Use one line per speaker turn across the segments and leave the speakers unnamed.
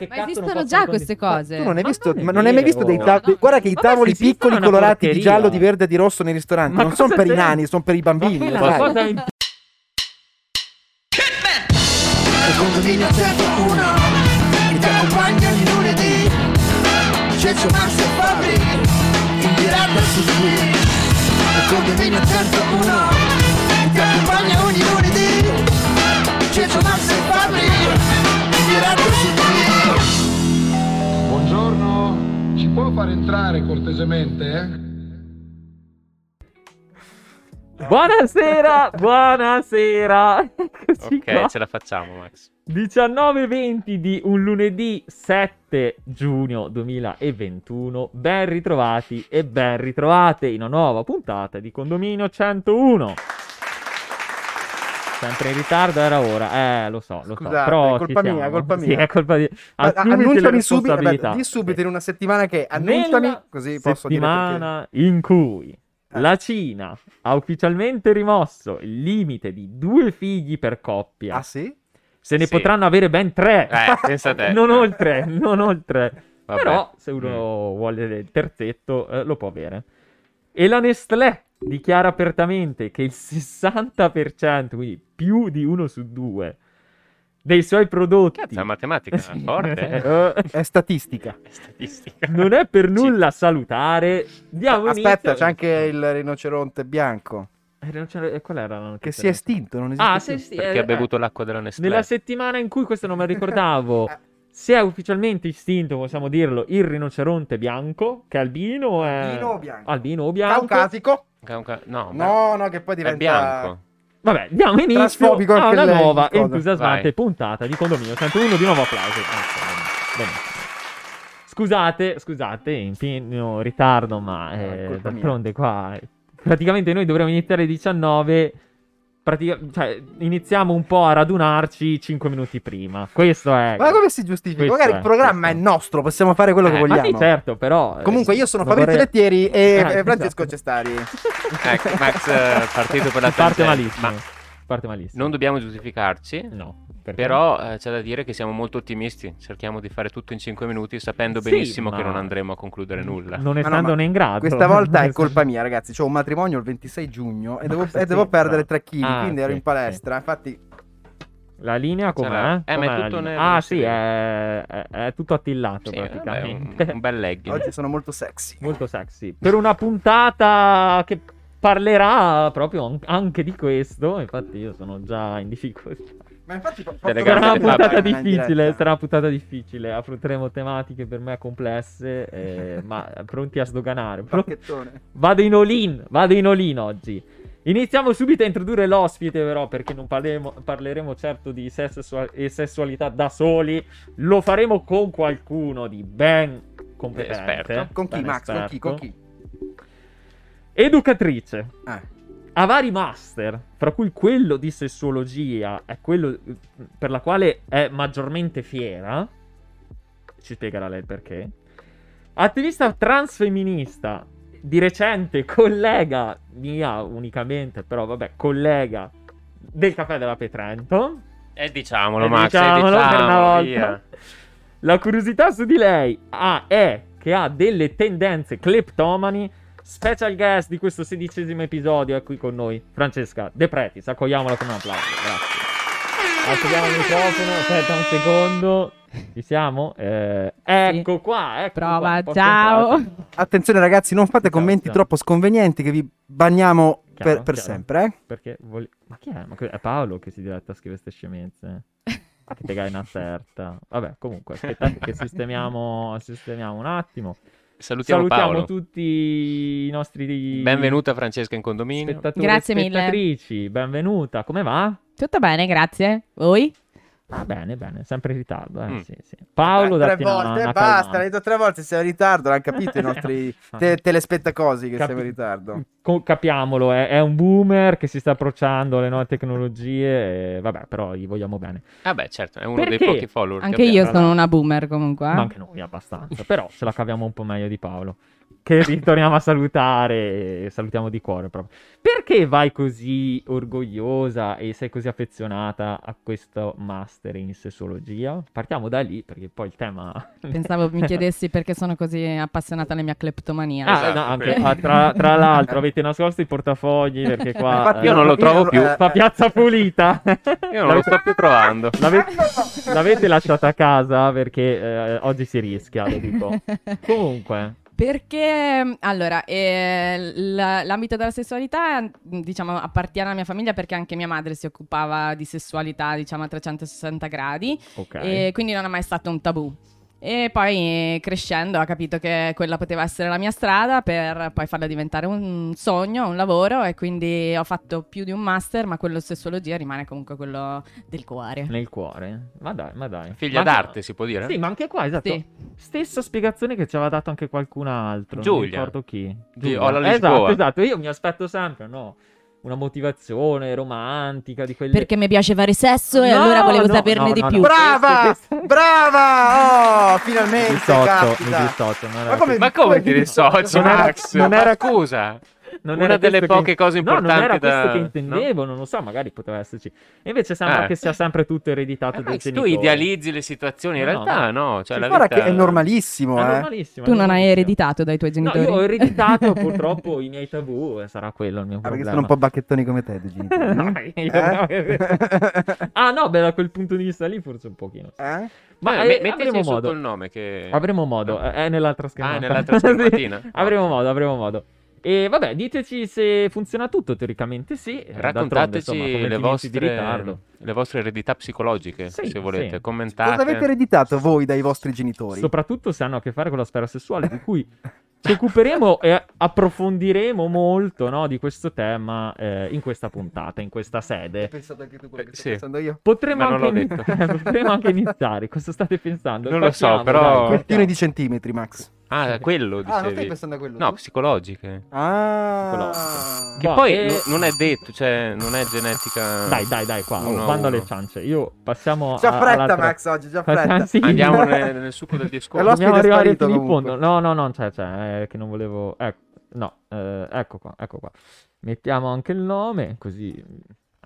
Che
Ma
cazzo non
esistono
possono
già queste
condiv-
cose.
Tu non hai
Eh, Ma
visto,
non è
ma non hai mai visto dei
vero.
tavoli?
No.
Guarda che i
Vabbè,
tavoli
esiste
piccoli
una
colorati di
porcheria.
giallo, di verde e di rosso nei ristoranti
Ma
non sono
cosa
per i
sei?
nani, sono per i
Ma
bambini.
quella
dai.
cosa in-
Condominio 101 Mi ti accompagna ogni lunedì Censo, Max e Fabri In diretta su Twitch Condominio 101 Mi ti accompagna ogni lunedì Censo, Max e Fabri In diretta su Twitch
Buongiorno, ci può far entrare cortesemente? eh?
Buonasera, buonasera. Eccoci
Ok,
qua.
ce la facciamo, Max.
19.20 di un lunedì 7 giugno 2021. Ben ritrovati e ben ritrovate in una nuova puntata di Condominio 101. Sempre in ritardo, era ora. Eh, lo so, lo so.
Scusate,
Però ci
è colpa mia,
siamo.
è colpa
Sì,
mia.
è colpa di...
Ma-
assumiti le
Annunciami subito,
responsabilità.
vabbè, di subito
Sì.
in una settimana che annunciami,
Nella
così posso dire Eh. perché.
settimana in cui la Cina ha ufficialmente rimosso il limite di due figli per coppia.
Ah sì?
Se ne
Sì.
potranno avere ben tre.
Eh, pensa a te.
Non oltre, non oltre.
Vabbè. Mm.
Però se uno vuole il terzetto eh, lo può avere. E la Nestlé dichiara apertamente che il 60%, quindi più di uno su due, dei suoi prodotti...
Cazzo, la matematica è
Sì.
forte. eh.
Eh,
È statistica.
È statistica.
non è per
Sì.
nulla salutare. Diamo
Aspetta,
inizio-
c'è anche il rinoceronte bianco
Eh, non c'era- eh, Qual era la notizia?
che si è estinto, non esiste
Ah,
più.
sì, sì,
Perché
eh,
ha bevuto l'acqua della Nestlé.
Nella settimana in cui questo non me lo ricordavo,
Ah.
si è ufficialmente istinto, possiamo dirlo, il rinoceronte bianco, che albino è...
Albino o bianco?
Albino o bianco.
Caucasico?
Ca- ca- No, ma-
No, no, che poi
è
diventa
bianco.
Vabbè, diamo inizio
Trasfobico
a
anche
una
lei,
nuova
cosa.
entusiasmante
Vai.
puntata di Condominio 101 di nuovo applauso. Ecco, benissimo. Scusate, scusate, in pieno ritardo,
Ah,
ma
No, è
eh,
colpa mia.
d'altronde qua eh, praticamente noi dovremmo iniziare alle 19 pratica- cioè, iniziamo un po' a radunarci 5 minuti prima. Questo è
Ma come si giustifica?
Ecco. Questo
Magari
è,
il programma
questo.
è nostro, possiamo fare quello che
Eh,
Ma
vogliamo.
sì, certo, però eh,
Comunque io sono
non
Fabrizio
vorrei-
Lettieri e
Eh,
e
esatto.
Francesco Cestari.
Ecco, Max eh, è partito per la
parte
tangente,
malissimo.
Ma
Parte malissimo.
non dobbiamo giustificarci.
No, perché?
Però eh, c'è da dire che siamo molto ottimisti, cerchiamo di fare tutto in 5 minuti sapendo
Sì,
benissimo che
ma-
non andremo a concludere nulla.
Mm. non
Ma no, ma
essendo né in grado.
Questa volta è colpa mia, ragazzi. C'ho un matrimonio il 26 giugno e
Ma
devo,
cosa
e devo
c'entra?
perdere 3 kg,
Ah,
quindi ero
sì,
in palestra. Infatti,
La linea com'è?
Sarà- eh, ma è
Com'è la
tutto
linea?
nero,
Ah,
non si
sì, è, è- è tutto attillato
Sì, vabbè, un,
praticamente.
un bel legging.
oggi sono molto sexy.
Molto sexy. Per una puntata che parlerà proprio an- anche di questo, infatti io sono già in difficoltà.
Ma infatti po-
Delle
posso-
Grazie,
sarà una
Fabio.
puntata
in
difficile,
diretta.
sarà una puntata difficile, affronteremo tematiche per me complesse, eh, ma pronti a sdoganare. Pro-
Pacchettone.
Vado in all-in, vado in all-in oggi. Iniziamo subito a introdurre l'ospite, però, perché non parleremo, parleremo certo di sesso e sessualità da soli. Lo faremo con qualcuno di ben competente.
Esperto.
Con chi,
ben
Max? Con chi?
esperto.
Con chi?
Educatrice.
Ah,
Ha vari master, fra cui quello di sessuologia è quello eh, per la quale è maggiormente fiera. Ci spiegherà lei il perché. Attivista transfemminista, di recente collega mia unicamente, però vabbè, collega del Caffè della Petrento.
Eh, diciamolo,
Eh,
Max, eh,
diciamolo per
diciamolo,
una volta.
via.
La curiosità su di lei ah, è che ha delle tendenze cleptomani. Special guest di questo sedicesimo episodio è qui con noi, Francesca De Pretis. Accogliamola con un applauso. Grazie. Accogliamo il microfono. Aspetta un secondo. Ci siamo? Eh, ecco qua. Ecco
Prova,
qua. Posso
ciao.
entrare?
Attenzione, ragazzi, non fate
Ciao,
commenti
ciao.
troppo sconvenienti che vi bagniamo
Esatto. Chiaro,
per, per
chiaro.
sempre. Eh?
Perché vole- Ma chi è? Ma que- è Paolo che si diretta a scrivere queste scemenze? Ma che te gai una certa. Vabbè, comunque, aspettate che sistemiamo, sistemiamo un attimo.
Salutiamo,
Salutiamo
Paolo.
tutti i nostri
Benvenuta Francesca in condominio.
spettatori
Grazie
e
mille.
spettatrici. Benvenuta, come va?
Tutto bene, grazie. Voi?
Ah, bene, bene, sempre in ritardo. eh,
Mm.
sì, sì. Paolo,
Dai,
datti
tre
una-
volte,
una
basta,
calmata.
l'hai detto tre volte, siamo in ritardo, l'hanno capito i nostri
Eh,
te- telespettacosi che
Capi-
siamo in ritardo.
Co- capiamolo, è, è un boomer che si sta approcciando alle nuove tecnologie. e vabbè, però gli vogliamo bene.
Ah beh, certo, è uno
Perché?
dei pochi follower. che
Anche
abbiamo.
io sono una boomer comunque. eh.
Ma anche noi abbastanza. Però ce la caviamo un po' meglio di Paolo. che ritorniamo a salutare, e salutiamo di cuore proprio. Perché vai così orgogliosa e sei così affezionata a questo master in sessologia? Partiamo da lì perché poi il tema...
Pensavo mi chiedessi perché sono così appassionata alla mia cleptomania.
Ah,
Esatto,
no, anche-
quello.
ah, tra, tra l'altro avete nascosto i portafogli perché qua...
Infatti
io non lo trovo più.
eh,
Fa piazza pulita.
Io non lo sto più trovando.
L'ave- l'avete lasciata a casa perché eh, oggi si rischia, lo dico. Comunque,
Perché allora eh, l- l'ambito della sessualità mm, diciamo appartiene alla mia famiglia perché anche mia madre si occupava di sessualità diciamo a 360 gradi
ok.
e quindi non è mai stato un tabù. E poi eh, crescendo ho capito che quella poteva essere la mia strada per poi farla diventare un sogno, un lavoro e quindi ho fatto più di un master ma quello sessuologia rimane comunque quello del cuore.
Nel cuore. Ma dai, ma dai.
Figlia
Ma-
d'arte, si può dire?
Sì, ma anche qua, esatto.
Sì.
Stessa spiegazione che ci aveva dato anche qualcun altro. non
Giulia.
ricordo chi.
Di
Giulia.
Ola Lisboa.
esatto, esatto. Io mi aspetto sempre, no? Una motivazione romantica di quelle...
Perché mi piace fare sesso e
No,
allora volevo
no,
saperne
no,
di
no,
più.
no.
Brava!
Questo- questo-
Brava! Oh,
Mi
finalmente
dissocio, mi
caspita.
dissocio, non era
Ma come-
Ma come ti dissoci,
Non era-
Max?
non
Ma
era-
scusa.
Non
Una
era
delle
questo
poche cose
No, non era
importanti da-
questo che
no?
intendevo, non lo so, magari poteva esserci. E invece sembra
Eh.
che sia sempre tutto ereditato
Eh,
dai
Max, tu
genitori.
idealizzi le situazioni, in
No, no,
realtà no. Cioè,
Sì,
la
Guarda
vita-
che
È
è normalissimo, eh.
normalissimo.
Tu
è
non hai
normalissimo.
ereditato dai tuoi
No,
genitori?
io ho ereditato purtroppo i miei tabù, e sarà quello il mio
Ah, perché
problema.
sono un po' bacchettoni come te, di genitori, no?
No, io-
Eh?
Ah no, beh, da quel punto di vista lì forse un pochino.
Eh?
Ma
Vabbè,
eh,
me- mettici
avremo
sotto
modo.
il nome che...
Avremo modo,
Ah.
eh, è nell'altra schermata.
Ah, nell'altra schermatina.
Sì, avremo modo, avremo modo. E vabbè, diteci se funziona tutto, teoricamente sì. eh, d'altronde,
Raccontateci
insomma, come
le,
minuti di
vostre,
ritardo.
le vostre eredità psicologiche,
Sì,
se volete.
sì.
Commentate.
Cosa avete ereditato voi dai vostri genitori?
Soprattutto se hanno a che fare con la sfera sessuale, di cui ci occuperemo e approfondiremo molto no, di questo tema eh, in questa puntata, in questa
Hai
sede.
pensato anche tu quello
Eh,
che
sì.
sto pensando io?
Potremmo,
Ma non
anche,
l'ho
ini- eh, potremmo anche iniziare. Cosa state pensando?
Non lo so,
Partiamo,
però-
dai,
Oh.
partiamo.
Questione di centimetri, Max.
Ah, quello dicevi.
Ah, non stai pensando a quello?
No,
tu?
psicologiche.
Ah.
Che
Boh,
poi
eh,
no- non è detto, cioè, non è genetica...
Dai, dai, dai, qua.
Uno a
Bando alle
uno.
ciance. Io passiamo
Già
a-
fretta,
all'altra-
Max, oggi, già
Passiamo-
fretta.
sì.
Andiamo nel, nel succo del discorso.
Allora-
Dobbiamo
L'ospite è
arrivare
sparito
fino in
comunque.
fondo. No, no, no, cioè, cioè, eh, che non volevo... Ecco, no, eh, ecco qua, ecco qua. Mettiamo anche il nome, così... eh,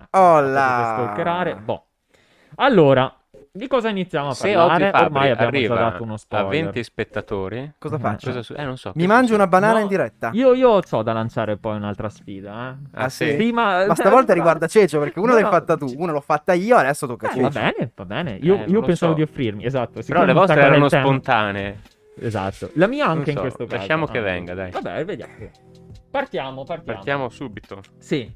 Oh
potete
là.
stalkerare. Boh. Allora, di cosa iniziamo a
Se oggi
parlare? Ormai
Fabri
abbiamo
arriva
già dato uno
a
spoiler.
20 spettatori...
Cosa
Eh,
faccio?
Cosa su- eh, non so.
Mi mangio una banana
No,
in diretta.
Io, io ho da lanciare poi un'altra sfida, eh.
Ah,
Ah,
sì.
sì.
Prima...
Ma stavolta riguarda Cece, perché uno
No,
l'hai
no,
fatta tu,
ci-
uno l'ho fatta io, adesso tocca a
Eh, va
Cece.
bene, va bene. Io,
Eh, non
io
lo
pensavo
so.
di offrirmi, esatto.
Però
siccome
le
mi sta
vostre erano
calentando-
spontanee.
Esatto. La mia
Non
anche in
so,
questo caso.
lasciamo che
anche.
venga, dai.
Vabbè, vediamo. Partiamo, partiamo.
Partiamo subito.
Sì.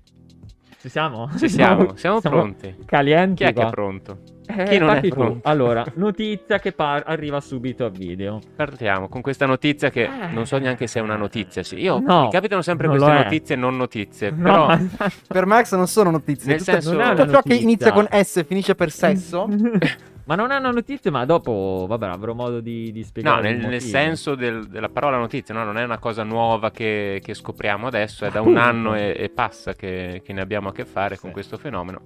Ci siamo?
Ci siamo, siamo pronti.
Calienti
Chi è che
qua.
è pronto?
Eh,
Chi non è
parti tu.
pronto?
Allora, notizia che par- arriva subito a video.
Partiamo con questa notizia che non so neanche se è una notizia. Sì. Io,
Eh. No,
mi capitano sempre
non
queste
lo è.
notizie e non notizie.
No,
Però
Per Max non sono notizie,
Nel
tutto,
senso-
tutto
Non è Mhm.
una
ciò che
notizia.
inizia con S e finisce per sesso.
ma non è una notizia, ma dopo, vabbè, avrò modo di, di spiegare.
no, nel,
il
nel
motivo.
senso del- della parola notizia, no? non è una cosa nuova che, che scopriamo adesso, è da un
Appunto.
anno e, e passa che, che ne abbiamo a che fare con
Sì.
questo fenomeno.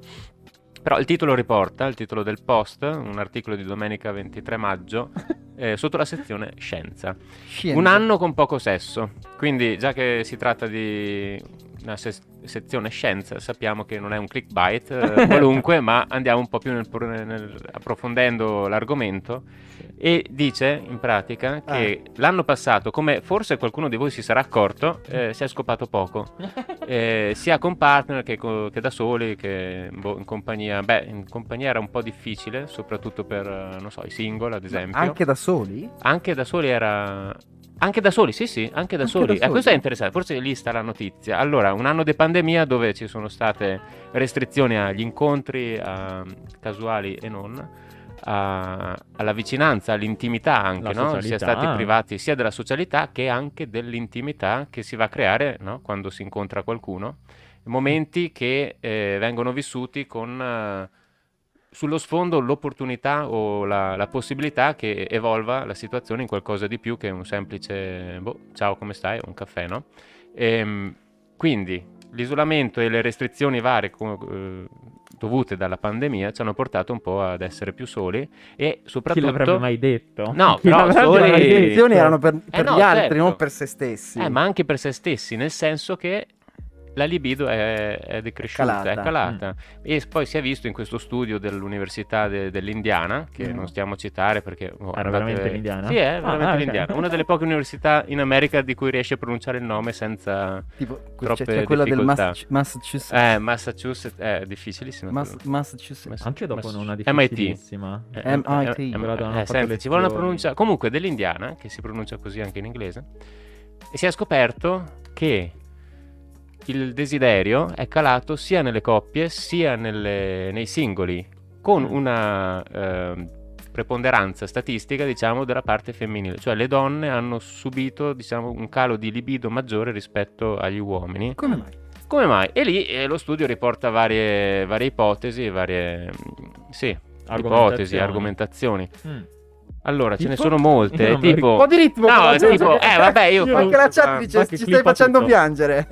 Però il titolo riporta, il titolo del post, un articolo di domenica 23 maggio, eh, sotto la sezione Scienza.
Scienza.
Un anno con poco sesso. Quindi, già che si tratta di una se- sezione scienza, sappiamo che non è un clickbait eh, qualunque, ma andiamo un po' più nel, pro- nel- approfondendo l'argomento. E dice in pratica che
Ah.
l'anno passato, come forse qualcuno di voi si sarà accorto, eh, si è scopato poco, Eh, sia con partner che, co- che da soli, che boh, in compagnia. Beh, in compagnia era un po' difficile, soprattutto per, eh, non so, i single ad esempio.
Anche da soli?
Anche da soli era. Anche da soli, sì, sì, anche da soli.
da
Eh, questo è
soli.
interessante, forse lì sta la notizia. Allora, un anno di pandemia dove ci sono state restrizioni agli incontri a- casuali e non, a- alla vicinanza, all'intimità anche,
La
no? Si è
socialità.
stati privati sia della socialità che anche dell'intimità che si va a creare no? quando si incontra qualcuno. Momenti che eh, vengono vissuti con... eh, sullo sfondo l'opportunità o la, la possibilità che evolva la situazione in qualcosa di più che un semplice boh, ciao come stai, un caffè, no? Ehm, quindi l'isolamento e le restrizioni varie co- eh, dovute dalla pandemia ci hanno portato un po' ad essere più soli e
Chi
soprattutto...
l'avrebbe mai detto?
No,
Chi
però
l'avrebbe
solo
mai
i-
detto?
Le
Le lezioni erano per, per
no,
gli altri,
certo.
non per se stessi.
Eh, ma anche per se stessi, nel senso che la libido è, è decresciuta,
Calata.
è calata. E poi si è visto in questo studio dell'Università de- dell'Indiana, che
Mm.
non stiamo a citare perché... oh,
Era veramente l'Indiana?
Sì, è
Ah,
veramente
ah, ok.
l'Indiana. Una delle poche università in America di cui riesci a pronunciare il nome senza...
Tipo, c'è-
troppe
c'è, quella del
difficoltà.
Mass- Massachusetts.
Eh, Massachusetts, eh, è difficilissimo.
Mass- Massachusetts.
Mass-
Anche dopo
Mass-
non una
MIT.
difficilissima.
Eh,
M- ah,
eh,
sì.
eh,
Però hanno fatto
eh, senti, ci vuole una
lezioni.
pronuncia comunque dell'indiana che si pronuncia così anche in inglese e si è scoperto che il desiderio è calato sia nelle coppie sia nelle- nei singoli con una ehm, preponderanza statistica diciamo della parte femminile cioè le donne hanno subito diciamo un calo di libido maggiore rispetto agli uomini
Come mai?
come mai? E lì eh, lo studio riporta varie, varie ipotesi, varie mm, sì, ipotesi, argomentazioni.
Mm.
Allora, ce ne
Tipo?
sono molte,
Io non me lo
tipo...
Un po' di ritmo.
No,
però,
è
gente,
tipo-
che-
eh, vabbè, io-
Io
Anche la chat
Ah,
dice
ma che
ci stai
clipa
facendo
tutto.
piangere.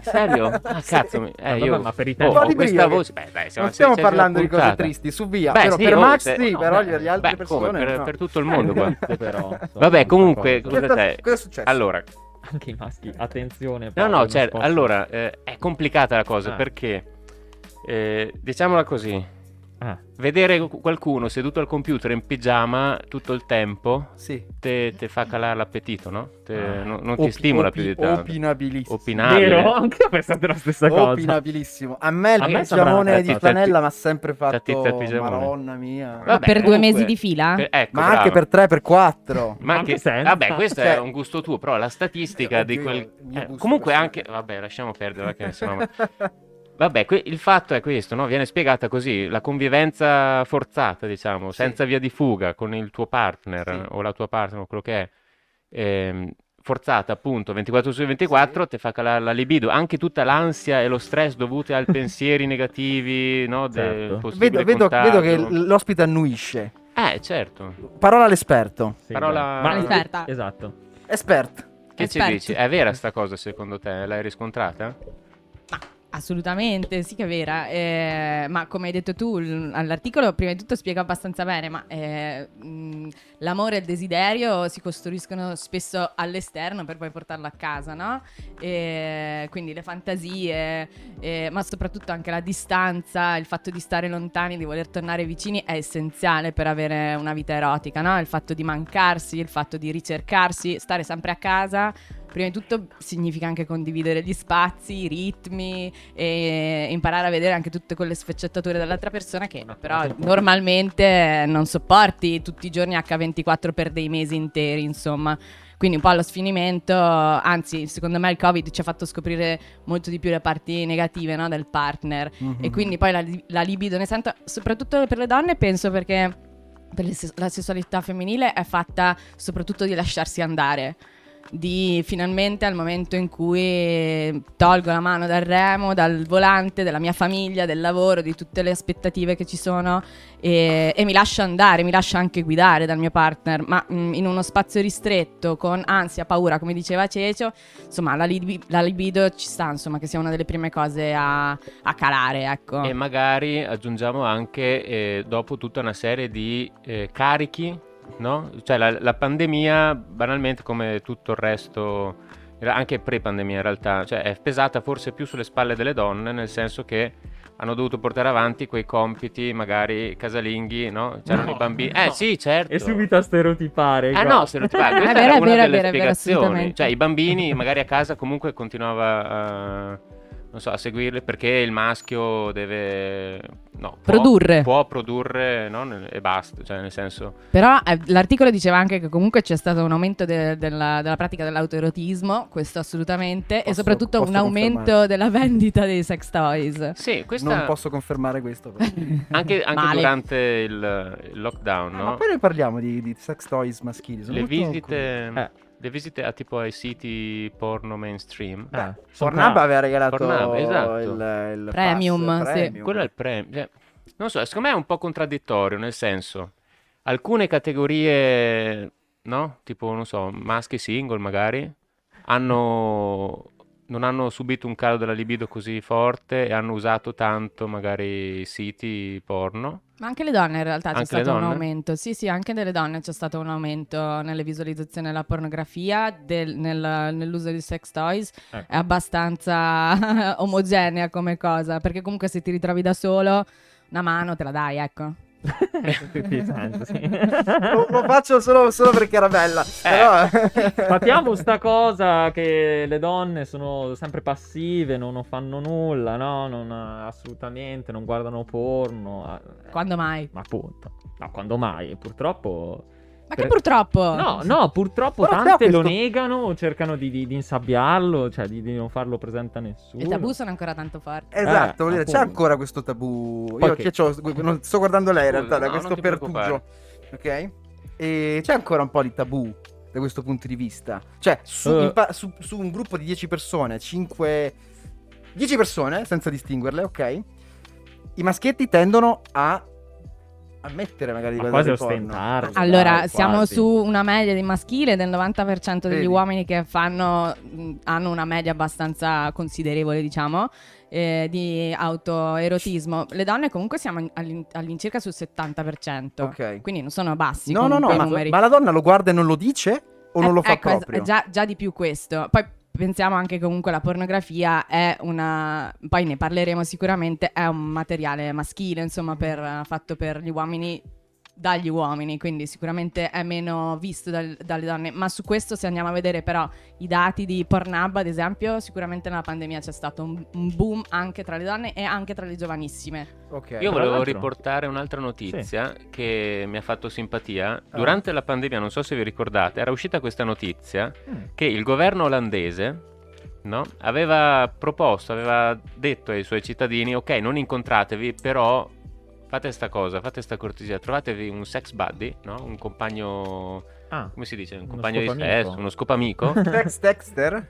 serio? Ah,
Sì.
cazzo, mi- eh,
Madonna,
io...
ma per i
oh,
tempi.
ho
Un po' di
questa
brividi.
voce... Beh, dai, siamo
non stiamo
alla sedicesima
parlando di cose
puntata.
triste, su via.
Beh,
però
sì,
per
oh,
Max
se-
sì,
no,
però
beh,
gli- le altre
beh, come,
persone
per,
no.
per tutto il mondo qua.
Però, insomma,
Vabbè, comunque,
questa cosa.
Che
scusa
sta-
te.
Cosa è successo?
Allora,
Anche i maschi, attenzione.
No,
Paolo,
no,
non
cioè,
sposta.
allora eh, è complicata la cosa
Ah.
perché, eh, diciamola così,
Ah.
vedere qu- qualcuno seduto al computer in pigiama tutto il tempo
Sì.
te, te fa calare l'appetito, no? Te-
Ah.
non, non ti
Opi-
stimola
opi-
più di tanto.
Opinabilissimo.
Opinabile.
Vero? Anche io ho pensato la stessa cosa.
Opinabilissimo. A me il
A me sembra-
pigiamone di
Ecco,
flanella
tatti-
mi ha sempre
tattizza il
fatto
pigiamone.
Madonna mia.
Vabbè,
per due
comunque-
mesi di fila?
Per- ecco,
Ma anche
bravo.
per 3 per 4.
Ma
Anche
anche
senza.
Vabbè, questo
Cioè-
è un gusto tuo, però la statistica
Eh,
di
oddio,
quel...
il mio
eh,
gusto
comunque anche...
personale.
Vabbè, lasciamo perdere, che sennò- Vabbè, que- il fatto è questo, no? Viene spiegata così, la convivenza forzata, diciamo,
Sì.
senza via di fuga con il tuo partner
Sì.
o la tua partner o quello che è, ehm, forzata appunto 24 su 24, ti fa calare la libido, anche tutta l'ansia e lo stress dovuti ai pensieri negativi, no? Del
Certo.
Vedo,
possibile
vedo- vedo
contagio.
che l- l'ospite annuisce.
Eh, certo.
Parola all'esperto.
Sì,
Parola-
dai.
Esperta.
Esatto.
Esperto.
Che ci
Esperto.
dici? È vera sta cosa secondo te? L'hai riscontrata?
Assolutamente, sì che è vera, Eh, ma come hai detto tu, l- l'articolo prima di tutto spiega abbastanza bene, ma eh, mh, l'amore e il desiderio si costruiscono spesso all'esterno per poi portarlo a casa, no? Eh, quindi le fantasie, eh, ma soprattutto anche la distanza, il fatto di stare lontani, di voler tornare vicini è essenziale per avere una vita erotica, no? Il fatto di mancarsi, il fatto di ricercarsi, stare sempre a casa. Prima di tutto significa anche condividere gli spazi, i ritmi, e imparare a vedere anche tutte quelle sfaccettature dell'altra persona che però normalmente non sopporti tutti i giorni H24 per dei mesi interi, insomma. Quindi un po' allo sfinimento, anzi, secondo me il Covid ci ha fatto scoprire molto di più le parti negative no, del partner.
Mm-hmm.
E
Mhm.
quindi poi la, la libido ne sento, soprattutto per le donne, penso perché per le se- la sessualità femminile è fatta soprattutto di lasciarsi andare. Di finalmente al momento in cui tolgo la mano dal remo, dal volante, della mia famiglia, del lavoro, di tutte le aspettative che ci sono e, e mi lascio andare, mi lascio anche guidare dal mio partner, ma mm, in uno spazio ristretto, con ansia, paura, come diceva Cecio, insomma la, libi- la libido ci sta, insomma, che sia una delle prime cose a, a calare, ecco.
E magari aggiungiamo anche eh, dopo tutta una serie di eh, carichi, no? Cioè la, la pandemia, banalmente come tutto il resto, era anche pre-pandemia in realtà, cioè è pesata forse più sulle spalle delle donne, nel senso che hanno dovuto portare avanti quei compiti magari casalinghi, no? C'erano
No,
i bambini. Eh
no.
sì, certo.
E subito a stereotipare.
Eh
guarda.
no, stereotipare. Questa
È Ah, vero,
era
è
una
vero, è
delle
vero, è vero,
spiegazioni.
assolutamente.
Cioè, i bambini magari a casa comunque continuava a, non so, a seguirli perché il maschio deve... no, può-
Produrre.
Può produrre no, nel- e basta, cioè nel senso...
Però eh, l'articolo diceva anche che comunque c'è stato un aumento de- della, della pratica dell'autoerotismo, questo assolutamente, e
Posso-
soprattutto un
posso
aumento
confermare.
della vendita dei sex toys.
Sì, questa...
Non posso confermare questo. però.
Anche, anche
Male.
durante il, il lockdown,
Ah,
no?
Ma poi ne parliamo di, di sex toys maschili. sono
Le
molto
visite...
Eh.
Le visite a tipo ai siti porno mainstream.
Ah, sono
Pornhub aveva regalato
Pornhub, esatto.
il, il
Premium,
pass,
sì.
premium.
Quello è il premio. cioè, non so, secondo me è un po' contraddittorio, nel senso, alcune categorie, no? Tipo, non so, maschi single magari, hanno non hanno subito un calo della libido così forte e hanno usato tanto magari siti porno.
Ma anche le donne in realtà c'è
Anche le
stato un
donne?
aumento. Sì, sì, anche delle donne c'è stato un aumento nelle visualizzazioni della pornografia, del- nel- nell'uso di sex toys. È abbastanza omogenea come cosa, perché comunque se ti ritrovi da solo, una mano te la dai, ecco.
Lo, lo faccio solo, solo perché era
Eh.
bella. Però...
Fatiamo sta cosa che le donne sono sempre passive, non, non fanno nulla, no? Non, assolutamente, non guardano porno. Ah, eh,
Quando mai?
Ma appunto. No, quando mai? Purtroppo...
Ma
per-
che purtroppo...
No, no, purtroppo
Ah, Però c'è
tante lo
questo-
negano, cercano di, di- di insabbiarlo, cioè di, di non farlo presente a nessuno.
I tabù sono ancora tanto forti.
Esatto,
Eh,
vuol dire, c'è
appunto.
ancora questo tabù.
Poi
Io
che-
che c'ho- gu- non- sto guardando lei in realtà,
Scusa,
da
no,
questo
non ti
pertugio. Ok? E c'è ancora un po' di tabù da questo punto di vista. Cioè, su,
Eh.
in pa- su- su un gruppo di 10 persone, 5... 10 persone, senza distinguerle, ok? I maschietti tendono a ammettere magari di
Ma
guardare
quasi
il porno.
ostentarlo.
Allora,
Dai,
siamo
quasi.
su una media di maschile del 90% degli
Vedi.
uomini che fanno, mh, hanno una media abbastanza considerevole, diciamo, eh, di autoerotismo. Le donne comunque siamo in- all'in- all'incirca sul 70%.
Ok.
Quindi non sono bassi
No, no, no,
comunque i
ma,
numeri.
ma la donna lo guarda e non lo dice o non
Eh,
lo fa
ecco, es-
proprio?
è Già, già di più questo. Poi pensiamo anche che comunque la pornografia è una... Poi ne parleremo sicuramente, è un materiale maschile,
Mm.
insomma, per- fatto per gli uomini dagli uomini, quindi sicuramente è meno visto dal- dalle donne, ma su questo se andiamo a vedere però i dati di Pornhub, ad esempio, sicuramente nella pandemia c'è stato un, un boom anche tra le donne e anche tra le giovanissime.
Ok.
Io
Eh, tra
volevo
l'altro-
riportare un'altra notizia che mi ha fatto simpatia.
Ah.
Durante la pandemia, non so se vi ricordate, era uscita questa notizia
Mm.
che il governo olandese no, aveva proposto, aveva detto ai suoi cittadini, ok, non incontratevi, però fate sta cosa, fate sta cortesia, trovatevi un sex buddy, no? un compagno,
Ah.
come si dice, un
Uno
compagno di
scopamico.
sesso, uno scopamico.
Tex- Dexter?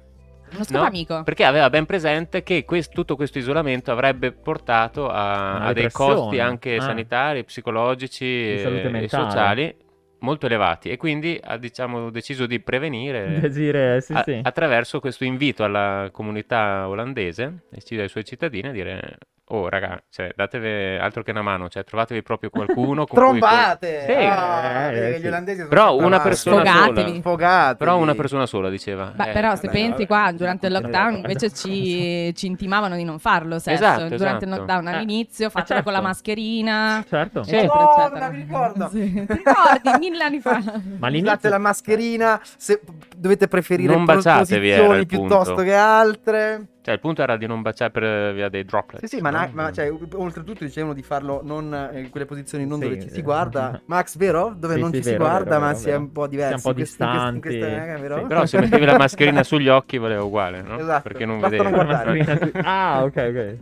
Uno scopo
No,
amico.
perché aveva ben presente che quest- tutto questo isolamento avrebbe portato a,
Una
a dei
depressione.
costi anche
Ah.
sanitari, psicologici
Di salute
e, e
mentale.
sociali molto elevati e quindi ha diciamo, deciso di prevenire
Desire, sì,
Eh, a-
sì.
attraverso questo invito alla comunità olandese e ci- ai suoi cittadini a dire oh raga, cioè, datevi altro che una mano, cioè, trovatevi proprio qualcuno con cui-
Trombate!
Sì.
Ah,
Eh,
vedi che
sì.
gli olandesi sono
Però
sotto
una
la mano.
persona
Sfogatevi.
sola.
Sfogatevi.
Però una persona sola diceva.
Beh,
Eh,
però se
vabbè,
pensi
vabbè.
qua durante il
Continuare
lockdown
a fare
invece ci, ci intimavano di non farlo sesso.
Esatto,
durante il
esatto.
lockdown
Eh,
all'inizio,
eh,
fatelo
certo.
con la mascherina.
Certo.
Sì.
eccetera,
Madonna,
eccetera.
mi ricordo.
Sì, Ti ricordi mille anni fa.
Ma
Usate
all'inizio...
la mascherina, se dovete preferire
Non
pro-
baciatevi, era il
posizioni
punto.
piuttosto che altre.
Cioè, il punto era di non baciare per via dei droplet.
Sì, sì, ma, na-
Mm.
ma, cioè, u- oltretutto dicevano di farlo non eh, in quelle posizioni non
Sì,
dove ci si
eh.
guarda. Max, vero? Dove
Sì,
non
sì,
ci si
vero,
guarda,
vero,
ma
vero,
si è
vero.
un po' diversi.
Si è un po'
in quest- in quest- in questa
distanti.
maniera, vero?
Sì,
Però se mettevi la mascherina sugli occhi voleva uguale, no?
Esatto.
Perché non
Basta non
vedevi.
Mascherina su- Ah, ok, ok.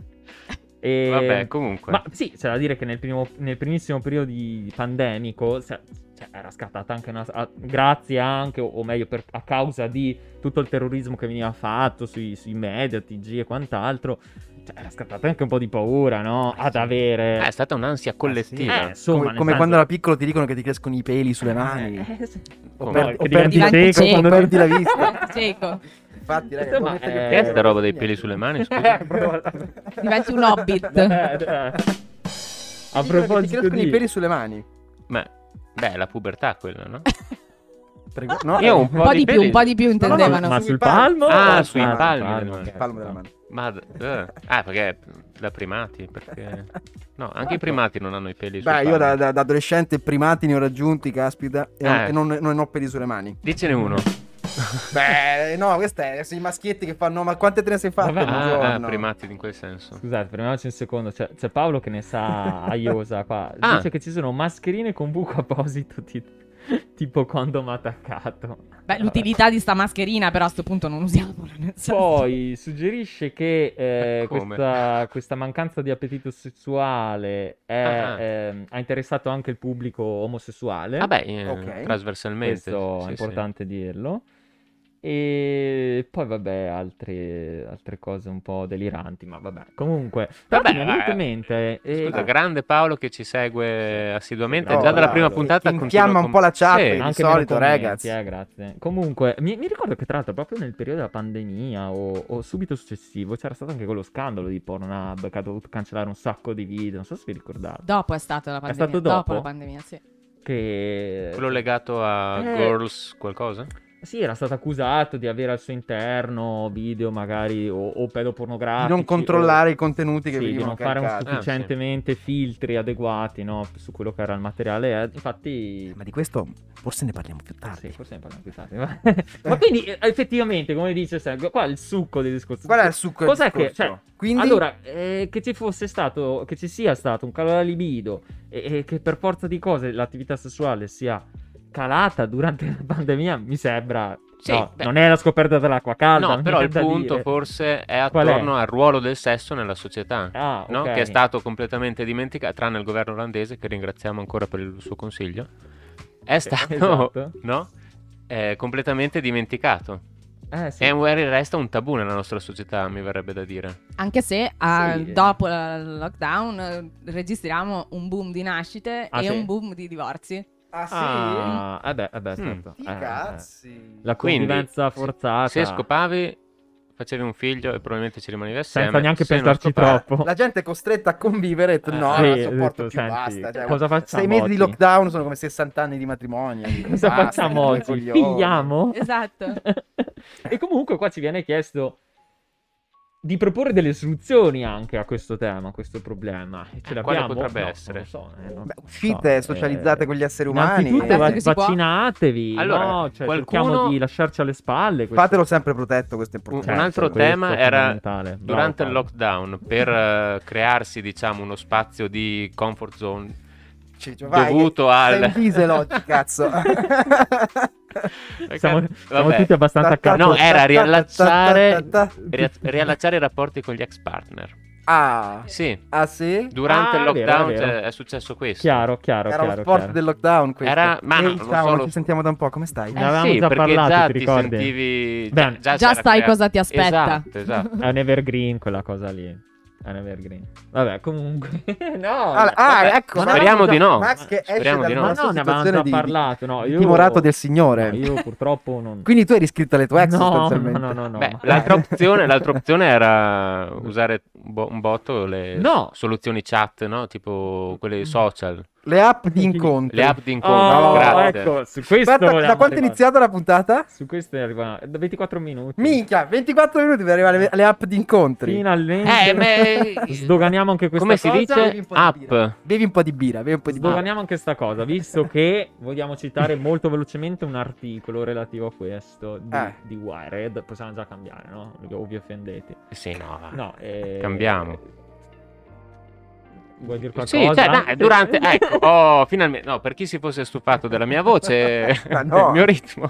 E-
Vabbè, comunque.
Eh, Ma sì, c'è da dire che nel, primo- nel primissimo periodo di pandemico cioè, cioè, era scattata anche una... a- grazie anche, o, o meglio, per- a causa di tutto il terrorismo che veniva fatto sui, sui media, TG e quant'altro, cioè, era scattata anche un po' di paura, no? Ad avere...
Eh, è stata un'ansia collettiva.
Eh, insomma,
come
nel
come
senso-
quando era piccolo ti dicono che ti crescono i peli sulle mani.
Eh, sì.
O,
Come?
perdi,
Che
o
diventi
perdi,
Diventi
cieco
cieco.
quando
perdi la vista.
Diventi Eh, cieco.
Infatti,
Eh,
raga,
ma,
mettergli-
eh,
Che è sta roba dei peli sulle mani? Scusa.
Eh, proprio-
Diventi un hobbit.
Eh, eh. A
Dicono che ti
proposito
crescono
di...
i peli sulle mani.
Ma beh, è la pubertà quella, no?
Prego. No,
Io ho
eh,
Un
un po'
po'
di
di più,
peli.
un po' di più
no, no,
intendevano.
ma
sui
sul
palmi.
palmo?
Ah, sui palmi
palmo,
della mano.
ok.
eh, palmo della mano.
Ma eh, ah, perché è da primati, perché no, anche i primati non hanno i peli sulle
Beh, io da,
palme.
da- da adolescente primati ne ho raggiunti, caspita, e, non-
Eh.
e non, non ho peli sulle mani.
Dicene uno.
Beh, no, questa è sono i maschietti che fanno, ma quante te ne sei fatte
Vabbè,
in un
Ah, ah,
giorno?
primati in quel senso.
Scusate, fermiamoci un secondo. Cioè, C'è, c'è Paolo che ne sa a iosa qua.
Ah.
Dice che ci sono mascherine con buco apposito, ti- tipo condomo attaccato.
Beh, l'utilità di sta mascherina, però a sto punto non usiamola. nel senso.
Poi suggerisce che eh,
Come?
questa, questa mancanza di appetito sessuale è,
Ah.
ehm, ha interessato anche il pubblico omosessuale.
Vabbè, eh,
Ok.
trasversalmente.
Questo
sì,
è
sì.
importante dirlo. E poi, vabbè, altre, altre cose un po' deliranti, ma vabbè. Comunque,
Vabbè,
vabbè, mi è venuto
vabbè.
in mente. eh,
Scusa, grande Paolo che ci segue assiduamente.
No,
Già dalla
bravo.
prima puntata
Ti
continua
infiamma
con-
un po' la chat,
Sì,
quindi-
anche
di solito,
meno commenti,
ragazzi.
eh, grazie. Comunque, mi, mi ricordo che tra l'altro proprio nel periodo della pandemia o, o subito successivo c'era stato anche quello scandalo di Pornhub che ha dovuto cancellare un sacco di video, non so se vi ricordate.
Dopo è stata la
È
pandemia.
stato dopo?
la pandemia, sì.
Che
quello legato a
Eh.
Girls qualcosa?
sì, era stato accusato di avere al suo interno video magari o, o pedopornografici.
Di non controllare
o-
i contenuti che
Ah, eh. sì, di
venivano
non fare un
caricati.
Ah, sì.
sufficientemente filtri adeguati no, su quello che era il materiale. eh, Infatti,
Ma di questo forse ne parliamo più tardi.
Sì, forse ne parliamo più tardi, Ma, ma quindi eh, effettivamente, come dice Sergio, qua è il succo del discorso.
Qual è il succo del
Cos'è che-
discorso?
cioè,
Quindi,
Allora, eh, che ci fosse stato, che ci sia stato un calo della libido e, e che per forza di cose l'attività sessuale sia calata durante la pandemia, mi sembra...
Sì,
no,
beh.
non è la scoperta dell'acqua calda.
no,
mi
però il
viene da
punto
dire.
forse è
Qual è?
attorno al ruolo del sesso nella società.
Ah,
no?
ok.
Che è stato completamente dimenticato, tranne il governo olandese, che ringraziamo ancora per il suo consiglio. È stato
esatto.
no? Eh, completamente dimenticato.
Eh, sì.
E magari resta un tabù nella nostra società, mi verrebbe da dire.
Anche se ah,
Sì.
dopo il lockdown eh, registriamo un boom di nascite
Ah,
e
sì?
un boom di divorzi.
ah sì?
Ah, eh beh, eh beh, certo.
Sti
Eh, eh.
cazzi.
La
Mm. Quindi,
convivenza forzata.
Se scopavi, facevi un figlio e probabilmente ci rimanevi assieme.
senza neanche
Se non
pensarci
scopavi-
troppo.
La gente è costretta a convivere. e detto,
Eh,
No,
sì,
non la
ho detto,
sopporto più.
senti,
Basta. cioè,
cosa facciamo
sei mesi di
oggi?
lockdown sono come 60 anni di matrimonio.
Cosa
Basta,
facciamo
due
oggi?
coglioni.
Figliamo?
Esatto.
e comunque qua ci viene chiesto di proporre delle soluzioni anche a questo tema, a questo problema. E ce
Eh,
l'abbiamo?
quale potrebbe
No,
essere?
non lo so, eh, non
Beh,
lo
uscite,
so,
socializzate
eh,
con gli esseri umani.
Innanzitutto va-
Certo che si può.
vaccinatevi,
Allora,
no? Cioè,
qualcuno-
cerchiamo di lasciarci alle spalle. questo-
Fatelo sempre protetto, questo è
Un,
Certo,
importante.
un altro
questo è
tema era
fondamentale. Bravo,
durante il
Paolo.
lockdown per eh, crearsi, diciamo, uno spazio di comfort zone
Cioè,
dovuto al-
Sei un diesel oggi, cazzo.
Perché-
Siamo, siamo
vabbè.
tutti abbastanza
Ta- ta-
cazzo.
No, eh, era riallacciare,
Ta- ta- ta- ta-
ria- riallacciare i rapporti con gli ex partner.
ah,
Sì,
ah sì?
durante
Ah,
il
è vero,
lockdown
è vero.
c'è- è successo questo.
Chiaro, chiaro,
Era
chiaro.
lo sport
chiaro.
del lockdown questo.
Era- ma no,
Ehi,
non
ciao,
solo-
non ci sentiamo da un po', come stai?
Ne
Eh
avevamo
sì,
già
perché
parlato,
già
ti
ti,
ricordi?
sentivi...
Bene.
Già
c'era
sai
creato-
cosa ti aspetta.
Esatto, esatto.
È un evergreen quella cosa lì. È un evergreen. Vabbè, comunque. no.
Ah, ah,
vabbè,
ecco,
ma
speriamo
Max-
di no.
Max che esce
Speriamo
dal
di no.
Ma
mazzo
no, ne avevamo
situazione
già
di-
parlato. No,
di
io...
timorato del signore.
No, io purtroppo non.
Quindi tu hai riscritto le tue ex
no, no,
sostanzialmente.
no, no, no.
Beh,
ma-
l'altra opzione, l'altra opzione era usare un bo- un botto le
No. Mm.
soluzioni chat, no? Tipo quelle social,
Le app di incontri.
le app di incontro,
Oh,
grazie.
ecco, su questo.
Aspetta, da
volevamo
quanto è
arrivare.
iniziata la puntata?
Su questo è arrivato. Da 24 minuti.
Minchia, 24 minuti per
Eh.
arrivare alle app di incontri.
Finalmente.
Eh, ma-
Sdoganiamo anche questa
Come si
cosa.
devi
dice?
un po' di
App.
birra. Bevi un po' di birra, bevi un po' di birra.
Sdoganiamo anche sta cosa, visto che vogliamo citare molto velocemente un articolo relativo a questo di,
Eh.
di Wired. Possiamo già cambiare, no? O vi offendete.
Sì, no, va.
No, eh,
Cambiamo.
Vuoi dire qualcosa? Eh,
Sì, cioè, dai, durante, ecco, oh, finalmente, no, per chi si fosse stufato della mia voce,
Ma
Ah,
del
no.
mio ritmo,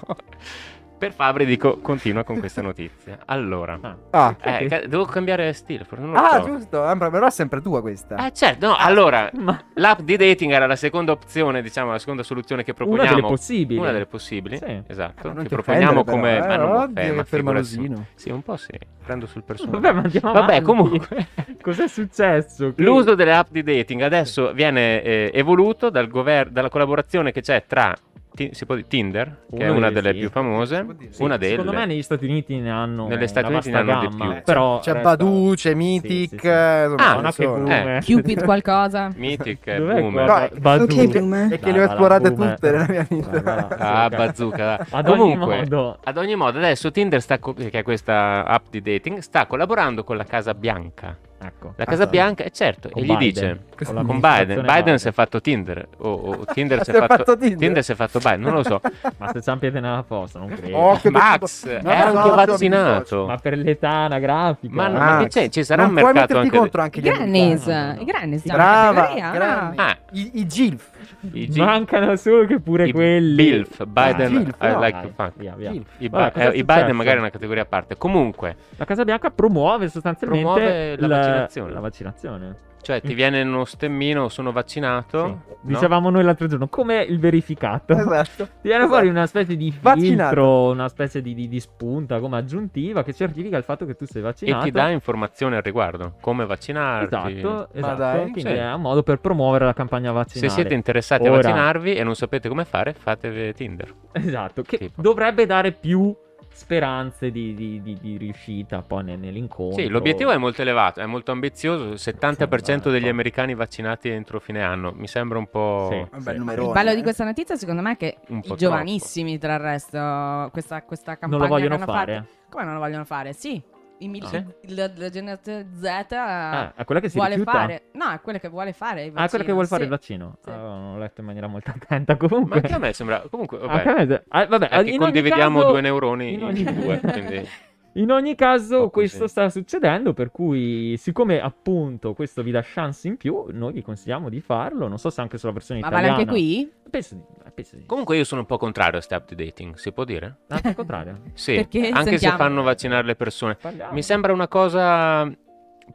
per Fabri dico, continua con questa notizia. Allora,
Ah,
Ah,
eh, ca- devo cambiare stile, forse non lo
ah
so.
giusto, Ambra, però è sempre tua questa.
Eh, certo,
Ah.
no, allora,
ma
l'app di dating era la seconda opzione, diciamo, la seconda soluzione che
una delle
proponiamo.
possibili.
Una delle possibili,
Sì. Eh,
esatto,
Ma non
che
ti
proponiamo
offendere, però,
come... ma
eh,
non mi
oddio,
offendo,
che
ma figurati.
permalosino.
Sì, un po' sì, prendo sul personale.
Vabbè, ma andiamo
Vabbè,
avanti.
comunque...
Cos'è successo? Che-
L'uso delle app di dating adesso viene eh, evoluto dal gover- dalla collaborazione che c'è tra Ti- si può dire Tinder, che è
Una
una
delle-
delle
sì.
più famose,
Si può dire, sì.
una delle.
Secondo me negli Stati Uniti ne hanno
Negli Stati
una
Uniti ne
vasta
hanno di
gamma,
più.
C'è-
però
c'è
resta-
Badu, c'è
Sì,
Mythic,
sì, sì.
eh, insomma,
Ah,
ce
non
ne
ha che
sono.
boom, eh.
Cupid qualcosa.
Mythic è
Dov'è
Boomer.
quella?
No,
Ba- Bazooka.
ok, Boomer. perché le ho esplorate tutte
eh,
nella mia vita.
Ah, bazooka. va.
Ad ogni
Comunque,
modo,
ad ogni modo, adesso Tinder, sta co- che è questa app di dating, sta collaborando con la Casa Bianca.
ecco.
La
Ah,
Casa
sì.
Bianca, eh, certo,
Con
e gli
Biden.
dice...
Con
Con
l'amministrazione
Biden, Biden si è fatto Tinder, o o Eh, Tinder si è
Si è
fatto
fatto Tinder.
Tinder si è fatto Biden, non lo so. Eh,
Ma se c'ha un piede nella fossa, non credo.
Oh, che
Max
brutto.
è
No, no,
anche
no,
vaccinato.
Ma per l'età anagrafica.
Ma,
Max,
ma che c'è? Ah, Ci sarà
Ah, non
un
puoi
mercato
metterti
anche
contro anche
I
gli
Grannies.
americani.
no, no.
I Grannies. siamo una
Brava,
categoria,
Grannies.
no?
Ah.
I, i GILF.
i G-
Mancano solo che pure
I
quelli. Ah,
Bilf, Biden,
Bilf,
I
no,
like
Dai,
to fuck.
via, via.
GILF.
I,
Vabbè,
Bi-
cosa
eh,
è
i
successo?
Biden magari è una categoria a parte. Comunque,
La Casa Bianca promuove sostanzialmente
Promuove la vaccinazione.
la vaccinazione.
Cioè, ti viene uno stemmino, sono vaccinato.
Mm. Sì.
no?
Dicevamo noi l'altro giorno, come il verificato.
Esatto.
Ti viene fuori una specie di
Vaccinato.
filtro, una specie di, di- di spunta come aggiuntiva che certifica il fatto che tu sei
E
vaccinato.
ti dà informazioni al riguardo, come vaccinarti.
Esatto, esatto.
dai,
quindi
sì.
è un modo per promuovere la campagna
Se
vaccinale.
siete interessati a
Ora-
vaccinarvi e non sapete come fare, fate Tinder.
Esatto, che
Tipo.
dovrebbe dare più speranze di, di- di- di riuscita poi nel- nell'incontro.
Sì, l'obiettivo è molto elevato, è molto ambizioso. Il 70% degli
esatto.
americani vaccinati entro fine anno. Mi sembra un po'.
Sì.
Un bel
Sì.
numerone,
Il bello di
eh.
questa notizia, secondo me, è che
Un po'
i
troppo.
giovanissimi, tra il resto, questa, questa
Non
campagna
lo vogliono
che hanno fatto-
fare.
Come non lo vogliono fare? Sì, i mil-
Sì.
la, la generazione Z
Ah, è quella che si
vuole
rifiuta?
fare. No, è quella che vuole fare. il
Ah, è quello che
vaccino,
vuole fare
sì.
il vaccino.
Sì.
Ah, l'ho letto in maniera molto attenta comunque.
Ma anche a me sembra. Comunque, vabbè.
Anche a me- ah, vabbè,
È che
in ogni
condividiamo
caso-
due neuroni
in
in,
ogni-
due. Quindi...
In ogni
Un
caso,
po'
questo
Oh, così.
sta succedendo, per cui, siccome appunto questo vi dà chance in più, noi vi consigliamo di farlo. Non so se anche sulla versione
Ma vale
italiana.
anche qui?
Penso di, eh, penso di...
Comunque, io sono un po' contrario a step dating, si può dire?
Ah, al contrario.
Sì,
Perché?
anche
Sentiamo.
se fanno vaccinare le persone.
Parliamo.
Mi sembra una cosa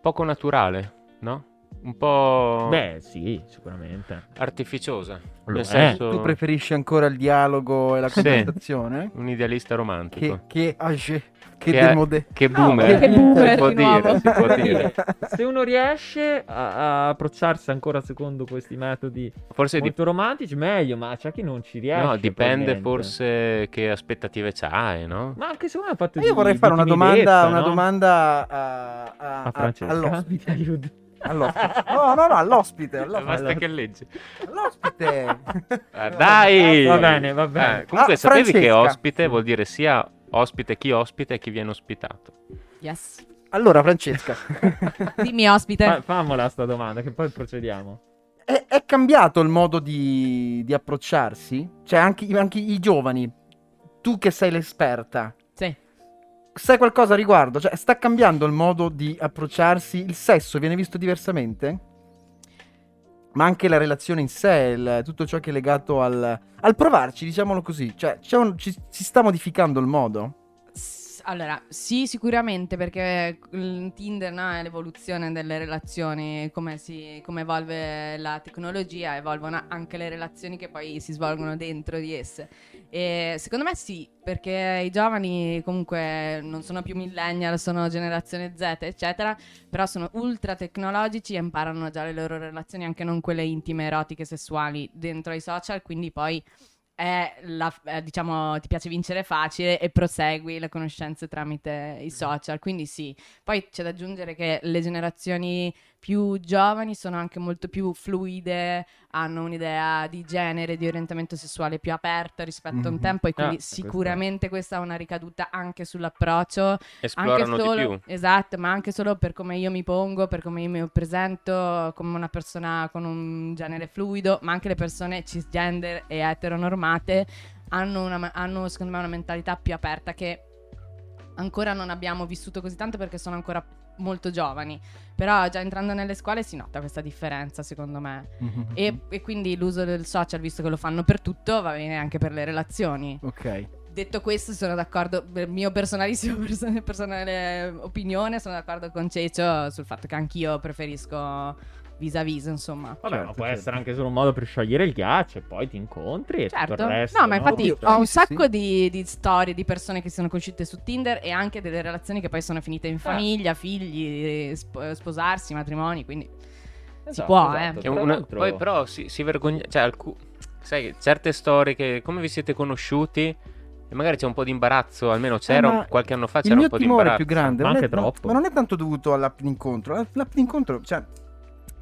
poco naturale, no? Un po'
Beh, sì, sicuramente.
artificiosa.
Lo è.
nel senso,
Tu preferisci ancora il dialogo e la
Sì.
conversazione?
un idealista romantico.
Che, che age, che,
Che-
demode.
Che
No,
boomer,
che boomer,
si può
di nuovo.
dire, si può dire.
Se uno riesce a, a approcciarsi ancora secondo questi metodi
Forse di-
molto romantici, meglio, ma c'è chi non ci riesce.
no, dipende
probabilmente.
forse che aspettative c'hai, no?
Ma anche se uno ha fatto
Ma Io vorrei fare una domanda, una domanda a, a-
a
a-
Francesca.
all'ospite.
Mi aiuti.
all'ospite. No, no, no, all'ospite. all'ospite.
Basta che leggi.
All'ospite.
Ah, dai!
Va bene, va bene.
Eh, comunque
Ah,
sapevi che
Francesca.
ospite vuol dire sia ospite chi ospita e chi viene ospitato.
Yes.
Allora, Francesca,
Dimmi, ospite.
Fa- famola sta domanda, che poi procediamo.
è, è cambiato il modo di, di approcciarsi? Cioè, anche, anche i giovani, tu che sei l'esperta,
Sì.
sai qualcosa a riguardo? Cioè, sta cambiando il modo di approcciarsi? Il sesso viene visto diversamente? Ma anche la relazione in sé, il- tutto ciò che è legato al, al provarci, diciamolo così. Cioè, c'è un- ci, si sta modificando il modo?
S- Allora, sì, sicuramente perché eh, il Tinder no, è l'evoluzione delle relazioni, come, si, come evolve la tecnologia, evolvono anche le relazioni che poi si svolgono dentro di esse. E secondo me sì, perché i giovani comunque non sono più millennial, sono generazione Z, eccetera, però sono ultra tecnologici e imparano già le loro relazioni, anche non quelle intime, erotiche, sessuali, dentro ai social, quindi poi è la, eh, diciamo, ti piace vincere facile e prosegui le conoscenze tramite
Mm-hmm.
i social, quindi sì. Poi c'è da aggiungere che le generazioni più giovani sono anche molto più fluide, hanno un'idea di genere, di orientamento sessuale più aperta rispetto a un
Mhm.
tempo e quindi
Ah, questo è-
sicuramente questa ha una ricaduta anche sull'approccio anche
Esplorano
solo,
di più.
Esatto, ma anche solo per come io mi pongo, per come io mi presento come una persona con un genere fluido, ma anche le persone cisgender e eteronormate hanno, una- hanno, secondo me una mentalità più aperta che ancora non abbiamo vissuto così tanto perché sono ancora molto giovani, però già entrando nelle scuole si nota questa differenza secondo me
Mm-hmm.
e, e quindi l'uso del social, visto che lo fanno per tutto, va bene anche per le relazioni.
Ok.
Detto questo, sono d'accordo, per mio personalissimo person- personale opinione, sono d'accordo con Cecio sul fatto che anch'io preferisco vis-à-vis, insomma.
Vabbè,
Certo,
ma può
certo.
essere anche solo un modo per sciogliere il ghiaccio e poi ti incontri e tutto
Certo,
il resto.
no, ma infatti
Ovvio,
ho un
sì, sì,
sacco di, di storie di persone che sono conosciute su Tinder e anche delle relazioni che poi sono finite
Ah.
in famiglia, figli, sp- sposarsi, matrimoni, quindi si
Esatto,
può, eh.
esatto.
Che
Tra
una-
l'altro-
Poi però si, si vergogna, cioè alcu- sai che certe storie che come vi siete conosciuti e magari c'è un po' di imbarazzo, almeno c'era
Eh, ma
un- qualche anno fa c'era
Il
un
mio
po' di
timore
imbarazzo.
più grande,
ma
non
anche
è, no,
troppo.
ma non è tanto dovuto all'app d'incontro. L'app d'incontro, cioè,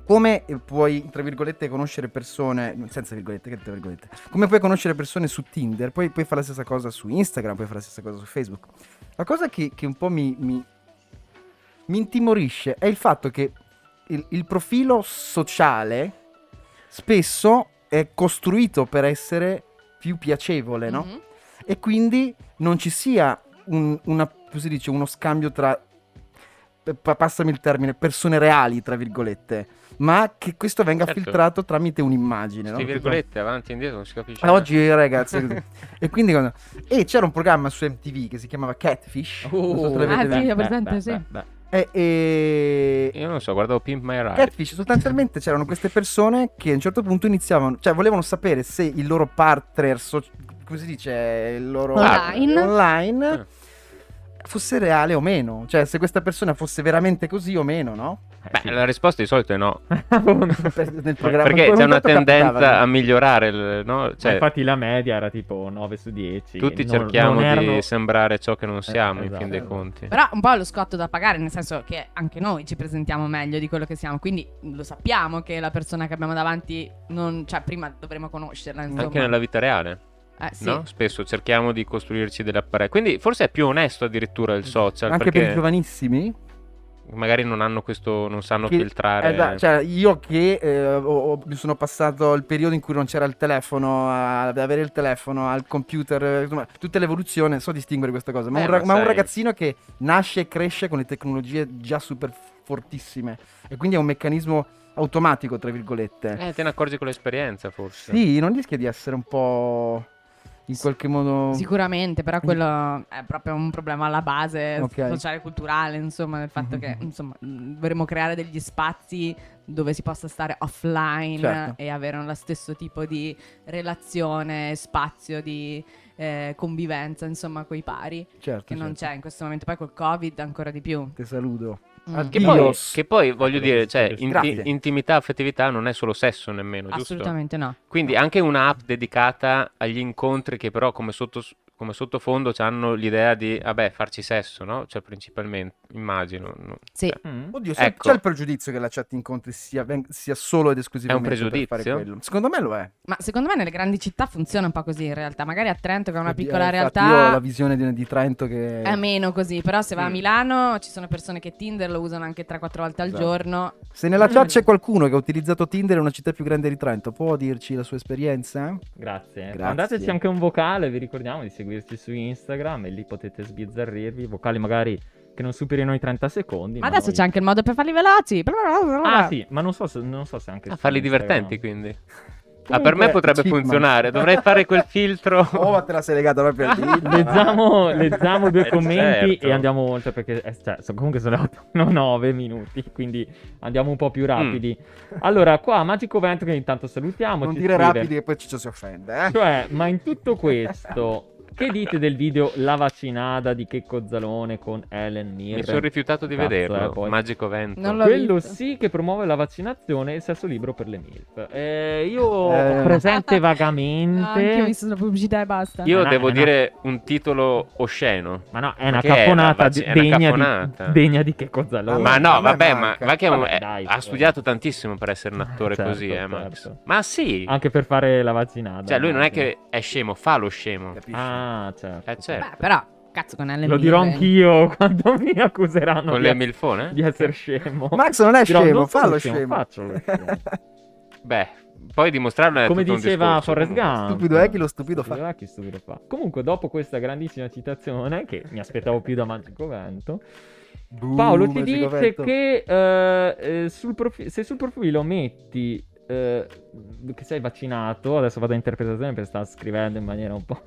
come eh, puoi, tra virgolette, conoscere persone, senza virgolette, che tra virgolette, come puoi conoscere persone su Tinder, poi puoi fare la stessa cosa su Instagram, puoi fare la stessa cosa su Facebook. La cosa che, che un po' mi, mi, mi intimorisce è il fatto che il, il profilo sociale spesso è costruito per essere più piacevole,
Mm-hmm.
no?
Mhm.
e quindi non ci sia un- una- come si dice, uno scambio tra, pa- passami il termine, persone reali, tra virgolette, ma che questo venga
Certo.
filtrato tramite un'immagine. no?
Sti virgolette avanti e indietro non si capisce.
Ah, Oggi ragazzi, così. e quindi quando- e c'era un programma su MTV che si chiamava Catfish, non so se
Uh,
l'avete
Ah, sì,
visto.
è presente, sì.
beh.
E, e-
Io non so, guardavo Pimp My Ride.
Catfish, sostanzialmente c'erano queste persone che a un certo punto iniziavano, cioè volevano sapere se il loro partner, so- come si dice, il loro
Online.
online,
Eh.
fosse reale o meno, cioè se questa persona fosse veramente così o meno, no?
Beh, Eh, la risposta di solito è no.
Per- Nel programma ancora
Perché
un
c'è una
tanto capitava,
tendenza
no?
a migliorare, il- no?
Ma
Cioè,
Eh, infatti la media era tipo 9 su 10.
tutti
non-
cerchiamo
non erano-
di sembrare ciò che non siamo, in
esatto.
fin dei conti.
Però un po' lo scotto da pagare, nel senso che anche noi ci presentiamo meglio di quello che siamo, quindi lo sappiamo che la persona che abbiamo davanti, non, cioè prima dovremmo conoscerla. Insomma.
Anche nella vita reale,
Eh, sì.
no? Spesso cerchiamo di costruirci delle apparecchi. Quindi forse è più onesto addirittura il social,
Anche per i
perché
giovanissimi?
magari non hanno questo, non sanno
Che-
filtrare.
Eh, da- cioè, io che eh, ho- ho- mi sono passato il periodo in cui non c'era il telefono, a- ad avere il telefono, al computer, eh, insomma, tutta l'evoluzione, so distinguere questa cosa, ma,
Eh,
un, ra-
ma
ma un
sai-
ragazzino che nasce e cresce con le tecnologie già super fortissime e quindi è un meccanismo automatico, tra virgolette.
Eh, te ne accorgi con l'esperienza, forse.
Sì, non rischia di essere un po' in qualche modo...
Sicuramente, però quello è proprio un problema alla base
Ok.
sociale e culturale, insomma, del
Mhm.
fatto che insomma, mh, dovremmo creare degli spazi dove si possa stare offline
Certo.
e avere lo stesso tipo di relazione, spazio di eh, convivenza, insomma, coi pari,
certo,
Esatto.
che non
certo.
c'è in questo momento. Poi col Covid ancora di più.
Te saluto.
Mm.
Addio.
Che poi,
Dios.
che poi, voglio dire, cioè, inti-
Grazie.
intimità, affettività non è solo sesso nemmeno, giusto?
Assolutamente no.
Quindi anche un'app dedicata agli incontri che però come, sottos- come sottofondo hanno l'idea di, vabbè, farci sesso, no? Cioè principalmente, immagino. no?
Sì.
Cioè,
Mm.
Oddio, c'è,
Ecco.
c'è il pregiudizio che la chat incontri sia, ven- sia solo ed esclusivamente per fare
pregiudizio?
quello. Secondo me lo è.
Ma secondo me nelle grandi città funziona un po' così in realtà. Magari a Trento, che è una
Oddio,
piccola
eh, infatti
realtà. Eh,
Io ho la visione di, di Trento che...
È meno così, però se vai a
Mm.
Milano ci sono persone che Tinder lo usano anche 3-4 volte al
Esatto.
giorno.
Se nella
Mm.
chat c'è qualcuno che ha utilizzato Tinder in una città più grande di Trento, può dirci la sua esperienza?
Grazie.
Grazie.
Mandateci anche un vocale, vi ricordiamo di seguirci su Instagram e lì potete sbizzarrirvi, vocali magari che non superino i 30 secondi.
Ma adesso
noi-
c'è anche il modo per farli veloci.
Ah sì, ma non so se, non so se anche...
Ah,
su
farli
Instagram.
divertenti quindi.
Comunque,
ah, per me potrebbe
Chipmunk.
funzionare, dovrei fare quel filtro.
Oh, ma te la sei legata proprio al dito.
Leggiamo, leggiamo due
Eh,
commenti
certo.
e andiamo oltre perché eh, cioè, so- comunque sono 8, 9 minuti, quindi andiamo un po'
Mm.
più rapidi. Allora, qua Magico Vento che intanto salutiamo.
Non
ci
dire
scrive-
rapidi che poi Ciccio si offende, eh?
Cioè, ma in tutto questo, che dite del video La vaccinada di Checco Zalone con Ellen Mirren?
Mi sono rifiutato di
Cazzo,
vederlo,
eh, poi.
Magico Vento.
Non l'ho
Quello
visto.
sì che promuove la vaccinazione e il sesso libero per le MILF. Eh, io
Eh.
ho presente
No, anche ho
vagamente...
visto la pubblicità e basta.
Io
Eh, no,
devo
eh, no.
dire un titolo osceno.
Ma no, è una
Perché è una
caponata
vacci-
di-
è una
degna,
caponata.
Di, degna di Checco Zalone.
Ma
Allora, a
no,
me
vabbè, ma,
manca.
ma che è un-
Vabbè,
eh,
dai,
ha
eh.
studiato tantissimo per essere un attore
Certo,
così, eh, Max.
certo.
Ma sì,
Anche per fare la vaccinata.
cioè lui non è che è scemo, fa lo scemo.
Capisci?
Ah, certo.
Eh, certo.
Beh, però, cazzo, con Ellen
Lo dirò
Mirren.
anch'io quando mi accuseranno
Con
di,
le milfone?
di essere scemo.
Max non è
Dirò,
scemo,
non sono
fallo scemo.
Faccio lo scemo.
Beh, poi dimostrarlo è
Come
Eh, tutto un
diceva
discorso,
Forrest
comunque.
Gump.
Stupido è chi lo stupido fa.
è chi stupido fa. Comunque, dopo questa grandissima citazione, che mi aspettavo più da Magico Vento,
Boom,
Paolo ti
Uh, Magico
dice
Vento.
che eh, eh, sul profi- se sul profilo metti eh, che sei vaccinato, adesso vado a interpretazione perché sta scrivendo in maniera un po'.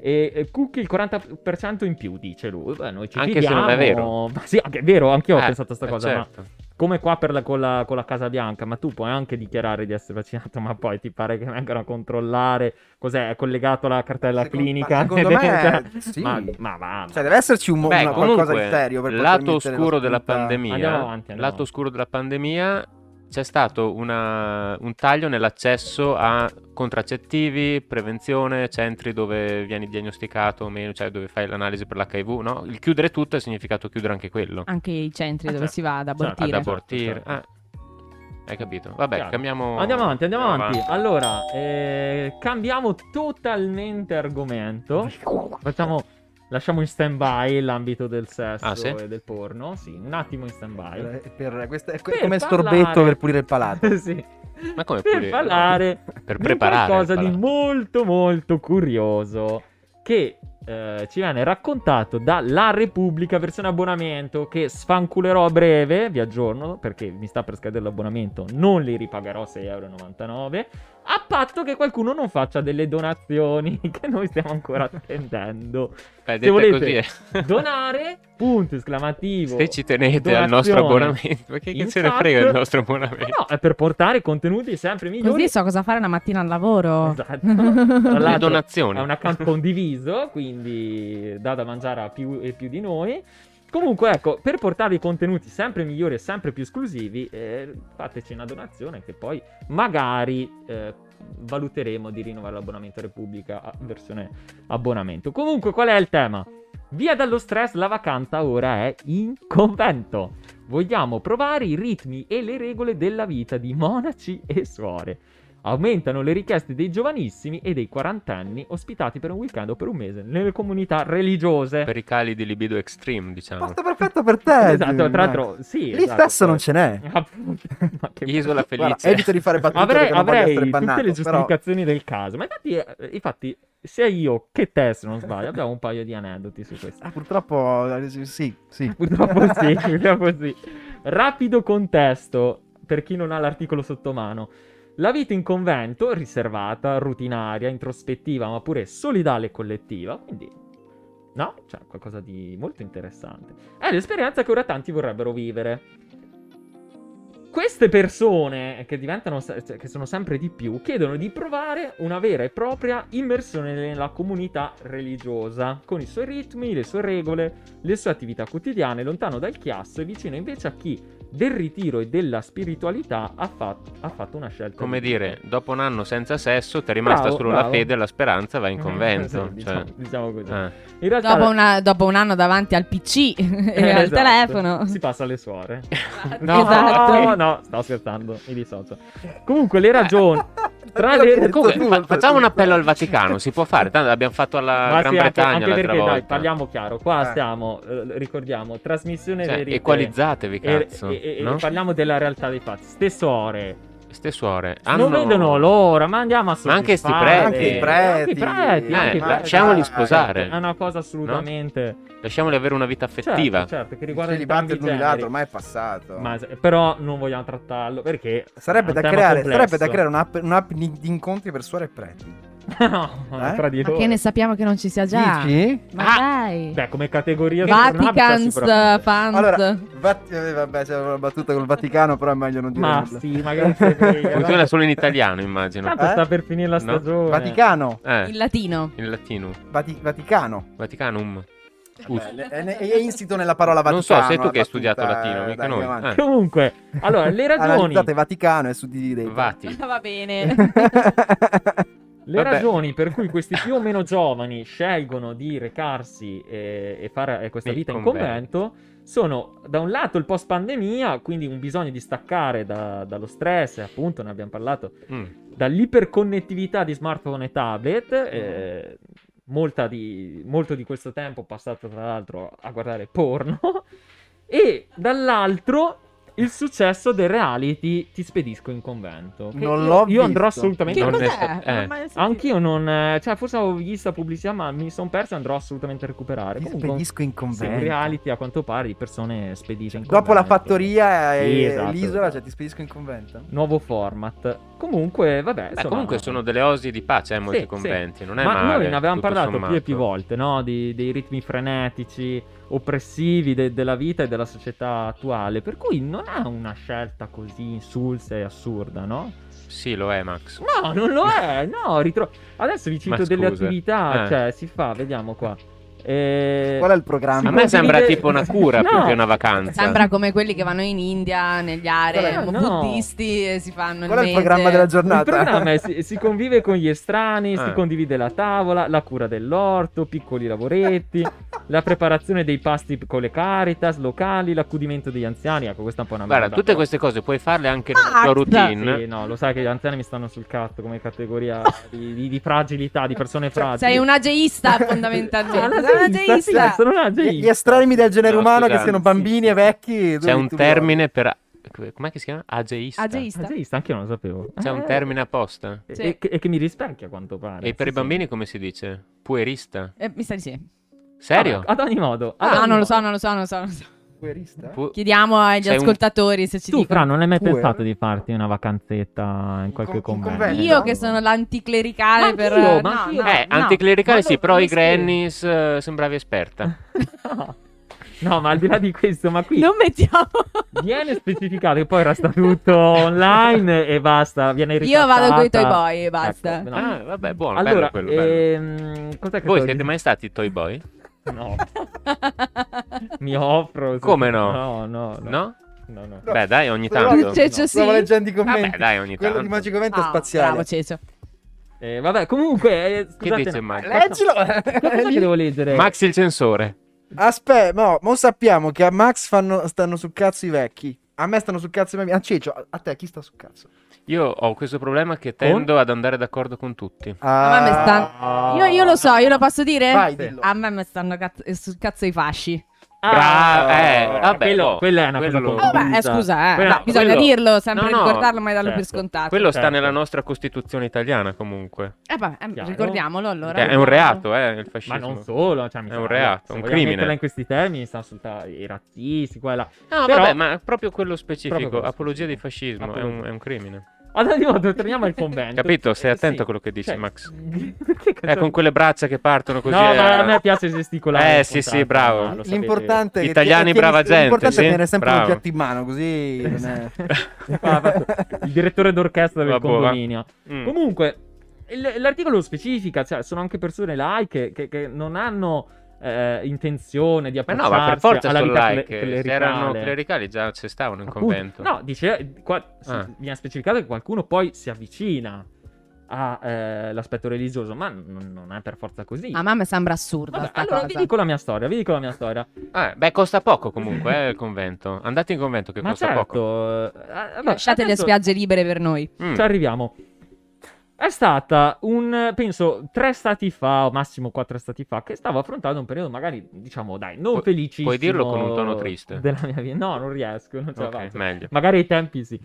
E eh, Cookie il 40% in più, dice lui. Beh, noi ci
Anche se non è
fidiamo. Ma sì, anche- è vero, anche io ho
Eh,
pensato a sta
eh,
cosa, ma
certo.
come qua per la- con, la, con la Casa Bianca, ma tu puoi anche dichiarare di essere vaccinato, ma poi ti pare che vengano a controllare cos'è, è collegato alla cartella
Secondo-
clinica?
ma secondo me
Cioè,
sì.
ma, ma va, ma-
Cioè, deve esserci un mo-
Beh,
una- qualcosa di
comunque,
serio per poter
lato
mettere la
oscuro della
spunta.
pandemia,
Andiamo avanti, andiamo
lato oscuro della pandemia c'è stato una- un taglio nell'accesso a contraccettivi, prevenzione, centri dove vieni diagnosticato o meno, cioè dove fai l'analisi per l'HIV, no? Il chiudere tutto ha significato chiudere anche quello.
Anche i centri
Ah,
dove
certo.
si va ad
Certo,
abortire.
Ad
aborto.
abortire.
certo.
Ah, hai capito? Vabbè,
Chiaro.
cambiamo
Andiamo avanti, andiamo avanti. Allora, eh, cambiamo totalmente argomento. Facciamo, lasciamo in stand by l'ambito del sesso
Ah, sì?
e del porno. Sì, un attimo in stand by.
Per- per- questo è
Per parlare-
come storbetto per pulire il palato.
sì.
Ma come
per
pulire?
parlare
Per
di
preparare il
qualcosa di
palato.
molto molto curioso che eh, ci viene raccontato da La Repubblica versione abbonamento che sfanculerò a breve, vi aggiorno perché mi sta per scadere l'abbonamento, non li ripagherò 6,99 euro A patto che qualcuno non faccia delle donazioni che noi stiamo ancora attendendo.
Beh,
Se
detto
volete
così, eh.
Donare, punto esclamativo.
se ci tenete al nostro
donazione.
abbonamento, perché che
In
se ne
chat-
frega il nostro
Eh
abbonamento?
no, è per portare contenuti sempre migliori.
Così so cosa fare una mattina al lavoro.
Esatto. Tra
Le
l'altro
donazioni.
è un account condiviso, quindi dà da mangiare a più e più di noi. Comunque, ecco, per portarvi contenuti sempre migliori e sempre più esclusivi, eh, fateci una donazione che poi magari eh, valuteremo di rinnovare l'abbonamento a Repubblica a versione abbonamento. Comunque, qual è il tema? Via dallo stress, la vacanza ora è in convento. Vogliamo provare i ritmi e le regole della vita di monaci e suore. Aumentano le richieste dei giovanissimi e dei quarantenni ospitati per un weekend o per un mese nelle comunità religiose.
Per i cali di libido extreme, diciamo.
Posto perfetto per te.
esatto,
Max.
tra l'altro, sì.
Lì
esatto,
spesso non
poi-
ce n'è.
Appunto, ma che-
Isola
Guarda,
felice.
evito di fare battute
avrei,
perché non voglio
avrei
essere bannato.
tutte le
però-
giustificazioni del caso. Ma infatti, eh, infatti, sia io che te, se non sbaglio, abbiamo un paio di aneddoti su questo.
Ah, purtroppo eh, sì, sì.
Purtroppo sì, purtroppo sì. Rapido contesto per chi non ha l'articolo sotto mano. La vita in convento, riservata, rutinaria, introspettiva, ma pure solidale e collettiva, quindi no, cioè qualcosa di molto interessante. È l'esperienza che ora tanti vorrebbero vivere. Queste persone, che diventano, se- cioè, che sono sempre di più, chiedono di provare una vera e propria immersione nella comunità religiosa, con i suoi ritmi, le sue regole, le sue attività quotidiane lontano dal chiasso e vicino invece a chi del ritiro e della spiritualità ha fatto, ha fatto una scelta.
Come
libera.
dire, dopo un anno senza sesso ti è rimasta
Bravo,
solo
bravo.
la fede e la speranza, vai in
Sì,
convento.
diciamo,
cioè,
diciamo così.
eh.
In realtà,
Dopo, una- dopo un anno davanti al PC e
Eh,
al
esatto.
telefono.
si passa alle suore. No,
No, esatto.
eh,
no, no, sto scherzando, mi dissocio. Comunque le ragioni... Tra le-
Scherzo
Comunque,
tu,
fa- facciamo un
oltretutto.
appello al Vaticano, si può fare, tanto l'abbiamo fatto alla
Ma
Gran
sì, anche,
Bretagna
anche
l'altra
perché, dai,
volta.
parliamo chiaro, qua
Eh.
stiamo, eh, ricordiamo, trasmissione
Cioè,
verite.
equalizzatevi,
E,
cazzo.
e- e- e
no?
parliamo della realtà dei fatti. Stesso ore.
Ste suore
Non
hanno-
vedono l'ora, ma andiamo a
Ah, Ma anche sti
soddisfare.
preti. Anche i
preti.
Anche i preti,
Eh,
anche i
ma
preti.
lasciamoli
Dai,
sposare.
È una cosa assolutamente...
Lasciamoli avere una vita affettiva.
Certo, certo, che
Il
riguarda entrambi
celibato e
i
il
generi.
nubilato ormai è passato.
Ma- però non vogliamo trattarlo perché è
Sarebbe
un
da,
tema
creare,
complesso.
sarebbe da creare un'app, un'app di, di incontri per suore e preti.
no,
Eh?
tra di
Ma
loro.
che ne sappiamo che non ci sia già?
Dici?
Ma
Ah!
dai.
Beh, come categoria
Vaticans
sicuramente.
fans.
Allora, Vat- eh, vabbè, c'è una battuta col Vaticano, però è meglio non dire
Ma
nulla.
sì, ma che se frega, no?
Eh, Funziona solo in italiano, immagino.
Tanto
Eh?
sta per finire la
No.
stagione.
Vaticano,
Eh,
Il latino.
in latino. um.
Vati- Vaticano.
Vaticanum. Scusa.
Vabbè, è, è- è insito nella parola
Non so,
Vaticano.
sei tu
la
che hai studiato
battuta,
latino,
eh,
mica
dai,
noi.
avanti.
Eh.
Comunque, allora, le ragioni,
Analizzate Vaticano e suddividete.
Vati.
Va bene.
le
vabbè.
ragioni per cui questi più o meno giovani scelgono di recarsi eh, e fare eh, questa
Nei
vita in
conventi.
convento sono, da un lato, il post-pandemia, quindi un bisogno di staccare da- dallo stress, e appunto, ne abbiamo parlato
Mm.
dall'iperconnettività di smartphone e tablet. eh, molta di- molto di questo tempo passato, tra l'altro, a guardare porno. e dall'altro il successo del reality Ti spedisco in convento. Che
Non
io,
l'ho
Io andrò
visto.
assolutamente.
che
Non
Non
ne
cos'è?
so-
Non
eh.
ho mai sentito.
Anch'io non. eh, Cioè, forse avevo visto la pubblicità, ma mi sono perso e andrò assolutamente a recuperare.
Ti
Comunque,
spedisco in
sì, un
convento. Cioè,
reality a quanto pare di persone spedite in
Dopo la
convento.
fattoria e
Sì, esatto,
l'isola,
esatto.
cioè ti spedisco in convento.
Nuovo format. Comunque, vabbè.
Beh,
insomma-
comunque sono delle osi di pace, eh, molti
Sì, sì.
conventi. Non è
Ma
male,
noi ne avevamo
tutto
parlato più e
sommato.
più volte, no? Di- dei ritmi frenetici, oppressivi de- della vita e della società attuale. Per cui non è una scelta così insulsa e assurda, no?
Sì, lo è, Max.
No, non lo è. No, ritro- Adesso vi cito
Ma
delle
scusa.
attività.
Eh.
Cioè, si fa, vediamo qua. Eh,
Qual è il programma?
A me sembra
condivide-
tipo una cura più
No.
che una vacanza.
Sembra come quelli che vanno in India, negli aree
Qual è? No.
buddisti e si fanno
Qual è il
mese.
programma della giornata?
Il programma è si, si convive con gli estranei, si
Eh.
condivide la tavola, la cura dell'orto, piccoli lavoretti, la preparazione dei pasti con le caritas locali, l'accudimento degli anziani. Ecco, questa è un po' una
Guarda,
merda,
tutte
però.
queste cose puoi farle anche nella tua routine.
Sì, no, lo sai che gli anziani mi stanno sul cazzo come categoria di, di- di fragilità, di persone fragili.
Cioè, Sei un ageista
Ah,
fondamentalmente.
un
Sei un
ageista, sì,
ageista.
sono un ageista.
Gli, gli estranei del genere
No,
umano che
scusate,
siano
sì,
bambini
sì.
e vecchi. tu-
C'è un
tu-
termine per. Com'è che si chiama? Ageista.
Ageista.
Ageista, anche io non lo sapevo.
C'è un
Eh,
termine apposta.
E,
Sì.
e che, e che mi rispecchia a quanto pare.
E per
Sì,
i bambini come si dice? Puerista.
Eh, mi stai dicendo.
sì.
Serio?
Ah, Ad ogni modo. ad
Ah,
ogni
non lo
modo.
so, non lo so, non lo so. non lo so.
Puerista?
Pu-
Chiediamo agli
Sei un-
ascoltapueri se ci
Tu,
dicono.
Fra, non hai mai
Puer.
pensato di farti una vacanzetta in qualche
con- in
convento?
convento.
Io
no.
che sono l'anticlericale
Ma
per...
anch'io, ma anch'io.
eh,
no.
anticlericale
Ma
sì,
no,
però i
mi Ah. spiego.
grannies eh, sembravi esperta.
No, ma al di là di questo, ma qui
Non mettiamo...
viene specificato che poi resta tutto online e basta. Viene
Io vado coi
ricattata.
Toy Boy e basta.
Ecco, no.
Ah, vabbè, buono,
Allora,
bello quello, bello.
ehm, cos'è che
Voi
stavo
siete mai stati Toy Boy?
dicendo? No, mi offro.
Come no?
No, no, no.
No?
no, no.
Beh, dai, ogni
Però-
tanto.
Cioè, Ceccio
Stavo
sì.
leggendo i commenti.
Vabbè, dai, ogni
Quello di
tanto.
Magico Vento è
Ah,
spaziale.
Bravo Cecio.
Eh, vabbè, comunque, eh,
Che
scusate,
dice
no.
Max?
Leggilo!
Cos'è
eh,
che devo leggere?
Max il censore.
Aspetta, no, mo sappiamo che a Max fanno- stanno sul cazzo i vecchi. A me stanno sul cazzo i miei. A Ceccio, a, a te chi sta sul cazzo?
Io ho questo problema che tendo ad andare d'accordo con tutti.
Ah,
A me sta- Io, io lo so, io lo posso dire?
Vai, dillo.
A me mi stanno cazzo- sul cazzo i fasci.
Ah,
Bra- eh, vabbè,
quello,
boh,
quella è una
quello
cosa
lo-
condivisa.
Vabbè, eh, scusa, eh.
Oh, Quella-
No, bisogna
quello-
dirlo, sempre
no, no,
ricordarlo, mai darlo per
certo.
scontato.
Quello sta
certo.
nella nostra Costituzione italiana, comunque.
Eh, vabbè, eh,
Chiaro.
ricordiamolo allora.
Che è un reato, eh, il
Ma
fascismo.
non solo, cioè, mi
È
sa-
un reato,
se
un
vogliamo
crimine.
metterla in questi termini, stanno assolutamente i razzisti, qua e là.
No,
Però-
vabbè, ma proprio quello specifico,
Proprio quello
apologia
specifico.
di fascismo,
Apologia.
È, un, è un crimine.
Ad ogni modo, torniamo al convento.
Capito? Stai
Eh,
attento
sì.
a quello che dici,
Cioè,
Max.
perché
Eh,
cazzo-
con quelle braccia che partono così.
No,
eh.
ma a me piace gesticolare.
Eh,
in
sì, sì,
contratto,
bravo.
ma lo sapete.
L'importante è che
Italiani,
tieni-
brava gente,
L'importante
sì,
è tenere sempre
bravo.
un piatto in mano, così. non è-
Ah, fatto. Il direttore d'orchestra del
Vabbè, va.
condominio.
Mm.
Comunque, il- l'articolo lo specifica, cioè, sono anche persone laiche che, che non hanno eh, intenzione di
Ma
approcciarsi
no, ma per forza
alla
sono
vita
laiche.
cle-
Se
clericale.
erano clericali già ci stavano in
Appunto.
convento.
No, dice, eh, qua, si-
Ah.
viene specificato che qualcuno poi si avvicina all'aspetto religioso, ma non, non è per forza così.
A me mi sembra assurda
Vabbè,
sta
allora vi
Ah, cosa.
dico la mia storia, vi dico la mia storia.
Ah, beh, costa poco comunque eh, il convento. Andate in convento che
Ma
costa poco.
certo, eh, ah, vabbè,
Lasciate le
adesso
spiagge libere per noi.
Mm.
Ci arriviamo. È stata un, penso, tre stati fa, o massimo quattro stati fa, che stavo affrontando un periodo magari, diciamo, dai, non
Pu-
felicissimo.
puoi dirlo con un tono triste.
Della mia vita. No, non riesco, non ce la
Ok,
faccio.
meglio.
Magari ai tempi sì.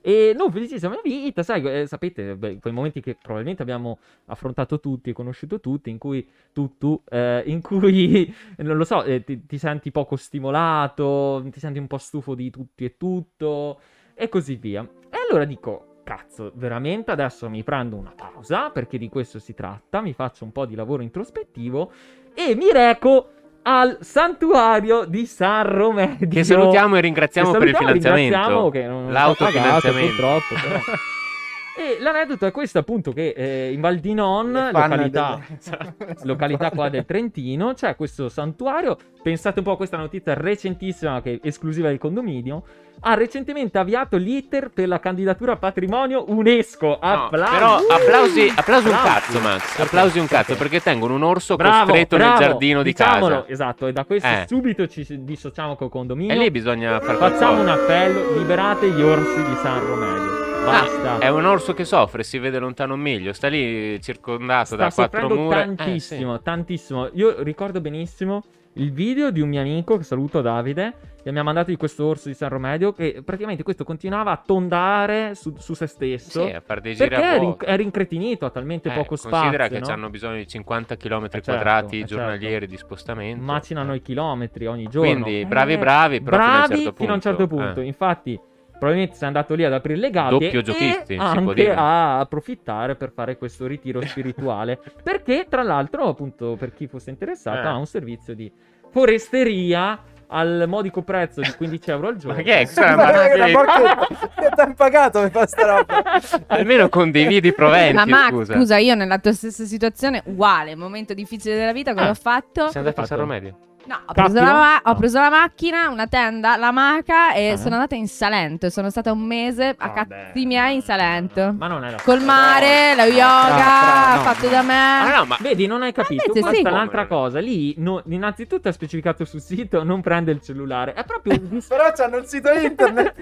E non felicissima mia vita, sai, eh, sapete, beh, quei momenti che probabilmente abbiamo affrontato tutti, e conosciuto tutti, in cui tu, tu, eh, in cui, non lo so, eh, ti, ti senti poco stimolato, ti senti un po' stufo di tutti e tutto, e così via. E allora dico, cazzo, veramente adesso mi prendo una pausa, perché di questo si tratta, mi faccio un po' di lavoro introspettivo, e mi reco al santuario di San Romedio.
Che salutiamo e ringraziamo
Che
per il
salutiamo, ringraziamo
finanziamento.
che non- non
L'autofinanziamento.
ci ha pagato, purtroppo, però. E l'aneddoto è questo appunto che eh, in Val di Non,
Le fan Esatto.
località,
delle-
località qua del Trentino, c'è questo santuario. Pensate un po' a questa notizia recentissima che è esclusiva del condominio. Ha recentemente avviato l'iter per la candidatura a patrimonio UNESCO.
No,
Applausi!
Però applausi, applausi un
Applausi.
cazzo, Max.
Perché?
Applausi un cazzo
Perché?
perché tengono un orso
Bravo,
costretto
bravo,
nel giardino di
diciamolo,
casa.
Esatto, e da questo
Eh.
subito ci dissociamo col condominio.
E lì bisogna far
Facciamo un appello, liberate gli orsi di San Romelio. Basta.
Ah, È un orso che soffre, si vede lontano un miglio, sta lì circondato
sta
da quattro
soffrendo
mura. Eh,
tantissimo, tantissimo. Io ricordo benissimo il video di un mio amico che saluto Davide che mi ha mandato di questo orso di San Romedio che praticamente questo continuava a tondare su, su se stesso.
Sì, a far dei giri
Perché
a
è, rin-
vuoto.
è rincretinito, ha talmente
Eh,
poco spazio.
Considera che
no?
hanno bisogno di 50 km
certo, eh,
quadrati
certo.
giornalieri di spostamento.
Macinano i chilometri ogni giorno.
Eh. Quindi
Eh,
bravi bravi, però
bravi
fino a un certo punto. eh.
Infatti, probabilmente sei andato lì ad aprire le gabbie
Doppio giochisti,
e
si può
anche
dire.
a approfittare per fare questo ritiro spirituale. perché, tra l'altro, appunto, per chi fosse interessato,
Eh.
ha un servizio di foresteria al modico prezzo di 15 euro al giorno.
Ma che è?
Eh,
Questa è una
Ma che la
marchetta.
porca- che t'han pagato per fare sta roba?
Almeno condividi i proventi,
Ma Max,
scusa.
scusa. io nella tua stessa situazione, uguale, momento difficile della vita, cosa
Ah.
ho fatto?
Siamo andati a
fatto?
San Romedio.
No, ho
Caprio?
preso, la, ma- ho
No.
preso la macchina, una tenda, la maca e
Ah.
sono andata in Salento. Sono stata un mese a
Ah,
cazzi miei in Salento.
Ma non è la
Col mare, la
Ah,
yoga,
fra- no,
fatto
no.
da me.
Ah, no, ma
Vedi, non hai capito.
invece
Questa
sì.
è l'altra cosa. Lì, no- innanzitutto, è specificato sul sito: non prende il cellulare. È proprio un dis-
Però c'hanno il sito internet.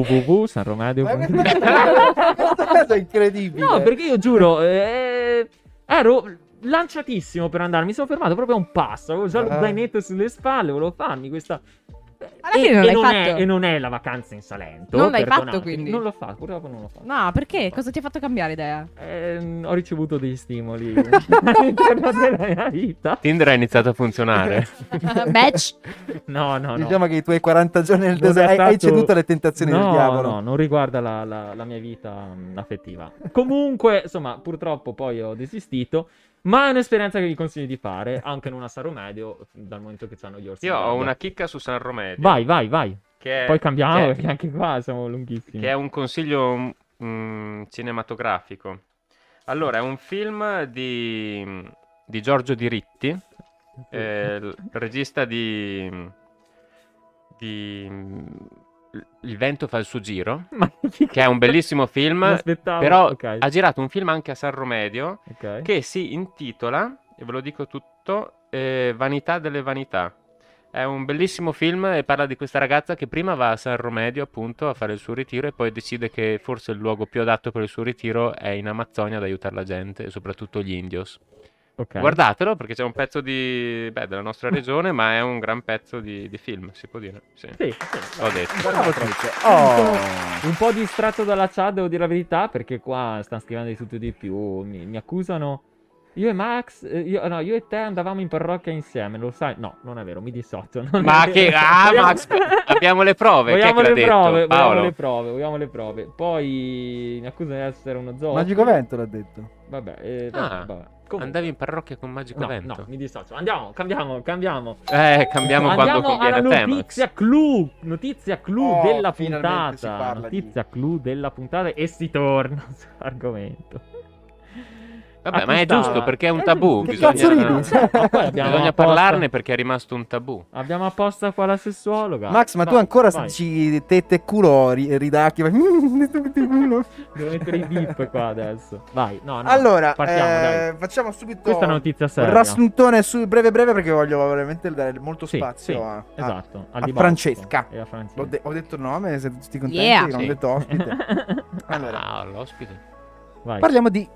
Ma
www.sanromedio.it.
questa questa cosa è incredibile.
No, perché io giuro, eh, ero lanciatissimo per andare. Mi sono fermato proprio a un passo. Avevo già lo
Ah.
zainetto sulle spalle. Volevo farmi questa
Alla fine non l'hai
non è,
fatto.
e non è la vacanza in Salento.
Non l'hai fatto,
perdonatemi.
quindi?
Non l'ho fatto, purtroppo non l'ho fatto.
No, perché? Cosa ti ha fatto cambiare idea?
Ehm, ho ricevuto dei stimoli all'interno della mia vita.
Tinder ha iniziato a funzionare.
Match.
No, no, no.
Diciamo che i tuoi 40 giorni nel
Non è
deserto hai- hai
stato-
ceduto alle tentazioni del
No,
diavolo.
No, non riguarda la, la- la mia vita mm, affettiva. Comunque, insomma, purtroppo poi ho desistito. Ma è un'esperienza che vi consiglio di fare anche in una Saro Medio, dal momento che hanno gli orsi.
Io ho
d'erba.
una chicca su San Romedio.
Vai, vai, vai.
che è-
Poi cambiamo
che è-
perché anche qua siamo lunghissimi.
che è un consiglio mm, cinematografico. Allora, è un film di, di Giorgio Diritti, eh, il regista di, di mm, Il vento fa il suo giro,
Ma
che è un bellissimo film,
Mi aspettavo.
però
Ok,
ha girato un film anche a San Romedio
ok.
che si intitola, e ve lo dico tutto, eh, Vanità delle vanità. È un bellissimo film e parla di questa ragazza che prima va a San Romedio appunto a fare il suo ritiro e poi decide che forse il luogo più adatto per il suo ritiro è in Amazzonia ad aiutare la gente e soprattutto gli indios.
ok.
Guardatelo perché c'è un pezzo di, beh, della nostra regione ma è un gran pezzo di, di film, si può dire. Sì.
Sì, sì.
L'ho detto.
Bravo,
Guardatelo.
Tricia. Oh.
Un po' distratto dalla chat, devo dire la verità, perché qua stanno scrivendo di tutto e di più. Mi, mi accusano. Io e Max, eh, io, no, io e te andavamo in parrocchia insieme, lo sai? No, non è vero, mi dissocio. non è
Ma
vero.
che... Ah,
Vogliamo-
Max, abbiamo le prove. Chi è
Vogliamo
che l'ha
le
detto?
prove, vogliamo
Paolo.
le prove, vogliamo le prove. Poi mi accusano di essere uno zoo.
Magico Vento l'ha detto.
Vabbè, eh,
Ah,
vabbè. Comunque.
Andavi in parrocchia con Magico
No,
Vento.
no, mi dissocio. Andiamo, cambiamo, cambiamo.
Eh, cambiamo quando
Andiamo alla
conviene a te, Max.
notizia clou, notizia clou
Oh,
della
finalmente si
puntata.
parla di-
Notizia clou della puntata e si torna sull'argomento.
Vabbè, ma è
Acquistava.
giusto perché è un
Eh,
tabù.
Che
Bisogna-
cazzo ridi?
bisogna
Cioè,
Ma poi abbiamo apposta-
parlarne perché è rimasto un tabù.
Abbiamo apposta qua la sessuologa.
Max, ma
Vai,
tu ancora
vai.
ci tette e culo ri- ridacchi.
Devo mettere i bip qua adesso. Vai, no, no.
allora,
partiamo,
eh,
dai.
facciamo subito
Questa è una
un
notizia seria.
riassuntone su breve breve perché voglio veramente dare molto
Sì,
spazio
sì,
a, a-
esatto, al
a
dibattito.
Francesca.
E a Francesca.
Ho, de- ho detto il nome, siete tutti contenti?
Yeah.
Non ho
Sì.
detto ospite. Allora,
Ah, l'ospite.
Vai.
parliamo di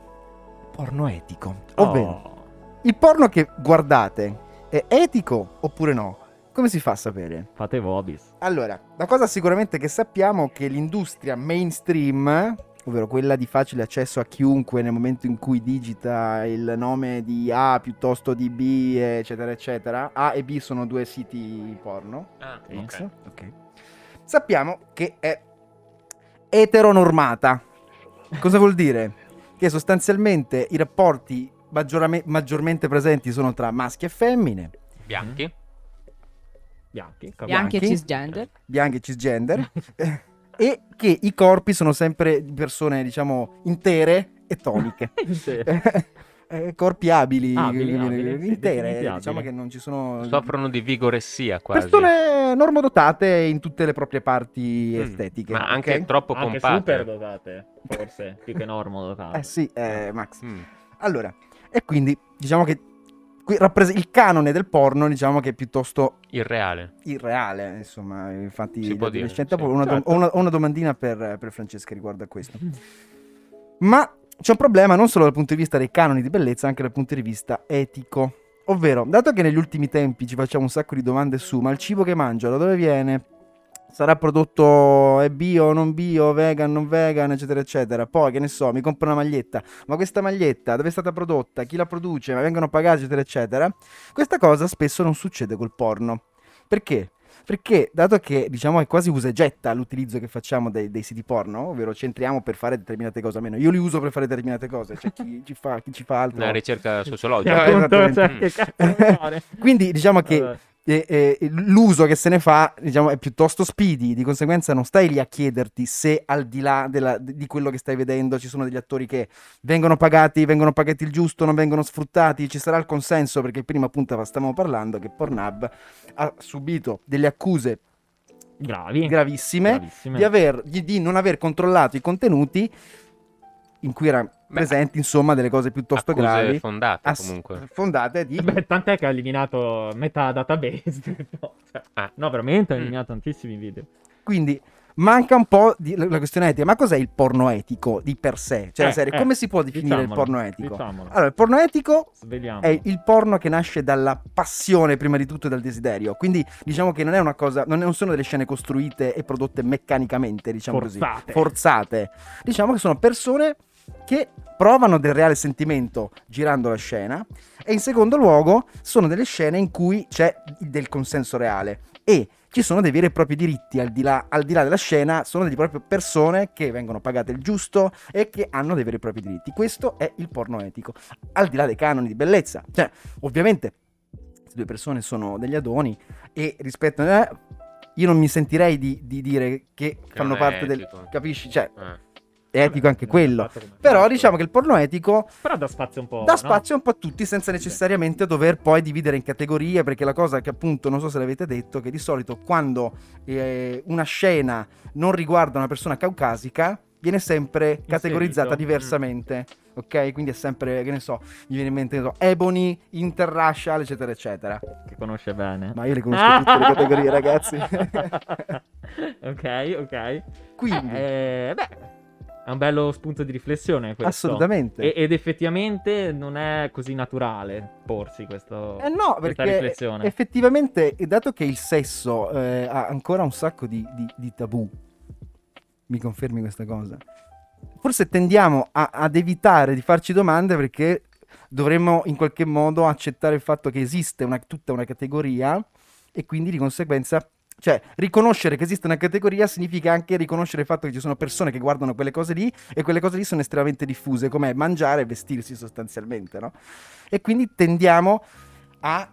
porno etico.
Oh.
Ovvero, il porno che guardate è etico oppure no? Come si fa a sapere?
Fate vobis.
Allora, la cosa sicuramente che sappiamo è che l'industria mainstream, ovvero quella di facile accesso a chiunque nel momento in cui digita il nome di A piuttosto di B, eccetera, eccetera, A e B sono due siti porno,
Ah,
X, ok. Sappiamo che è eteronormata. Cosa vuol dire? Che sostanzialmente i rapporti maggiorame- maggiormente presenti sono tra maschi e femmine,
Bianchi.
Mm. Bianchi.
Bianchi e
Bianchi.
cisgender.
bianchi e cisgender, eh, e che i corpi sono sempre di persone, diciamo, intere e toniche.
Sì.
Eh, eh, corpi abili,
Abili,
eh,
abili, sì,
intere,
definiti
diciamo
abili.
che non ci sono
Soffrono di vigoressia quasi.
persone normodotate in tutte le proprie parti estetiche.
Mm. Ma anche
ok?
troppo
Mm. Anche
compatte. Mm.
super dotate, forse, più che normo dotate.
Eh sì,
Ah.
eh, Max.
Mm.
Allora, e quindi diciamo che qui rappres- il canone del porno, diciamo che è piuttosto
Irreale.
irreale, insomma, infatti
Si
gli
può dire,
adolescenti-
sì.
dopo una, dom-
Certo.
ho una- ho una domandina per, per Francesca riguardo a questo. Ma c'è un problema non solo dal punto di vista dei canoni di bellezza, anche dal punto di vista etico. Ovvero, dato che negli ultimi tempi ci facciamo un sacco di domande su, ma il cibo che mangio, da dove viene? Sarà prodotto è bio, non bio, vegan, non vegan, eccetera, eccetera. Poi, che ne so, mi compro una maglietta. Ma questa maglietta dove è stata prodotta? Chi la produce? Ma vengono pagati, eccetera, eccetera. Questa cosa spesso non succede col porno. Perché? Perché, dato che diciamo è quasi usa e getta l'utilizzo che facciamo dei, dei siti porno, ovvero centriamo per fare determinate cose, almeno io li uso per fare determinate cose, c'è chi ci fa, chi ci fa altro.
Una ricerca
Sì,
sociologica. Mm.
Eh,
appunto, cioè,
esattamente.
che cazzo vuoi fare?
Quindi diciamo che
Vabbè.
e- e l'uso che se ne fa diciamo, è piuttosto speedy, di conseguenza non stai lì a chiederti se al di là della- di quello che stai vedendo ci sono degli attori che vengono pagati, vengono pagati il giusto, non vengono sfruttati, ci sarà il consenso perché prima appunto stavamo parlando che Pornhub ha subito delle accuse
Gravi.
gravissime
Gravissime.
di, aver- di- di non aver controllato i contenuti in cui erano
Beh,
presenti insomma delle cose piuttosto
Accuse
gravi
fondate
ass-
comunque.
fondate di
Beh, tant'è che ha eliminato metà database. tipo, cioè,
Ah.
No, veramente ha
Mm.
eliminato tantissimi video.
Quindi manca un po' di- la la questione etica. Ma cos'è il porno etico di per sé? Cioè, la
Eh,
serie,
eh,
come si può definire il
diciamolo,
porno etico?
diciamolo.
Allora, il porno etico
Sveliamo.
è il porno che nasce dalla passione prima di tutto e dal desiderio. Quindi diciamo che non è una cosa, non, non sono delle scene costruite e prodotte meccanicamente, diciamo
Forzate.
così, forzate. Diciamo che sono persone che provano del reale sentimento girando la scena e in secondo luogo sono delle scene in cui c'è del consenso reale e ci sono dei veri e propri diritti al di là, al di là della scena, sono delle proprie persone che vengono pagate il giusto e che hanno dei veri e propri diritti. Questo è il porno etico al di là dei canoni di bellezza. Cioè, ovviamente, se due persone sono degli adoni e rispetto eh, io non mi sentirei di, di dire che, fanno
non è
parte del...
etico.
Capisci? Cioè,
Eh.
è etico anche
Vabbè,
quello.
fatto come-
Però diciamo che il porno etico
Però dà spazio un po'.
dà
no?
spazio un po' a tutti senza necessariamente dover poi dividere in categorie, perché la cosa che appunto, non so se l'avete detto, che di solito quando eh, una scena non riguarda una persona caucasica, viene sempre categorizzata
seguito. Mm.
diversamente. Ok, quindi è sempre, che ne so, mi viene in mente, che ne so, Ebony, Interracial, eccetera, eccetera.
Che conosce bene.
Ma io le conosco tutte le categorie, ragazzi.
ok, ok.
Quindi,
Eh, beh, è un bello spunto di riflessione questo.
assolutamente.
E- ed effettivamente non è così naturale porsi questo,
Eh no,
questa
perché
riflessione.
effettivamente, e dato che il sesso eh, ha ancora un sacco di, di- di tabù, mi confermi questa cosa? Forse tendiamo a- ad evitare di farci domande perché dovremmo in qualche modo accettare il fatto che esiste una- tutta una categoria e quindi di conseguenza... Cioè, riconoscere che esiste una categoria significa anche riconoscere il fatto che ci sono persone che guardano quelle cose lì e quelle cose lì sono estremamente diffuse, come mangiare e vestirsi sostanzialmente, no? E quindi tendiamo a,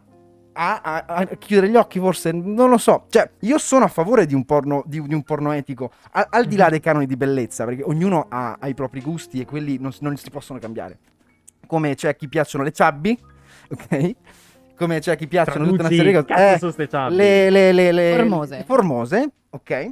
a- a- a chiudere gli occhi, forse, non lo so. Cioè, io sono a favore di un porno, di, di un porno etico, a- al
Mhm.
di là dei canoni di bellezza, perché ognuno ha, ha i propri gusti e quelli non, si- non si possono cambiare. Come c'è a chi piacciono le ciabbi, ok? Come c'è a chi piacciono tutta una
Traduci,
serie di cose.
cazzo
Eh,
sono ste ciabbi?
le, le- le- le-
Formose.
le formose, ok?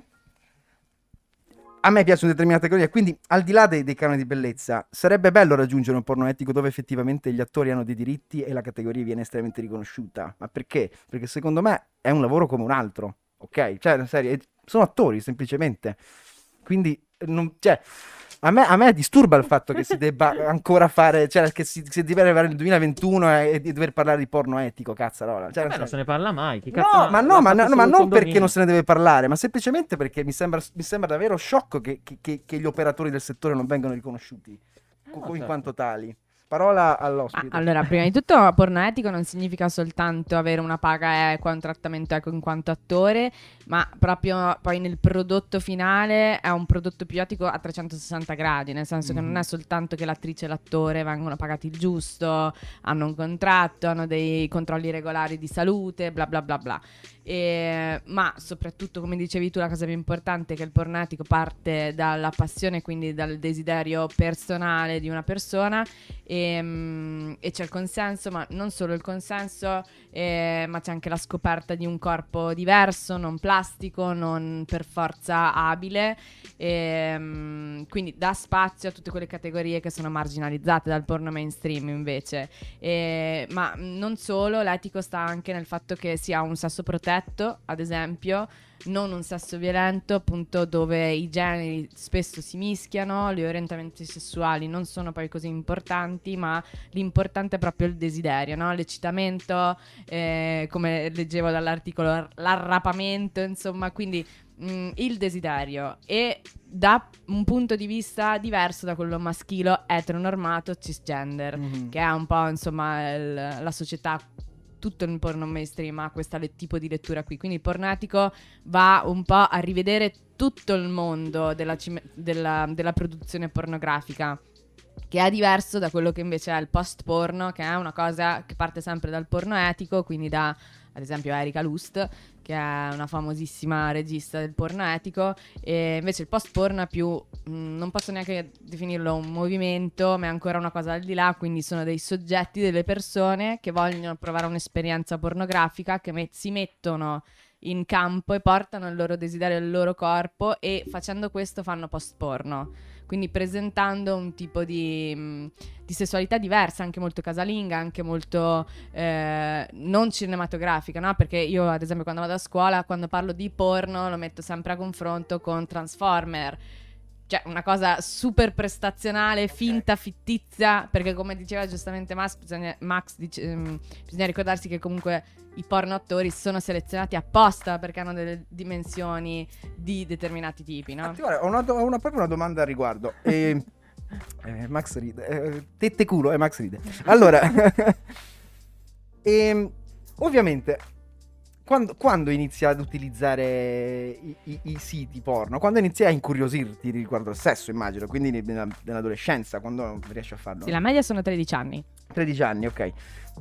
A me piacciono determinate categorie, quindi al di là dei, dei canoni di bellezza, sarebbe bello raggiungere un porno etico dove effettivamente gli attori hanno dei diritti e la categoria viene estremamente riconosciuta. Ma perché? Perché secondo me è un lavoro come un altro, ok? Cioè, la serie, sono attori semplicemente. Quindi, non, cioè, a me, a me disturba il fatto che si debba ancora fare, cioè, che si, si debba arrivare nel 2021 e, e di dover parlare di porno etico, cazzarola. Cioè,
Eh
nel
beh, non
senso-
se ne parla mai. Chi cazzo
No,
l'ha-
ma,
eh, l'ha
no, ma,
fatto
no,
solo
ma
il
non
condominio?
perché non se ne deve parlare, ma semplicemente perché mi sembra, mi sembra davvero sciocco che, che- che- che gli operatori del settore non vengano riconosciuti
Eh,
co-
no,
in
certo.
quanto tali. Parola
Ah,
all'ospite.
allora, prima di tutto, porno etico non significa soltanto avere una paga equa, un trattamento equo in quanto attore, ma proprio poi nel prodotto finale è un prodotto più etico a 360 gradi, nel senso che non è soltanto che l'attrice e l'attore vengono pagati il giusto, hanno un contratto, hanno dei controlli regolari di salute, bla bla bla bla. E- ma soprattutto, come dicevi tu, la cosa più importante è che il porno etico parte dalla passione, quindi dal desiderio personale di una persona e, mm, e c'è il consenso, ma non solo il consenso, eh, ma c'è anche la scoperta di un corpo diverso, non plastico, non per forza abile, e, mm, quindi dà spazio a tutte quelle categorie che sono marginalizzate dal porno mainstream invece. E- ma mm, non solo, l'etico sta anche nel fatto che sia un sesso protetto, ad esempio, non un sesso violento, appunto, dove i generi spesso si mischiano, gli orientamenti sessuali non sono poi così importanti, ma l'importante è proprio il desiderio, no? l'eccitamento, eh, come leggevo dall'articolo, l'arrapamento, insomma, quindi mh, il desiderio e da un punto di vista diverso da quello maschilo eteronormato cisgender
Mhm.
che è un po' insomma il- la società tutto il porno mainstream ha questo le- tipo di lettura qui quindi il pornatico va un po' a rivedere tutto il mondo della, cime- della- della produzione pornografica che è diverso da quello che invece è il post porno che è una cosa che parte sempre dal porno etico quindi da ad esempio Erika Lust che è una famosissima regista del porno etico e invece il post porno è più mh, mm, non posso neanche definirlo un movimento ma è ancora una cosa al di là quindi sono dei soggetti delle persone che vogliono provare un'esperienza pornografica che met- si mettono in campo e portano il loro desiderio al loro corpo e facendo questo fanno post porno quindi presentando un tipo di, mh, di sessualità diversa, anche molto casalinga, anche molto eh, non cinematografica, no? Perché io, ad esempio, quando vado a scuola, quando parlo di porno, lo metto sempre a confronto con Transformer. Cioè, una cosa super prestazionale, finta, fittizia, perché come diceva giustamente Max, bisogna, Max dice- ehm, bisogna ricordarsi che comunque i porno attori sono selezionati apposta perché hanno delle dimensioni di determinati tipi, no?
Ah, ti guarda, ho, una do- ho una- proprio una domanda al riguardo. E- eh, Max ride. Eh, tette culo, eh, Max ride. Allora, ehm, ovviamente, quando, quando inizi ad utilizzare i, i- i siti porno? Quando inizi a incuriosirti riguardo al sesso, immagino, quindi ne- nella- nell'adolescenza, quando riesci a farlo?
Sì, la media sono 13 anni.
13 anni, ok.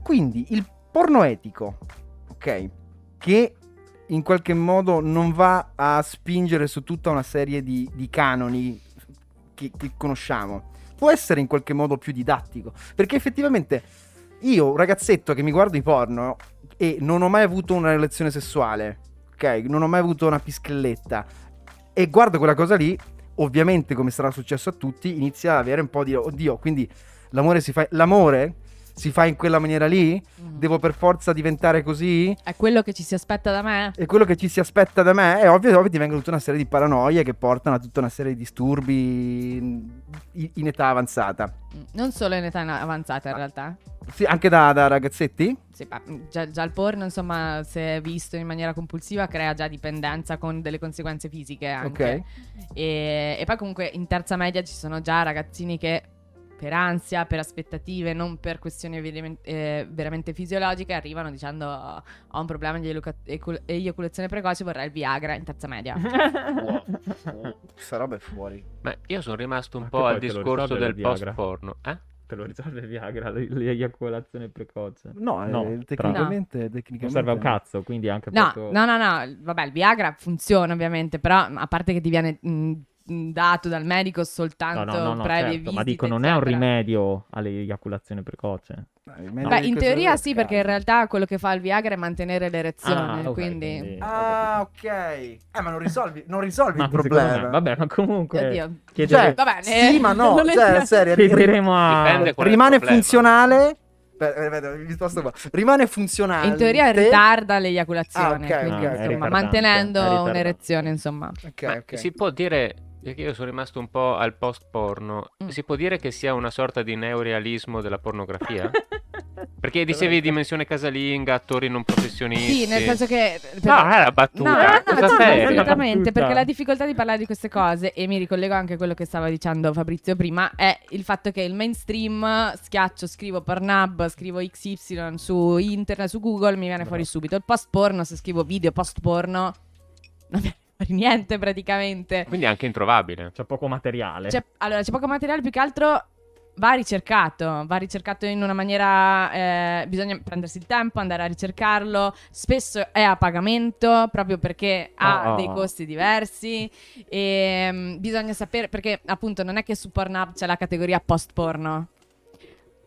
Quindi il porno etico, ok, che in qualche modo non va a spingere su tutta una serie di, di canoni che, che conosciamo, può essere in qualche modo più didattico, perché effettivamente io, un ragazzetto che mi guardo i porno e non ho mai avuto una relazione sessuale, ok, non ho mai avuto una pischelletta e guardo quella cosa lì, ovviamente come sarà successo a tutti, inizia ad avere un po' di oddio, quindi L'amore si fa. L'amore si fa in quella maniera lì? Devo per forza diventare così?
Mm. È quello che ci si aspetta da me?
E quello che ci si aspetta da me è ovvio, ovvio ti vengono tutta una serie di paranoie che portano a tutta una serie di disturbi in, in età avanzata.
Mm, Non solo in età avanzata in realtà.
Sì, anche da, da ragazzetti?
Sì, ma, mm, già, già il porno, insomma, se visto in maniera compulsiva, crea già dipendenza con delle conseguenze fisiche anche. E, e poi comunque in terza media ci sono già ragazzini che per ansia, per aspettative, non per questioni veramente, eh, veramente fisiologiche, arrivano dicendo "Oh, ho un problema di eluca- ecul- eiaculazione precoce, vorrei il Viagra in terza media.
Questa roba è fuori.
Ma io sono rimasto un
Ma che
po'
poi
al
te lo
discorso
risolve la
del
Viagra?
post porno. Eh?
Te lo risolve Viagra, le- l'eiaculazione precoce.
No, eh,
No, tra-
tecnicamente, tecnicamente. Eh,
Non serve a un cazzo, quindi è anche
No,
proprio...
no, no, no, vabbè, il Viagra funziona ovviamente, però a parte che ti viene mh, mh, dato dal medico soltanto previe
certo,
visite.
ma dico, non è un
eccetera.
rimedio all'eiaculazione precoce.
Beh, in teoria sì, perché in realtà quello che fa il Viagra è mantenere l'erezione,
Ah, ok,
quindi...
Ah, ok. Eh, ma non risolvi, non risolvi
ma
il
secondo
problema.
me- vabbè, ma comunque...
Oddio.
chiedere-
Cioè,
Vabbè,
sì,
eh,
ma no,
non è-
cioè, serio, ri-
chiederemo a...
Dipende qual è il
rimane
problema.
funzionale. Beh, eh, vedo, vi sposto qua. Rimane funzionale.
In teoria ritarda l'eiaculazione,
Ah, ok,
quindi,
ok, ok.
insomma,
È ritardante, è
mantenendo
ritardante.
un'erezione, insomma.
Ok,
Ma
ok.
Si può dire, perché io sono rimasto un po' al post porno,
Mm.
si può dire che sia una sorta di neorealismo della pornografia? perché dicevi dimensione casalinga, attori non professionisti.
Sì, nel senso che...
No, era battuta.
No, no, no,
Cosa
no,
sei?
assolutamente,
Battuta.
perché la difficoltà di parlare di queste cose, e mi ricollego anche a quello che stava dicendo Fabrizio prima, è il fatto che il mainstream, schiaccio, scrivo Pornhub, scrivo XY su internet, su Google, mi viene fuori subito. Il post porno, se scrivo video post porno, non mi viene fuori niente praticamente.
Quindi è anche introvabile.
C'è poco materiale.
C'è- allora, c'è poco materiale, più che altro va ricercato, va ricercato in una maniera, eh, bisogna prendersi il tempo, andare a ricercarlo, spesso è a pagamento proprio perché ha
Ah.
dei costi diversi e mm, bisogna sapere, perché appunto non è che su Pornhub c'è la categoria post porno.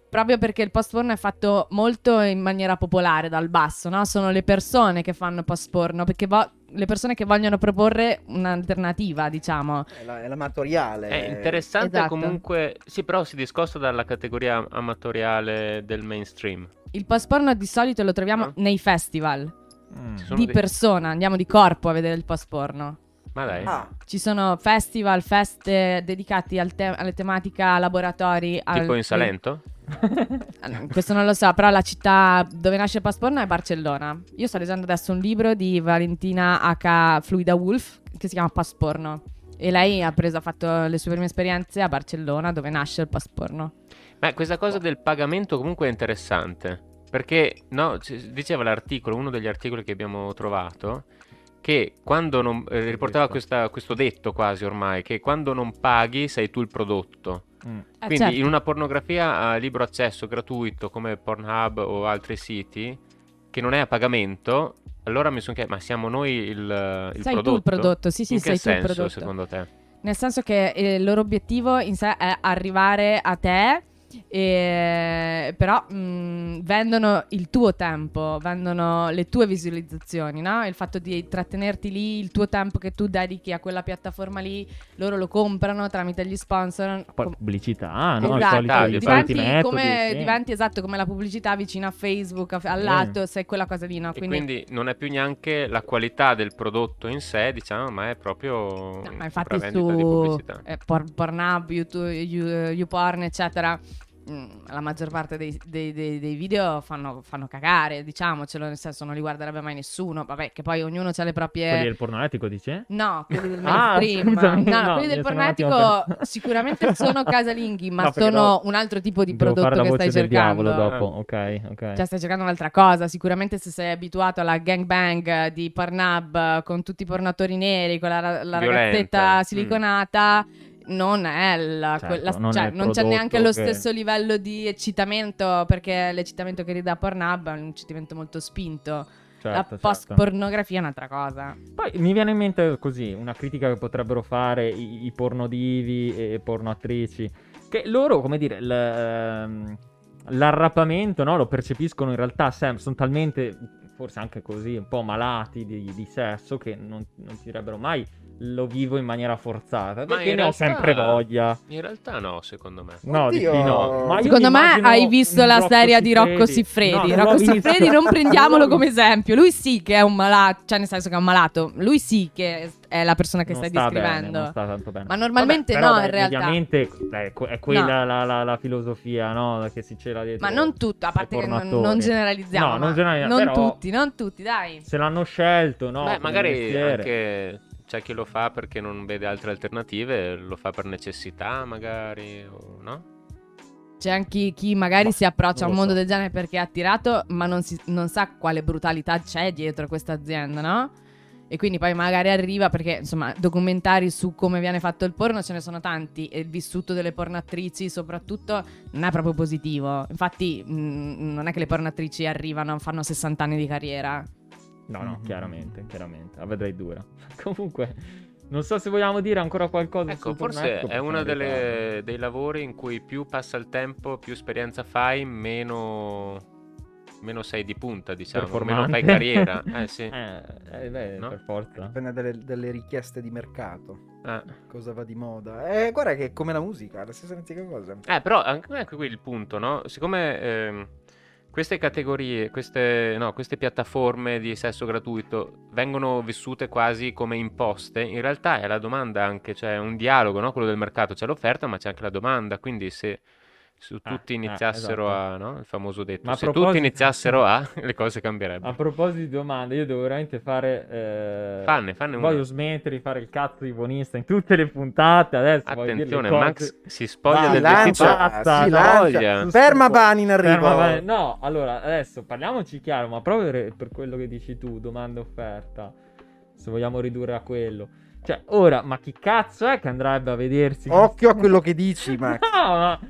Proprio perché il post porno è fatto molto in maniera popolare dal basso, no? Sono le persone che fanno post porno, perché vo- le persone che vogliono proporre un'alternativa, diciamo.
È, la- è l'amatoriale.
È interessante
Esatto.
comunque, sì, però si discosta dalla categoria amatoriale del mainstream.
Il post porno di solito lo troviamo
Ah.
nei festival
Mm.
Ci sono
di
dei-
persona, andiamo di corpo a vedere il post porno.
Ma dai,
Ah,
Ci sono festival, fest eh, dedicati al te- alle tematiche, laboratori. al-
tipo in Salento?
Eh, Questo non lo so, però la città dove nasce il post porno è Barcellona. Io sto leggendo adesso un libro di Valentina H. Fluida Wolf che si chiama Post porno. E lei ha preso, ha fatto le sue prime esperienze a Barcellona dove nasce il post porno.
Ma questa cosa del pagamento comunque è interessante. Perché no, c- diceva l'articolo, uno degli articoli che abbiamo trovato, che quando non. eh, riportava questa- questo detto quasi ormai, che quando non paghi sei tu il prodotto.
Mm.
Eh,
Quindi
certo.
in una pornografia a libero accesso gratuito come Pornhub o altri siti, che non è a pagamento, allora mi sono chiesto, ma siamo noi il, il
Sei
prodotto?
tu il prodotto, sì, sì,
in
sei
che
tu il
senso,
prodotto.
secondo te?
Nel senso che eh, il loro obiettivo in sé è arrivare a te E- però mh, vendono il tuo tempo, vendono le tue visualizzazioni, no? Il fatto di trattenerti lì, il tuo tempo che tu dedichi a quella piattaforma lì, loro lo comprano tramite gli sponsor.
Poi
Com-
pubblicità, no? I
Esatto,
soliti- i soliti
diventi,
metodi,
come,
sì.
diventi, esatto come la pubblicità vicina a Facebook, a-
Sì.
all'alto, sei quella cosa lì, no?
E quindi non è più neanche la qualità del prodotto in sé, diciamo, ma è proprio
No, ma
una
infatti
vendita di
su
pubblicità.
eh, por- Pornhub, YouTube, You- YouPorn, eccetera, mh, la maggior parte dei, dei- dei- dei video fanno, fanno cagare, diciamocelo, nel senso non li guarderebbe mai nessuno, vabbè, che poi ognuno ha le
Quelli
proprie...
del porno etico, dice?
No, quelli del
Ah,
mainstream.
scusami,
no, no,
no,
quelli del
io sono
porno
un attimo
etico
perso.
sicuramente sono casalinghi, ma
No, perché
sono
devo-
un altro tipo di
Devo fare
prodotto
la
che
voce
stai
del
cercando.
diavolo dopo, ok, Certo, ok.
Cioè, stai cercando un'altra cosa. Sicuramente, se sei abituato alla gangbang eh, di Pornhub eh, con tutti i pornatori neri, con la, ra- la
Violenta.
ragazzetta siliconata. Non è la,
Mm. Certo,
quella-
non
cioè,
è il
non c'è neanche lo
prodotto che-
stesso livello di eccitamento perché l'eccitamento che ridà Pornhub è un eccitamento molto spinto. la
Certo,
post
certo.
pornografia è un'altra cosa.
Poi mi viene in mente così una critica che potrebbero fare i, i pornodivi e pornoattrici, che loro, come dire, l- ehm, l'arrapamento no, lo percepiscono in realtà sempre, sono talmente, forse anche così, un po' malati di, di sesso che non, non ti direbbero mai lo vivo in maniera forzata, perché
in
ne ho
realtà-
sempre voglia.
In realtà no, secondo me.
No, di,
Oddio.
di no. Ma io
Secondo
mi
me
immagino
hai visto
un
la
Rocco
serie di Rocco
No,
Siffredi.
non
Rocco
l'ho visto.
Siffredi non
Non
prendiamolo
l'ho
come
visto.
esempio. Lui sì che è un malato, cioè nel senso che è un malato. Lui sì che è la persona che
Non
stai
sta bene,
descrivendo.
non sta tanto bene.
Ma normalmente
Vabbè, però,
no,
dai,
in realtà.
Mediamente dai, è que- è quella la, la- la filosofia no? che si c'era dietro.
Ma non tutto, a
ai
parte che non,
pornoattori.
non generalizziamo.
No,
ma
non generalizziamo,
non
però-
tutti, non tutti, dai.
Se l'hanno scelto, no?
Beh,
come
magari
mestiere.
anche c'è chi lo fa perché non vede altre alternative, lo fa per necessità magari, o no?
C'è anche chi magari
Ma
si approccia a
non
un
lo
mondo
so.
del genere perché è attirato, ma non, si- non sa quale brutalità c'è dietro questa azienda, no? E quindi poi magari arriva perché, insomma, documentari su come viene fatto il porno ce ne sono tanti e il vissuto delle pornatrici soprattutto non è proprio positivo. Infatti mh, non è che le pornatrici arrivano, fanno 60 anni di carriera.
No, no,
Mm-hmm.
Mhm.
chiaramente, chiaramente. La vedrei dura. Comunque, non so se vogliamo dire ancora qualcosa.
Ecco,
su
forse
Pornhub,
è
possiamo
uno delle-
evitarlo.
dei lavori in cui più passa il tempo, più esperienza fai, meno, meno sei di punta, diciamo, meno
Performante.
fai carriera. Eh sì.
Eh, eh, beh,
No?
per forza.
Dipende dalle, dalle richieste di mercato,
Eh.
cosa va di moda. Eh, guarda che è come la musica, la stessa identica cosa.
Eh, però anche, anche qui il punto, no? Siccome ehm, queste categorie, queste, no, queste piattaforme di sesso gratuito vengono vissute quasi come imposte, in realtà è la domanda anche, cioè è un dialogo, no? Quello del mercato, c'è l'offerta ma c'è anche la domanda, quindi se, se
Ah,
tutti
ah,
iniziassero
esatto.
a, no? Il famoso detto,
Ma a
se tutti
proposito-
iniziassero a, le cose
A
cambierebbero.
proposito di domande, io devo veramente fare. eh,
Fanne, fanne una.
Voglio smettere di fare il cazzo di buonista in tutte le puntate. Adesso
Attenzione,
voglio dire le
Max
cose-
si spoglia
Vai,
del
lancia,
vestito.
Basta,
si
no,
lancia.
voglia.
Permaban in arrivo.
Ferma, vai. No, allora adesso parliamoci chiaro, ma proprio re- per quello che dici tu, domanda offerta. Se vogliamo ridurre a quello. Cioè, ora, ma chi cazzo è che andrebbe a vedersi?
Occhio a quello che dici, Max.
No, ma...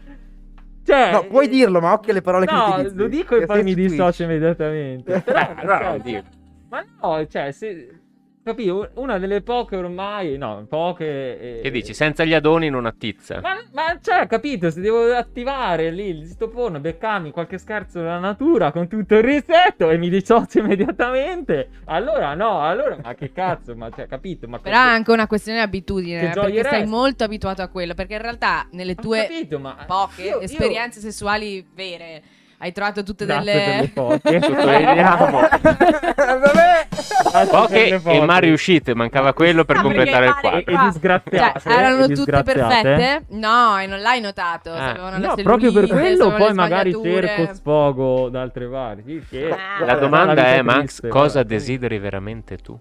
Cioè...
No, puoi dirlo, ma occhio alle parole che
No,
utilizzi.
lo dico e
Che
poi
sei
mi
su
dissocio
Twitch. Eh,
immediatamente. Però,
no,
cioè,
oddio.
ma no, cioè, se... Capì, u- una delle poche ormai... No, poche... eh,
Che dici? Senza gli adoni non attizza.
ma, ma cioè, capito, se devo attivare lì il sito porno, beccarmi qualche scherzo della natura con tutto il rispetto e mi dissocio immediatamente, allora no, allora ma che cazzo, ma cioè, capito, ma
Però è anche una questione di abitudine,
Che gioie
perché sei
resta.
molto abituato a quello, perché in realtà nelle
Ho
tue
capito, ma
poche
io- io-
esperienze sessuali vere. Hai trovato tutte
Grazie
delle... Cioè,
per le foche.
Sottolineiamo.
Vabbè.
Grazie per le
Poche
foto.
e mai riuscite, mancava quello per
Ah, perché
completare il
Ale
E,
quadro.
e disgraziate.
Cioè, erano
e
tutte
disgraziate. Eh.
perfette? No, e non l'hai notato.
Ah.
sapevano la
No,
cellulite,
proprio per quello
sapevano le
poi magari
smagliature.
cerco sfogo da altre parti. Sì, sì.
Ah.
La
Eh,
domanda
vita
è,
triste,
Max,
guarda.
cosa desideri veramente tu?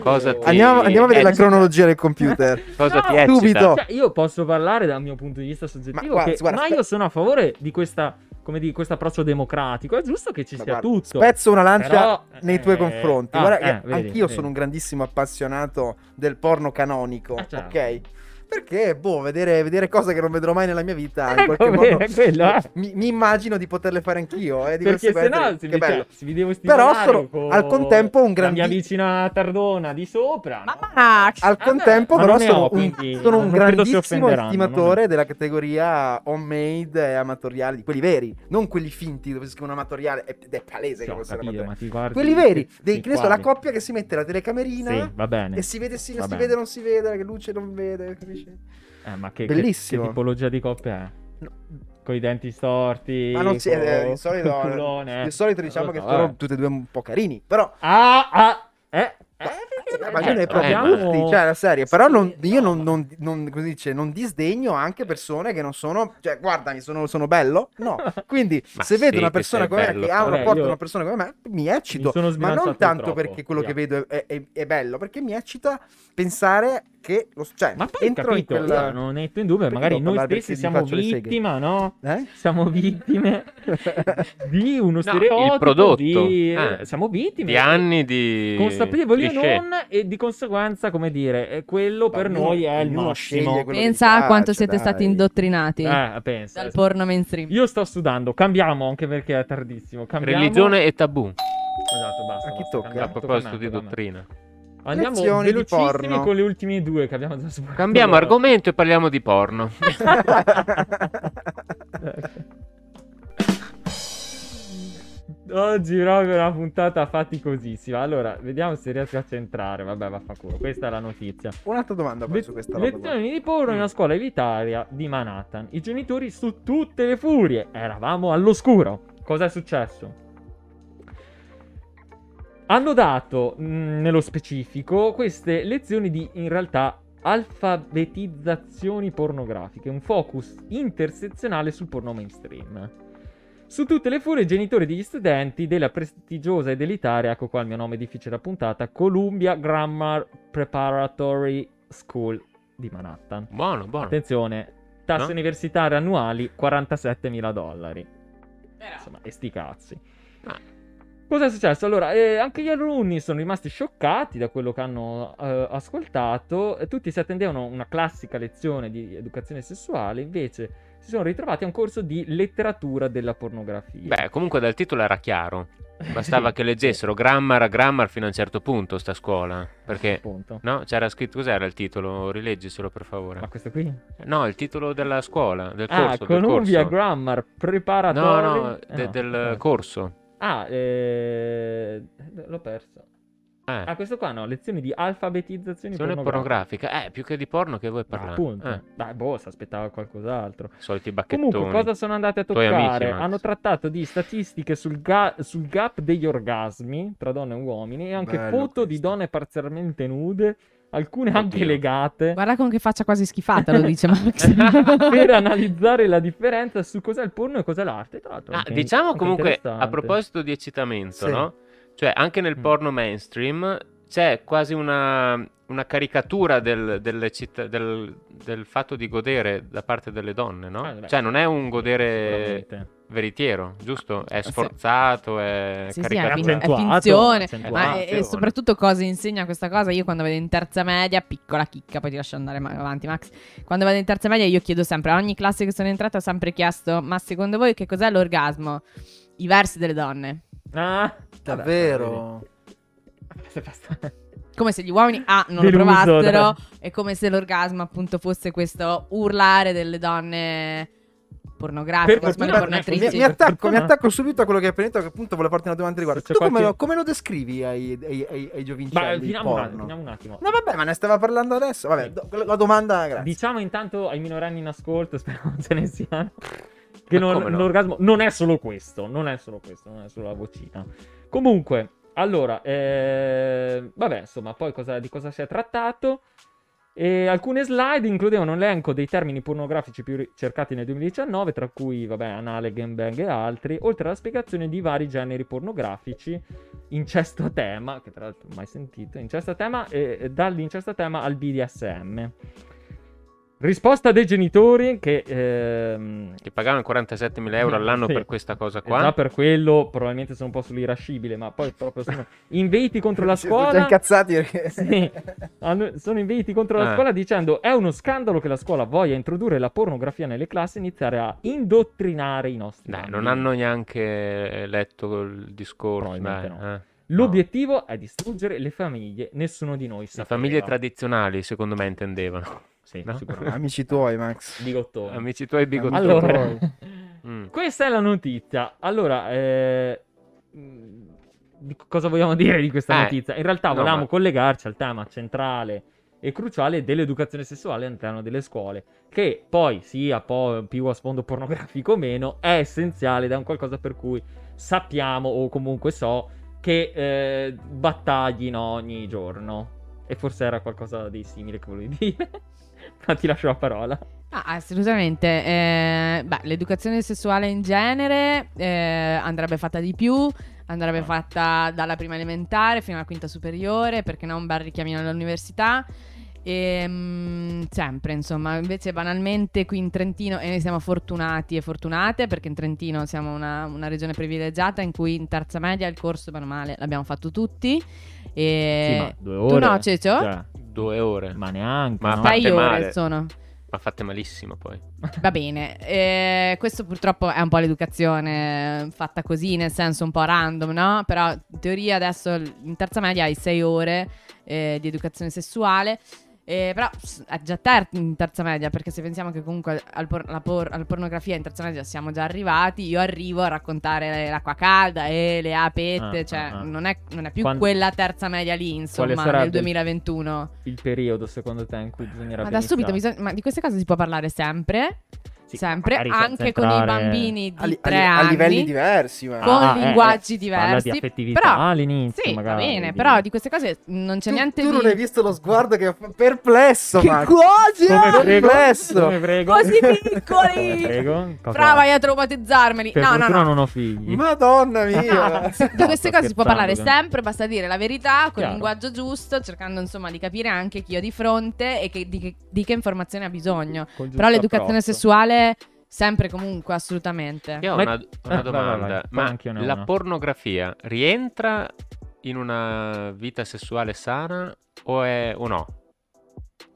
Cosa ti,
Andiamo, andiamo a vedere la
eccita?
cronologia del computer.
eh, Cosa
No,
ti eccita?
subito.
Cioè, io posso parlare dal mio punto di vista soggettivo,
Ma guarda,
che-
guarda,
ma
spe-
io sono a favore di questa, come di questo approccio democratico. È giusto che ci
Ma
sia
guarda,
tutto.
Spezzo una lancia
Però,
nei
eh,
tuoi confronti.
ah,
Guarda,
eh,
io-
vedi,
anch'io
vedi.
sono un grandissimo appassionato del porno canonico,
Ah, certo.
ok? Perché, boh, vedere, vedere cose che non vedrò mai nella mia vita, in qualche
Ecco,
modo...
beh, quello, eh.
Mi, mi immagino di poterle fare anch'io, eh, di
Perché se
conseguenza-
no si
che
mi,
bello.
si mi devo stimolare
Però sono-
con
al contempo un
La
grandi-
mia vicina tardona di sopra.
Ma
no?
Max!
Al
Ah,
contempo,
beh, ma
però,
non ne
sono
ho,
un,
quindi
sono un
non credo si
grandissimo
offenderanno,
estimatore
no?
della categoria homemade e amatoriale, di quelli veri, non quelli finti dove si scrivono amatoriale ed è palese
Sì,
che
ho
fosse
capito,
amatoriale.
ma ti guardi-
Quelli veri,
ti-
dei,
ti
che ne so, la
quadri.
coppia che si mette la telecamerina
Sì, va bene.
e si vede se
Va
si
bene.
vede o non si vede, la luce non vede, capisci?
Eh, ma che, che-
Bellissimo.
che tipologia di coppia è?
No.
Con i denti storti.
Ma non si
co-
eh, di solito,
col culone, eh.
di solito diciamo che
Vabbè.
sono tutti e due un po' carini, però
eh. Ah, ah, eh. eh,
Eh,
eh,
ma io ne
eh,
proprio
abbiamo-
tutti, cioè la serie, però
Sì,
non- io
no.
non, non- non- come si dice, non disdegno anche persone che non sono, cioè guardami, sono, sono bello, no, quindi
Ma
se vedo
sì,
una
che
persona
sei
come me
bello.
che ha un
Vabbè,
rapporto
Eh, io-
con una persona come me, mi
Mi
eccito,
sono
ma
sbilanciato
non tanto
troppo,
perché quello che
via.
vedo è, è- è bello, perché mi eccita pensare che, lo, cioè,
Ma poi ho
entro in
capito,
quella...
io non metto in dubbio,
Perché
magari
devo
noi
parlare
stessi
perché gli
siamo
faccio le seghe?
vittima, no?
Eh?
Siamo vittime di uno
No,
stereotipo
il prodotto.
di- eh,
Ah,
siamo vittime
Di anni di...
consapevoli o
cliché.
non e di conseguenza come dire eh, quello per
ognuno-
noi è il
ognuno
massimo
sceglie quello che gli
Pensa a
piace,
quanto siete
dai.
stati indottrinati
eh, pensa
dal porno mainstream.
io sto sudando cambiamo anche perché è tardissimo cambiamo
Religione e tabù.
esatto basta,
A chi
basta,
tocca?
cambiamo,
A proposito
tocca a
di
me, tocca a me.
dottrina.
andiamo
Lezioni di
velocissimi
porno.
con le ultime due che abbiamo già sbagliato
Cambiamo argomento e parliamo di porno.
Oggi proprio una puntata faticosissima. Allora, vediamo se riesco a centrare. Vabbè, vaffanculo. Questa è la notizia.
Un'altra domanda poi su questa roba. qua.
Lezioni di porno in una scuola elitaria di Manhattan. I genitori su tutte le furie. Eravamo all'oscuro. Cos'è successo? Hanno dato, mh, nello specifico, queste lezioni di, in realtà, alfabetizzazioni pornografiche, un focus intersezionale sul porno mainstream. Su tutte le furie, i genitori degli studenti della prestigiosa ed elitaria, ecco qua il mio nome difficile da puntata, Columbia Grammar Preparatory School di Manhattan.
Buono, buono.
Attenzione, tasse
No?
universitarie annuali 47.000 dollari. Insomma, e sti cazzi.
Ah.
Cos'è successo? Allora, eh, anche gli alunni sono rimasti scioccati da quello che hanno eh, ascoltato. Eh, Tutti si attendevano una classica lezione di educazione sessuale, invece si sono ritrovati a un corso di letteratura della pornografia.
Beh, comunque dal titolo era chiaro. Bastava
Sì,
che leggessero grammar a grammar fino a un certo punto sta scuola. Perché,
Appunto.
no? C'era scritto, cos'era il titolo? Rileggiselo per favore.
Ma questo qui?
No, il titolo della scuola, del
Ah,
corso. del
Columbia
corso.
Grammar
No,
Preparatory.
no,
Ah,
de- del
ok.
corso.
Ah, eh, l'ho perso.
Eh.
Ah, questo qua no, lezioni di alfabetizzazione
Lezione
pornografica.
pornografica, eh, più che di porno che voi
Ah,
parlate.
appunto.
Eh,
Dai, boh, si aspettava qualcos'altro.
soliti bacchettoni.
Comunque, cosa sono andate a
Tuoi
toccare?
amici, Max.
Hanno trattato di statistiche sul, ga- sul gap degli orgasmi tra donne e uomini e anche
Bello
foto di
questo.
donne parzialmente nude, alcune
Oddio.
anche legate.
Guarda con che faccia quasi schifata, lo dice Max.
per analizzare la differenza su cos'è il porno e cos'è l'arte. Tra l'altro,
Ah,
anche-
diciamo
anche
comunque, a
interessante.
proposito di eccitamento,
Sì.
no? Cioè, anche nel
Mm.
porno mainstream c'è quasi una, una caricatura del, dell'eccita- del- del fatto di godere da parte delle donne, no?
Ah, beh,
cioè, non è un
sì,
godere
sicuramente. Ah,
veritiero, giusto? È
Sì.
sforzato, è
Sì, sì, è,
caricaturato.
fin-
è
Accentuato,
finzione.
accentuato.
Ma e- e
Finzione.
soprattutto cosa insegna questa cosa? Io quando vado in terza media, piccola chicca, poi ti lascio andare ma- avanti, Max. Quando vado in terza media, io chiedo sempre, a ogni classe che sono entrata, ho sempre chiesto: ma secondo voi che cos'è l'orgasmo? I versi delle donne.
Ah,
Davvero? Cioè,
Come se gli uomini A non
Deluso,
lo
dai.
provassero, è come se l'orgasmo appunto fosse questo urlare delle donne pornografiche,
Per
insomma,
fortuna-
pornatrici.
Mi, mi
per
attacco, mi
fortuna.
attacco subito a quello che hai appena detto, che appunto volevo farti una domanda riguardo.
Se
Tu
c'è
come,
qualche-
lo, come lo descrivi ai, ai, ai, ai
Ma eh,
giovincelli il
finiamo un, attimo,
porno?
finiamo un attimo.
No, vabbè, ma ne stava parlando adesso. Vabbè, do- la domanda, grazie.
Diciamo intanto ai minorenni in ascolto, spero non ce ne siano, che non-
come no?
l'orgasmo non è solo questo, non è solo questo, non è solo la vocina. Comunque, allora, eh, vabbè, insomma, poi cosa- di cosa si è trattato? E alcune slide includevano un elenco dei termini pornografici più ri- cercati nel 2019, tra cui, vabbè, anale, gangbang e altri, oltre alla spiegazione di vari generi pornografici, incesto a tema, che tra l'altro mai sentito, incesto a tema, e e dall'incesto a tema al BDSM. Risposta dei genitori che... ehm,
Che pagavano 47.000 euro all'anno
Sì.
per questa cosa
e
qua.
Già per quello probabilmente sono un po' sull'irascibile, ma poi proprio sono inviti contro la
Sì, sono Già
scuola.
incazzati perché...
Sì. Hanno- sono inviti contro la
Ah.
scuola dicendo è uno scandalo che la scuola voglia introdurre la pornografia nelle classi e iniziare a indottrinare i nostri
Dai,
bambini.
non hanno neanche letto il discorso.
Probabilmente
dai,
no.
eh.
L'obiettivo è distruggere le famiglie, nessuno di noi
Le
sapeva.
famiglie tradizionali, secondo me, intendevano.
Sì,
no?
sicuramente.
Amici tuoi, Max.
Bigottoni.
Amici tuoi bigottoni.
Oh. Allora,
Mm.
questa è la notizia. Allora, eh, mh, di cosa vogliamo dire di questa
Eh,
notizia? In realtà
no,
volevamo
ma-
collegarci al tema centrale e cruciale dell'educazione sessuale all'interno delle scuole, che poi sia po- più a sfondo pornografico o meno, è essenziale ed è un qualcosa per cui sappiamo o comunque so che eh, battaglino ogni giorno. E forse era qualcosa di simile che volevi dire. Ma ti lascio la parola.
Ah, assolutamente. Eh, beh, l'educazione sessuale in genere eh, andrebbe fatta di più, andrebbe fatta dalla prima elementare fino alla quinta superiore, perché no un bel richiamino all'università. E, mm, sempre, insomma, invece banalmente qui in Trentino, e noi siamo fortunati e fortunate perché in Trentino siamo una, una regione privilegiata in cui in terza media il corso, bene o male, l'abbiamo fatto tutti. E...
due
Eh, tu no, Ceccio?
Cioè,
Due ore. Ma...
ma neanche.
Ma
no?
fai-
Sei
fatte
ore
male.
sono.
fatte malissimo poi.
Esatto.
Va bene, eh, questo purtroppo è un po' l'educazione fatta così, nel senso un po' random, no? Però in teoria adesso l- in terza media hai sei ore eh, di educazione sessuale, eh, però s- è già ter- in terza media, perché se pensiamo che comunque al por- alla por- alla pornografia in terza media siamo già arrivati, io arrivo a raccontare l'acqua calda e le apette,
Ah,
cioè
ah, ah.
Non, è, non è più
Quando-
quella terza media lì, insomma,
sarà
nel
del-
2021.
Il periodo, secondo te, in cui bisognerà
Ma da subito, bisogna- ma di queste cose si può parlare sempre?
Sì,
sempre,
magari senza
anche con i
entrare-
bambini di
A, li- a li-
3
a
anni,
livelli diversi, ma...
con
Ah, eh,
linguaggi
parla
diversi.
di affettività
però,
all'inizio,
sì,
magari,
va bene,
di-
però di queste cose non c'è
Tu-
niente
tu,
di...
non hai visto lo sguardo che è perplesso,
Che
Max.
cosa?
Come prego?
complesso.
Come prego?
Così
Come
piccoli!
prego? Cosa-
Brava vai a traumatizzarmeli.
Per
No, no,
fortuna
no. Ah,
non ho figli.
Madonna mia.
Di queste
sto
cose si può parlare
scherzando.
sempre, basta dire la verità con il
Chiaro.
linguaggio giusto, cercando insomma di capire anche chi ho di fronte e che- di, che, di che informazione ha bisogno.
Col giusto
Però l'educazione
approccio.
sessuale sempre comunque, assolutamente.
Io ho
Ma-
una, una
eh, vai, vai, vai,
domanda.
poi anch'io ne ho
Ma la
una.
pornografia rientra in una vita sessuale sana o, è, o no?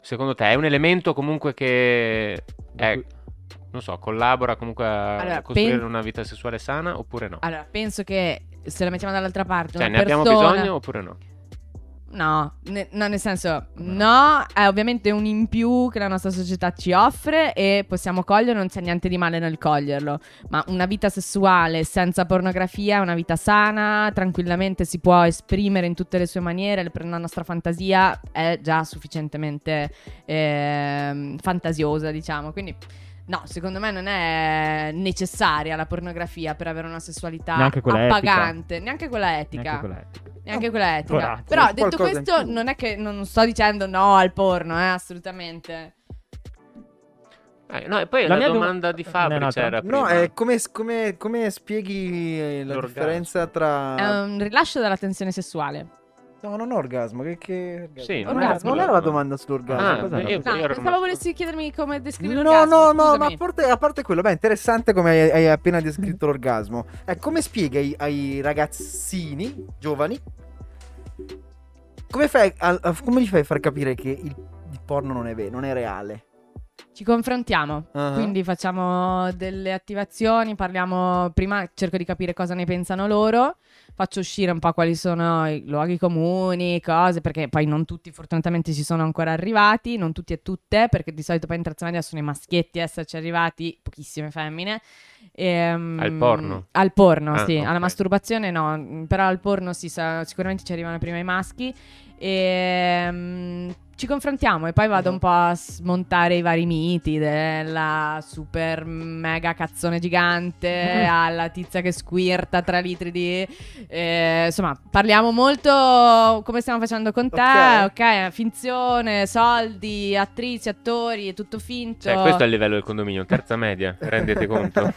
Secondo te è un elemento comunque che
Da
è,
cui-
non so, collabora comunque a
Allora,
costruire
pen-
una vita sessuale sana oppure no?
Allora, penso che se la mettiamo dall'altra parte,
Cioè,
una
ne abbiamo
persona-
bisogno oppure no?
No, ne- no, nel senso,
Come
no, è ovviamente un in più che la nostra società ci offre e possiamo cogliere, non c'è niente di male nel coglierlo. Ma una vita sessuale senza pornografia è una vita sana, tranquillamente si può esprimere in tutte le sue maniere, le- la nostra fantasia è già sufficientemente ehm, fantasiosa, diciamo. Quindi, no, secondo me non è necessaria la pornografia per avere una sessualità
Neanche quella etica.
appagante, neanche quella etica.
Neanche quella etica.
Neanche quella etica.
Coraggio.
Però detto
Qualcosa in
questo,
più.
non è che non sto dicendo no al porno, eh, assolutamente.
Eh, no, e poi
La
la,
mia dom-
domanda di
Eh,
Fabri
Renata?
c'era
No,
prima.
è come, come- come spieghi la
L'orgasmo.
differenza tra...
È un rilascio dalla tensione sessuale.
No, non orgasmo, che... che...
Sì,
non,
non
era,
orgasmo.
non era la domanda sull'orgasmo.
Ah,
Cosa
beh,
è
No,
io- io ero
pensavo
rimasto-
volessi chiedermi come descrivere
No, no,
l'orgasmo,
no, ma a
scusami.
parte, a parte quello, beh, interessante come hai, hai appena descritto l'orgasmo. Eh, come spieghi ai, ai ragazzini giovani? Come, fai a- a- come gli fai far capire che il, il porno non è vero, non è reale?
Ci confrontiamo.
Ah.
Quindi facciamo delle attivazioni, parliamo prima, cerco di capire cosa ne pensano loro, faccio uscire un po' quali sono i luoghi comuni, cose, perché poi non tutti fortunatamente ci sono ancora arrivati, non tutti e tutte, perché di solito poi in terza media sono i maschietti a esserci arrivati, pochissime femmine. Ehm,
Al porno?
Al porno,
Ah,
sì, alla
ok.
masturbazione no, però al porno sì, sa- sicuramente ci arrivano prima i maschi. Ehm, ci confrontiamo e poi vado un po' a smontare i vari miti della super mega cazzone gigante alla tizia che squirta tre litri di... eh, insomma, parliamo molto come stiamo facendo con te, ok?
Ok.
Finzione, soldi, attrici, attori, è tutto finto.
Cioè, questo è il livello del condominio, terza media, rendete conto?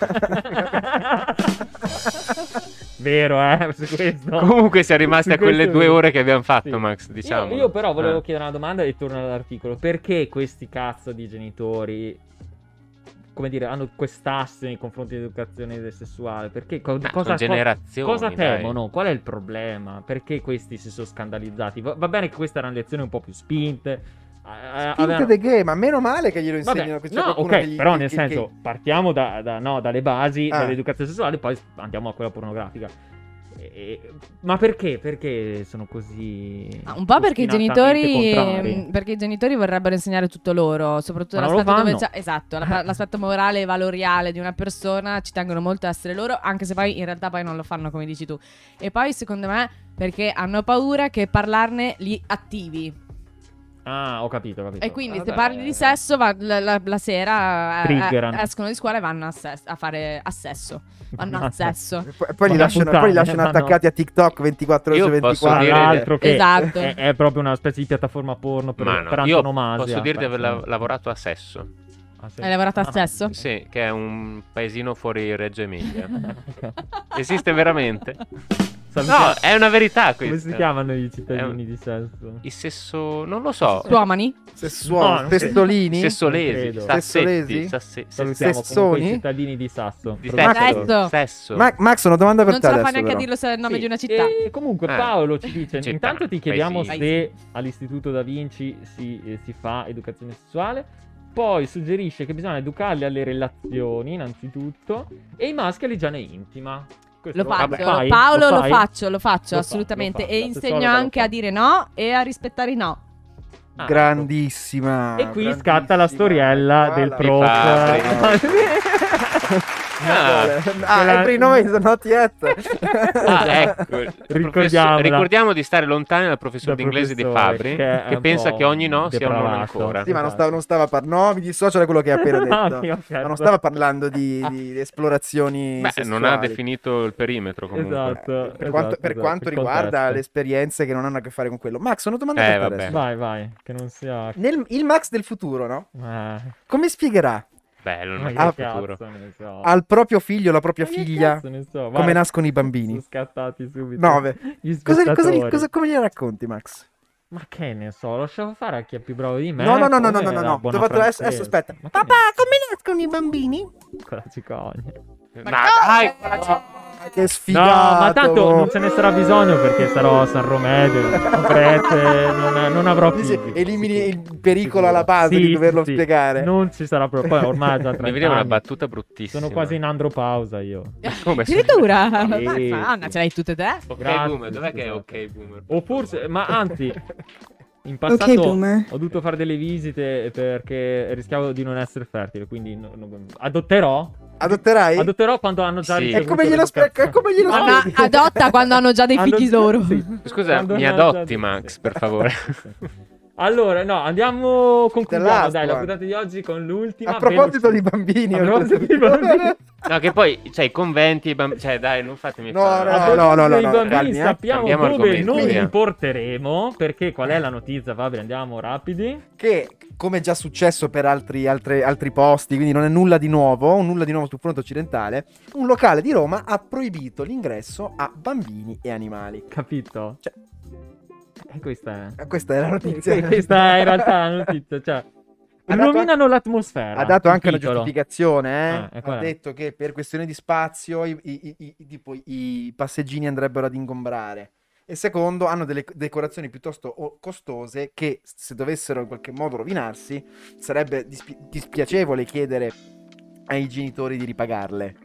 Vero, eh? Su questo.
Comunque siamo rimasti
Su
a quelle
questo-
due ore che abbiamo fatto,
Sì.
Max, diciamo.
Io, io però volevo chiedere una domanda e torno all'articolo. Perché questi cazzo di genitori, come dire, hanno quest'asse nei confronti dell'educazione sessuale? Perché co- cosa, co-
generazioni,
cosa
dai.
temono? Qual è il problema? Perché questi si sono scandalizzati? Va, va bene che queste erano lezioni un po' più spinte. eh,
Spinte
avevano-
the game, ma meno male che glielo
Vabbè,
insegnano. che c'è
no,
qualcuno
ok,
che gli-
però
che-
nel
che-
senso partiamo da- da- no, dalle basi
Ah.
dell'educazione sessuale, poi andiamo a quella pornografica. E- ma perché? Perché sono così.
Ah, Un po' perché i
ostinatamente
genitori ehm,
contrari?
mh, perché i genitori vorrebbero insegnare tutto loro, soprattutto
Ma non
l'aspetto
lo
dove
fanno.
c'è- esatto, la- l'aspetto morale e valoriale di una persona ci tengono molto a essere loro, anche se poi in realtà poi non lo fanno come dici tu. E poi secondo me perché hanno paura che parlarne li attivi.
Ah, ho capito, ho capito.
E quindi se
Vabbè.
parli di sesso va- la, la- la sera eh,
Triggerano.
eh, escono di scuola e vanno a, ses- a fare assesso. Vanno a
Basta.
sesso.
E poi, poi li
Vada
lasciano,
puttana,
poi li lasciano
vanno-
attaccati a TikTok 24 ore
Io
su 24.
posso
Tra
dire-
l'altro che
Esatto.
è, è proprio una specie di piattaforma porno per,
Ma no,
per
io
antonomasia.
posso dire di aver
Beh,
la- lavorato a Sesso,
ah, sì.
Hai lavorato a
Ah.
sesso?
sì, che è un paesino fuori Reggio Emilia. Esiste veramente?
Salutiamo-
No, eh, è una verità questa.
Come si chiamano i
È
cittadini
un-
di sesso?
I sesso... non lo so.
Tuomani?
No,
Sessuoli,
non Non
pestolini.
Sessolesi,
credo.
sassetti,
Sessolesi?
sasse-
Salutiamo comunque i
Sessoni?
cittadini di Sasso.
di
Provincia-
sesso.
Sesso.
Sesso.
Ma- Max, una domanda per
Non
te
ce la
adesso.
fa neanche a
però.
dirlo se è il nome
Sì,
di una città.
E comunque
Eh.
Paolo ci dice:
Città,
intanto ti chiediamo
paesino.
se all'istituto da Vinci si, eh, si fa educazione sessuale. Poi suggerisce che bisogna educarli alle relazioni, innanzitutto, e i maschi all'igiene intima. Questo
Lo
va-
faccio,
vabbè.
fai?
Paolo lo,
fai?
faccio, lo faccio
Lo fa-
assolutamente
lo fa,
e
la
insegno
sessuologa lo
anche
fa.
a dire no e a rispettare i no.
Ah, ecco.
Grandissima.
E qui
grandissima.
scatta la storiella
Qua
del
la-
prof.
Ah,
Ah,
Quella-
every noise, not yet.
Ah, ecco. Il professor-
Ricordiamola.
ricordiamo di stare lontani dal professor
Dal
d'inglese di
professore,
Fabri,
che è
che,
un
pensa
po'
che ogni no sia un non
depravato.
ancora.
Sì, ma non stava, non stava par- No, mi dissocio da quello che hai appena
Ah,
detto.
mio
Ma
cazzo.
non stava parlando di, di- di esplorazioni.
Beh, non ha
sessuali.
definito il perimetro comunque.
Esatto.
Eh, Per
Esatto,
quanto, per
esatto, il
quanto riguarda
contesto.
le esperienze che non hanno a che fare con quello, Max, una domanda
Eh,
per te
vabbè.
adesso.
Vai, vai, che non sia.
Nel- il Max del futuro, no?
Eh,
Come spiegherà
Bello,
ma
non
che
Ah,
Eh, futuro.
cazzo ne so.
al proprio figlio, alla propria
Ma che
figlia,
cazzo ne so, guarda,
come nascono i
Sono
bambini?
scattati subito.
Nove.
Gli
Cosa, cosa gli-
spettatori.
cosa- come gliela racconti, Max?
Ma che ne so, lasciavo fare a chi è più bravo di me.
No, no, no, no, no,
come
no, no,
la
no.
buona
Dovevo- adesso, adesso
francese.
aspetta.
Ma che
Papà, come nascono i bambini?
ne- con la cicogna.
Ma dai,
Ah, Che
No,
sfigato.
ma tanto
boh.
non ce ne sarà bisogno perché sarò a Sanremo, non prete, non, non avrò
Dice,
figli.
elimini
Sicuro.
il pericolo alla base di doverlo spiegare.
Non ci sarà proprio. Poi ormai è già
mi
30
veniva una
anni.
battuta bruttissima.
Sono quasi in andropausa io.
Come sono-
Addirittura,
Sì,
Madonna,
sì.
ce l'hai tutte te?
Ok,
Grazie,
boomer, dov'è che è
scusate. Oh,
ok, boomer?
O forse, ma anzi, in passato
Ok, boomer.
ho dovuto fare delle visite perché rischiavo di non essere fertile. Quindi no- no- adotterò.
Adotterai?
Adotterò quando hanno già
Sì.
ricevuto
E come glielo
l'educazione.
spiega? Come glielo
Ma
Madonna,
spieghi?
adotta quando hanno già dei
Hanno-
figli loro.
sì.
Scusa,
Quando
mi
hanno già
adotti,
dei-
Max,
sì.
per favore.
Allora, no, andiamo concludiamo
last
dai la
one.
puntata di oggi con l'ultima.
A proposito di
veloci-
bambini,
A proposito di bambini.
No, che poi, cioè, i conventi, i bamb- cioè, dai, non fatemi
No, no,
fare-
A
no,
proposito
no, no,
dei
no,
bambini,
calmi, eh.
sappiamo
Cambiamo
dove
argomento,
noi
via.
li porteremo perché qual è la notizia Fabio andiamo rapidi
che come già successo per altri, altre- altri posti, quindi non è nulla di nuovo, un nulla di nuovo sul fronte occidentale, un locale di Roma ha proibito l'ingresso a bambini e animali.
capito?
Cioè-
Eh, questa è
Eh, Questa è la notizia.
questa è in realtà la notizia cioè
dato
rovinano l'atmosfera
Ha dato
il
anche una
titolo.
giustificazione, eh.
Ah, e qual
ha
è?
detto che per questione di spazio i, i- i- i- tipo, i passeggini andrebbero ad ingombrare. E secondo, hanno delle decorazioni piuttosto o- costose che se dovessero in qualche modo rovinarsi sarebbe dispi- dispiacevole chiedere ai genitori di ripagarle.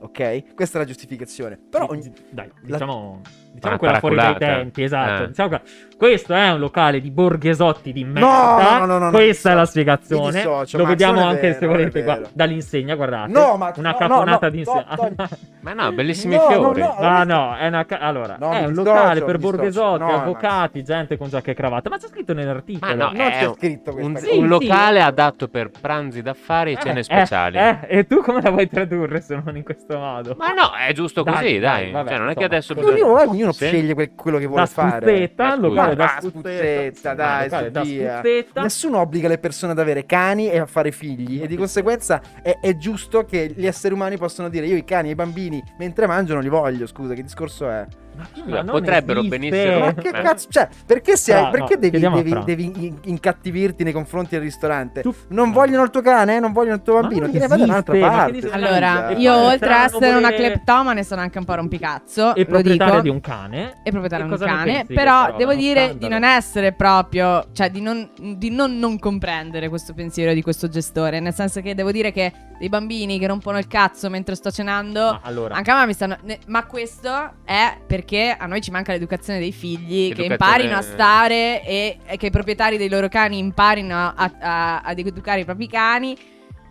Ok? Questa è la giustificazione. Però ogni-
dai
la-
diciamo
Una
diciamo quella fuori dai
paraculata.
tempi esatto
Ah, Eh.
diciamo che- questo è un locale di borghesotti di
No, no,
merda
no, no, no,
questa è
mi
la
dissocio, mi
spiegazione
dissocio,
lo
Max,
vediamo
non è
anche
vero,
se
non è
volete
vero.
guarda, dall'insegna guardate
No, Max,
una
no,
caponata
no, no,
di
to- togli-
insegna
Ma no, bellissimi
No, no,
fiori.
no.
Ah no, è una ca- allora,
No,
è
mi
un
dissocio,
locale
mi
per
dissocio.
borghesotti,
No,
avvocati, gente con giacca e cravatta, ma c'è scritto nell'articolo.
Ma no,
Non
è
c'è scritto questa
un,
cosa.
Sì,
un
sì.
locale adatto per pranzi d'affari e
Eh,
cene
eh,
speciali.
eh, e tu come la vuoi tradurre se non in questo modo?
Ma no, è giusto
Dai,
così, dai.
dai, vabbè,
cioè, non è che
insomma.
adesso
Ognuno eh,
bisogna...
Ognuno, ognuno ognuno
Sì.
sceglie que- quello che vuole
da
fare.
spuzzetta,
Da
il locale
spuzzetta.
da
Ah,
spuzzetta,
spuzzetta,
Sì,
dai,
il locale
su
da
via.
spuzzetta.
Nessuno obbliga le persone ad avere cani e a fare figli e di conseguenza è, è giusto che gli esseri umani possano dire io i cani e i bambini mentre mangiano li voglio, scusa che discorso è?
Ma
Scusa,
non
Cioè, potrebbero
esiste.
benissimo-
Ma
Eh,
che
eh.
cazzo, cioè perché, sei,
Fra,
perché
no,
devi,
chiediamo a
devi-
Fra.
devi in- incattivirti nei confronti del ristorante?
Tu-
Non vogliono il tuo cane, eh? non vogliono il tuo
Ma
bambino,
non
te ne vai da un'altra
esiste, ma che
parte. Eh,
dici-
Allora,
Esatto.
io
Cioè,
oltre a essere
non
una
volere-
cleptomane sono anche un po' rompicazzo.
E
lo dico.
proprietaria di un cane.
E proprietario
E
di un
cosa ne
cane.
pensi di
Però
questa roba?
devo
Uno
dire di
scandalo.
non essere proprio. Cioè, di non, di non non comprendere questo pensiero di questo gestore. Nel senso che devo dire che dei bambini che rompono il cazzo mentre sto cenando.
Ma allora,
Anche a me mi stanno. ne- Ma questo è perché a noi ci manca l'educazione dei figli. Che
Educazione-
eh.
imparino a stare e, e che i proprietari dei loro cani imparino a- a- ad educare i propri cani.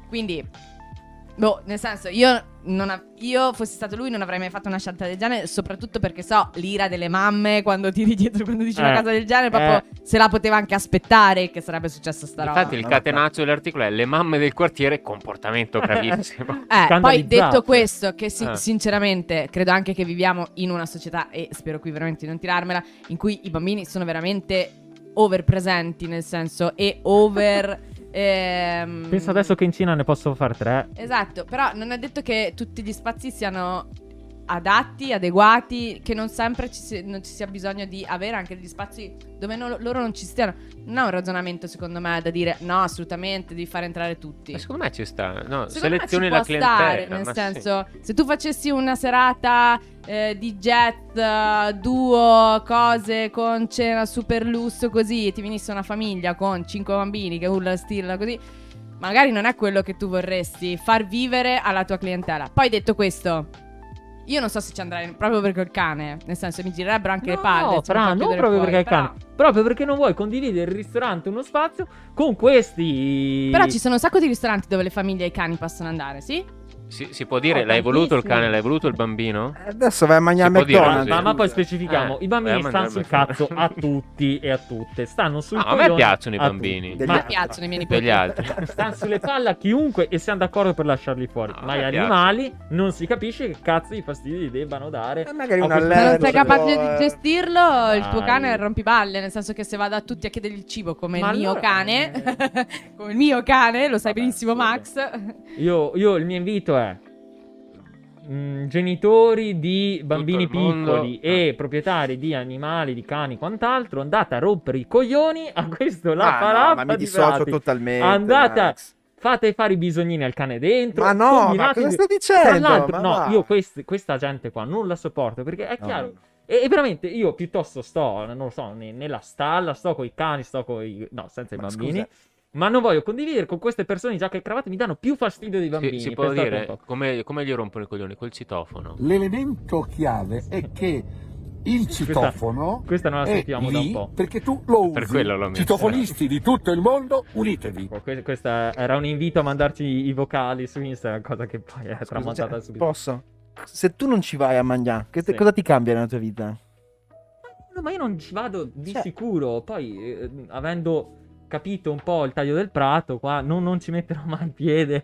Quindi, boh, nel senso, io. Non av- io fossi stato lui non avrei mai fatto una scelta del genere soprattutto perché so l'ira delle mamme quando tiri dietro quando dici
Eh,
una cosa del genere proprio
eh.
se la poteva anche aspettare che sarebbe successa sta roba
Infatti il catenaccio dell'articolo è le mamme del quartiere, comportamento
eh,
gravissimo.
Eh, poi
Scandalizzate.
detto questo, che si-
Eh.
sinceramente credo anche che viviamo in una società, e spero qui veramente di non tirarmela, in cui i bambini sono veramente over presenti, nel senso, e over... ehm,
penso adesso che in Cina ne posso fare tre.
Esatto, però non è detto che tutti gli spazi siano adatti, adeguati, che non sempre ci, si- non ci sia bisogno di avere anche degli spazi dove non- loro non ci stiano. Non è un ragionamento, secondo me, da dire no, assolutamente, devi far entrare tutti.
Ma secondo me ci sta,
Secondo me
no,
ci
selezioni
può
la clientela.
stare, nel
ma sì.
senso, se tu facessi una serata eh, di jet, eh, duo, cose con cena super lusso così, e ti venisse una famiglia con cinque bambini che urla, stilla così, magari non è quello che tu vorresti far vivere alla tua clientela. Poi detto questo, io non so se ci andrai proprio perché ho il cane, nel senso mi girerebbero anche le palle.
No,
se mi fa
fra, non
chiudere
proprio
fuori,
perché hai
però-
cane. Proprio perché non vuoi condividere il ristorante, uno spazio con questi.
Però ci sono un sacco di ristoranti dove le famiglie e i cani possono andare, sì?
Si, si può dire,
No,
l'hai voluto il
Oh, tantissimo. Eh,
cane, l'hai voluto il bambino?
Adesso vai a mangiare
Si può dire,
McDonald's.
Ma,
Sì.
ma poi
scusa.
specifichiamo,
Eh,
i bambini
vai a
stanno
mangiare
sul
perché-
cazzo a tutti e a tutte. Stanno sul
No, a me
coglione
piacciono i
a
bambini.
tutti.
Degli
Mi
Ma
altri.
piacciono i miei nipoti.
Degli altri.
stanno sulle palle a chiunque e siamo d'accordo per lasciarli fuori.
No, a
ma
me
gli
piace.
animali non si capisce che cazzo di fastidi debbano dare.
Eh, magari
Ho
un
questo-
Se
Eh,
non sei
lo
capace
so,
di
eh.
gestirlo, il tuo
Dai.
cane è il rompiballe, nel senso che se vado a tutti a chiedere il cibo come
Ma
il mio
allora-
cane, come il mio cane, lo sai
Vabbè,
benissimo
sì.
Max,
Io, io il mio invito è. mm, Genitori di bambini
il mondo. Ah.
piccoli e proprietari di animali, di cani, quant'altro, andate a rompere i coglioni a questo la
Ah, no,
palappa
ma mi
di
dissocio
frati.
totalmente.
Andata-
Max.
Fate fare i bisognini al cane dentro.
Ma no, ma
combinate-
cosa stai
Tra
dicendo?
l'altro,
Ma
no,
va.
io questi- questa gente qua non la sopporto perché è chiaro. E, e veramente io piuttosto sto, non lo so, ne- nella stalla, sto con i cani, sto con i... no, senza i
Ma
bambini.
scusa.
Ma non voglio condividere con queste persone già che cravate mi danno più fastidio dei bambini.
Si, si può
pensate un
dire,
po'.
come, come gli rompono i coglioni? Col citofono.
L'elemento chiave è che il citofono
Questa non la
Eh,
è
sentiamo da un
lì
po'.
perché tu lo usi.
Per quello l'ho messo.
Citofonisti di tutto il mondo, unitevi.
Ecco, que- Questa era un invito a mandarci i vocali su Instagram, cosa che poi è
Scusa,
tramontata
cioè,
subito.
Posso? Se tu non ci vai a mangiare, che te-
Sì.
cosa ti cambia nella tua vita?
No, ma io non ci vado di
Cioè-
sicuro. Poi, eh, avendo capito un po' il taglio del prato, qua non, non ci metterò mai il piede.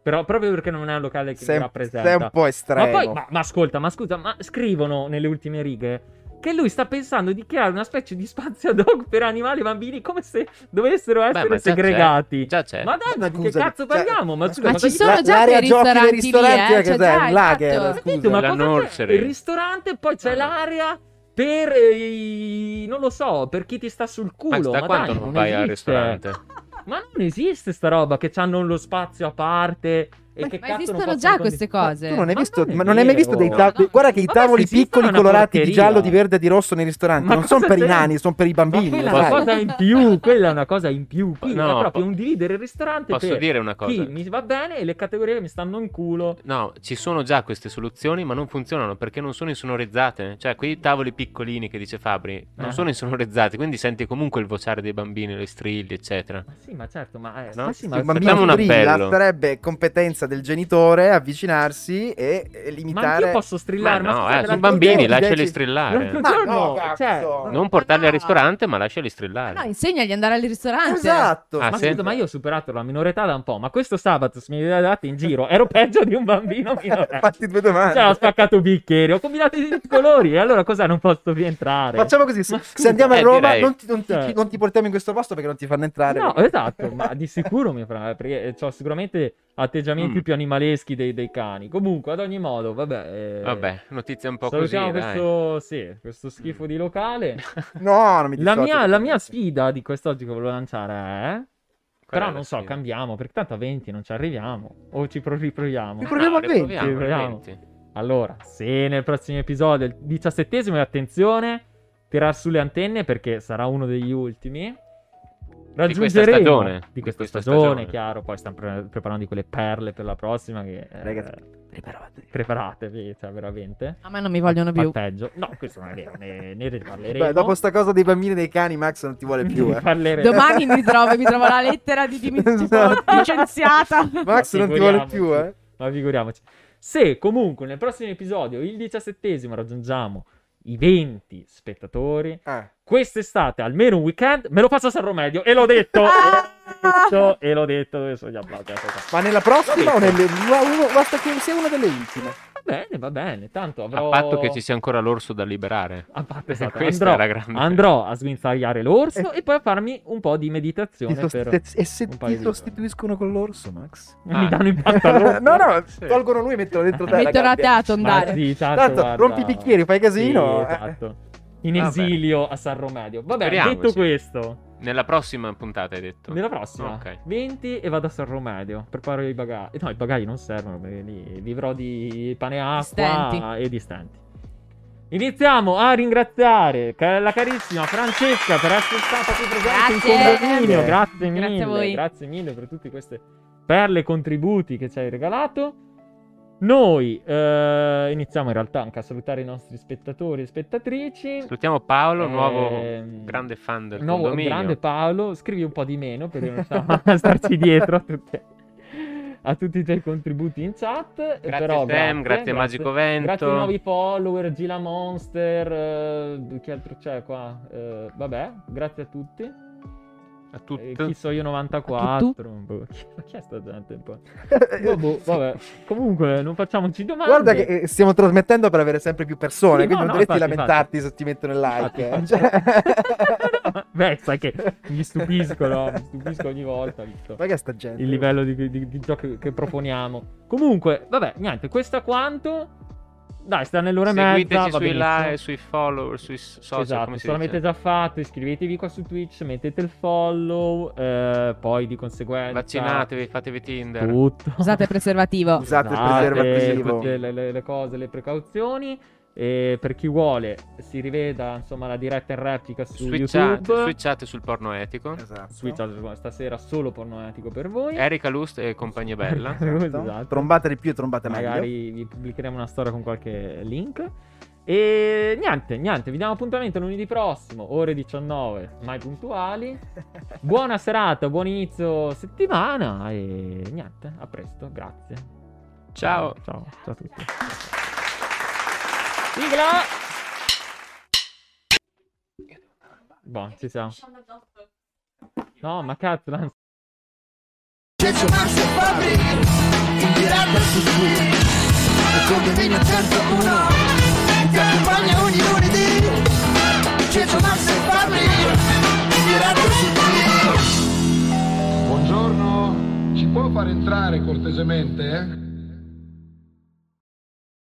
Però proprio perché non è un locale che
Sei,
mi
sei un
rappresenta.
po'
ma
estremo.
poi, ma, ma ascolta, ma scusa, ma scrivono nelle ultime righe che lui sta pensando di creare una specie di spazio dog per animali e bambini come se dovessero
Beh,
essere
ma già c'è,
segregati.
Già c'è.
Ma dai, ma di che
Scusami,
cazzo
cioè,
parliamo? Ma,
ma
scusa,
ma
ma
ci
chi-
sono
la-
già
l'area
dei
giochi dei
ristoranti,
ristoranti
lì, eh?
è che
Cioè,
dai,
già,
un lager,
esatto.
scusa.
Capito, ma
La
cosa c'è?
nursery.
Il ristorante, poi c'è
Ah.
l'area per eh, i- non lo so, per chi ti sta sul culo.
Max, da
ma
quanto
dai,
non vai al
esiste.
ristorante?
Ma non esiste sta roba che hanno lo spazio a parte. E che cazzo
Ma
non
esistono
possono
già
condi-
queste
Ma
cose.
Tu non hai,
eh, Ma
visto,
non è
ma non hai mai visto dei
vero.
tavoli?
No.
Guarda che i
Vabbè, se
tavoli
esistono è
piccoli
una
colorati di
porcheria.
giallo, di verde e di rosso nei ristoranti
Ma
non sono
cosa
per i
c'è?
nani, sono per i
Ma
bambini.
quella è
lo
una
sai.
cosa in più, quella è una cosa in più. Qui
No,
è proprio
po-
un dividere il ristorante
Posso
per
dire una cosa?
chi mi va bene e le categorie che mi stanno in culo.
No, ci sono già queste soluzioni, ma non funzionano perché non sono insonorizzate. Cioè, quei tavoli piccolini che dice Fabri non
Ah.
sono insonorizzati, quindi senti comunque il vociare dei bambini, le strilli, eccetera.
Ma sì, ma certo, ma, eh,
No?
ma sì, ma
Se un bambino
facciamo un
brilla
appello.
sarebbe competenza
del genitore avvicinarsi e, e
Ma
limitare...
anch'io posso strillare.
Ma no,
aspetta,
eh,
me
sono
l'altro
bambini,
giorno-
lasciali
L'altro
strillare.
Ma
giorno,
no, cazzo.
cioè,
Ma
Non portarli al
no.
ristorante, ma lasciali
No,
strillare.
insegnagli ad andare al ristorante.
Esatto.
Ah,
ma
sì?
scusa, ma io ho superato la minoretà da un po', ma questo sabato se mi avete dato in giro ero peggio di un bambino minorenne.
Fatti due domande.
Cioè, ho spaccato bicchieri, ho combinato i tutti i colori, e allora cosa non posso più entrare?
Facciamo così, se,
Ma
se
scusa,
andiamo a
eh,
Roma
direi.
non, ti, non ti-
Cioè.
non ti portiamo in questo posto perché non ti fanno entrare.
No, esatto, ma di sicuro mi fra, perché ho sicuramente atteggiamenti
Mm.
più animaleschi dei, dei cani. Comunque, ad ogni modo, vabbè. eh,
Vabbè, notizia un po' così,
salutiamo
dai. Mm.
questo, sì, questo schifo di locale.
No, non mi
La
dissocio,
mia, la mia
ragazzi.
sfida di quest'oggi che volevo lanciare è...
Qual è
Però
la
non so,
sfida?
cambiamo, perché tanto a 20 non ci arriviamo. O ci pro- riproviamo.
Ripro- Proviamo
No,
a 20,
riproviamo,
proviamo.
20.
Allora, se nel prossimo episodio, il diciassettesimo, e attenzione, tirar su le antenne perché sarà uno degli ultimi. Raggiungeremo
stagione.
di
Di
questa
questa
stagione,
stagione.
chiaro. Poi stiamo pre- preparando di quelle perle per la prossima. Che, eh,
Ragazzi,
preparatevi, cioè veramente.
A me non mi vogliono più.
Al peggio. No, questo non è vero, ne, ne riparleremo.
Beh, dopo sta cosa dei bambini e dei cani, Max non ti vuole più.
Ne
eh.
parleremo.
Domani mi trovo, mi trovo la lettera di dimissione
Esatto.
licenziata.
Max
Ma
non ti vuole
figuriamoci.
più, eh.
Ma figuriamoci. Se comunque nel prossimo episodio, il diciassettesimo, raggiungiamo i 20 spettatori,
Ah.
quest'estate, almeno un weekend, me lo faccio a San Romedio. E l'ho detto,
Ah!
e l'ho detto, e l'ho detto. Dove sono gli applausi? eh, Aspetta.
Ma nella prossima o nelle... ma uno- Basta che sia una delle ultime.
Va bene, va bene. Tanto
A
avrò...
patto che ci sia ancora l'orso da liberare.
A patto, esatto.
Questa è la
andrò,
grande-
andrò a sguinzagliare l'orso
Eh.
e poi a farmi un po' di meditazione.
Ti sost-
per...
E se
un paio
ti
di
sostituiscono con l'orso, Max?
Mi
Ah.
danno in patto all'orso.
no, no,
Sì.
tolgono lui e mettono dentro te. la
Metterò a te
gabbia.
a tondare.
Ma sì, tanto,
Tanto
guarda-
rompi i bicchieri, fai casino.
Sì,
eh.
esatto. In
Vabbè.
esilio a San Romedio. Vabbè,
Speriamo,
detto
sì.
questo,
Nella prossima puntata hai detto.
nella prossima
Ok.
20 e vado a San Romedio. Preparo i bagagli. No, i bagagli non servono perché lì vivrò di pane e acqua
Stenti.
e di stenti. Iniziamo a ringraziare ca- la carissima Francesca per essere stata qui presente
Grazie.
in condominio. Grazie mille,
Grazie a voi.
grazie mille per tutte queste perle e contributi che ci hai regalato. Noi eh, iniziamo in realtà anche a salutare i nostri spettatori e spettatrici.
Salutiamo Paolo,
Ehm,
nuovo grande fan del
Nuovo
condominio.
grande Paolo, scrivi un po' di meno perché non stiamo a starci dietro a, tutte- a tutti i tuoi contributi in chat. eh,
Grazie
Però
Sam, grazie, Magico Vento.
Grazie ai nuovi follower, Gila Monster, eh, chi altro c'è qua? Eh, vabbè, grazie a tutti.
A
Eh,
tutti.
chi so io
A
94? Boh, chi, ma chi è sta gente un po'?
Eh,
Boh, boh, vabbè. Comunque, non facciamoci domande.
Guarda che eh, stiamo trasmettendo per avere sempre più persone,
Sì,
quindi
no,
non
no,
dovresti
infatti,
lamentarti se ti mettono il like. eh. Cioè-
Beh, sai che mi stupisco, no? Mi stupisco ogni volta, Vitto.
Ma che è sta gente?
il livello di, di- di gioco che proponiamo. Comunque, vabbè, niente, questo è quanto. Dai, sta nell'ora e mezza.
Seguiteci
va
sui
benissimo.
like, sui follower, sui s- social,
Esatto,
come si
se l'avete già
dice.
fatto, iscrivetevi qua su Twitch, mettete il follow, eh, poi di conseguenza...
Vaccinatevi, fatevi Tinder.
Tutto.
Usate il preservativo.
Usate il
Usate
preservativo.
tutte le, le- le cose, le precauzioni. E per chi vuole, si riveda insomma la diretta in replica su
Switchate,
YouTube.
switchate sul porno etico.
Esatto.
Switch, stasera solo pornoetico per voi.
Erika Lust e compagnia bella.
Esatto.
Esatto.
Trombate di più e trombate meglio.
magari vi pubblicheremo una storia con qualche link. E niente, niente, vi diamo appuntamento lunedì prossimo, ore 19, mai puntuali. Buona serata, buon inizio settimana e niente, a presto, grazie.
Ciao.
Ciao, ciao a tutti. Sigla! Buon, ci siamo. No, ma cazzo, Lanza.
Ceccio Max e Fabri in diretta su Twitch il condominio 101 ti accompagna ogni lunedì Ceccio Max e Fabri in diretta su Twitch
Buongiorno, ci può far entrare cortesemente? eh?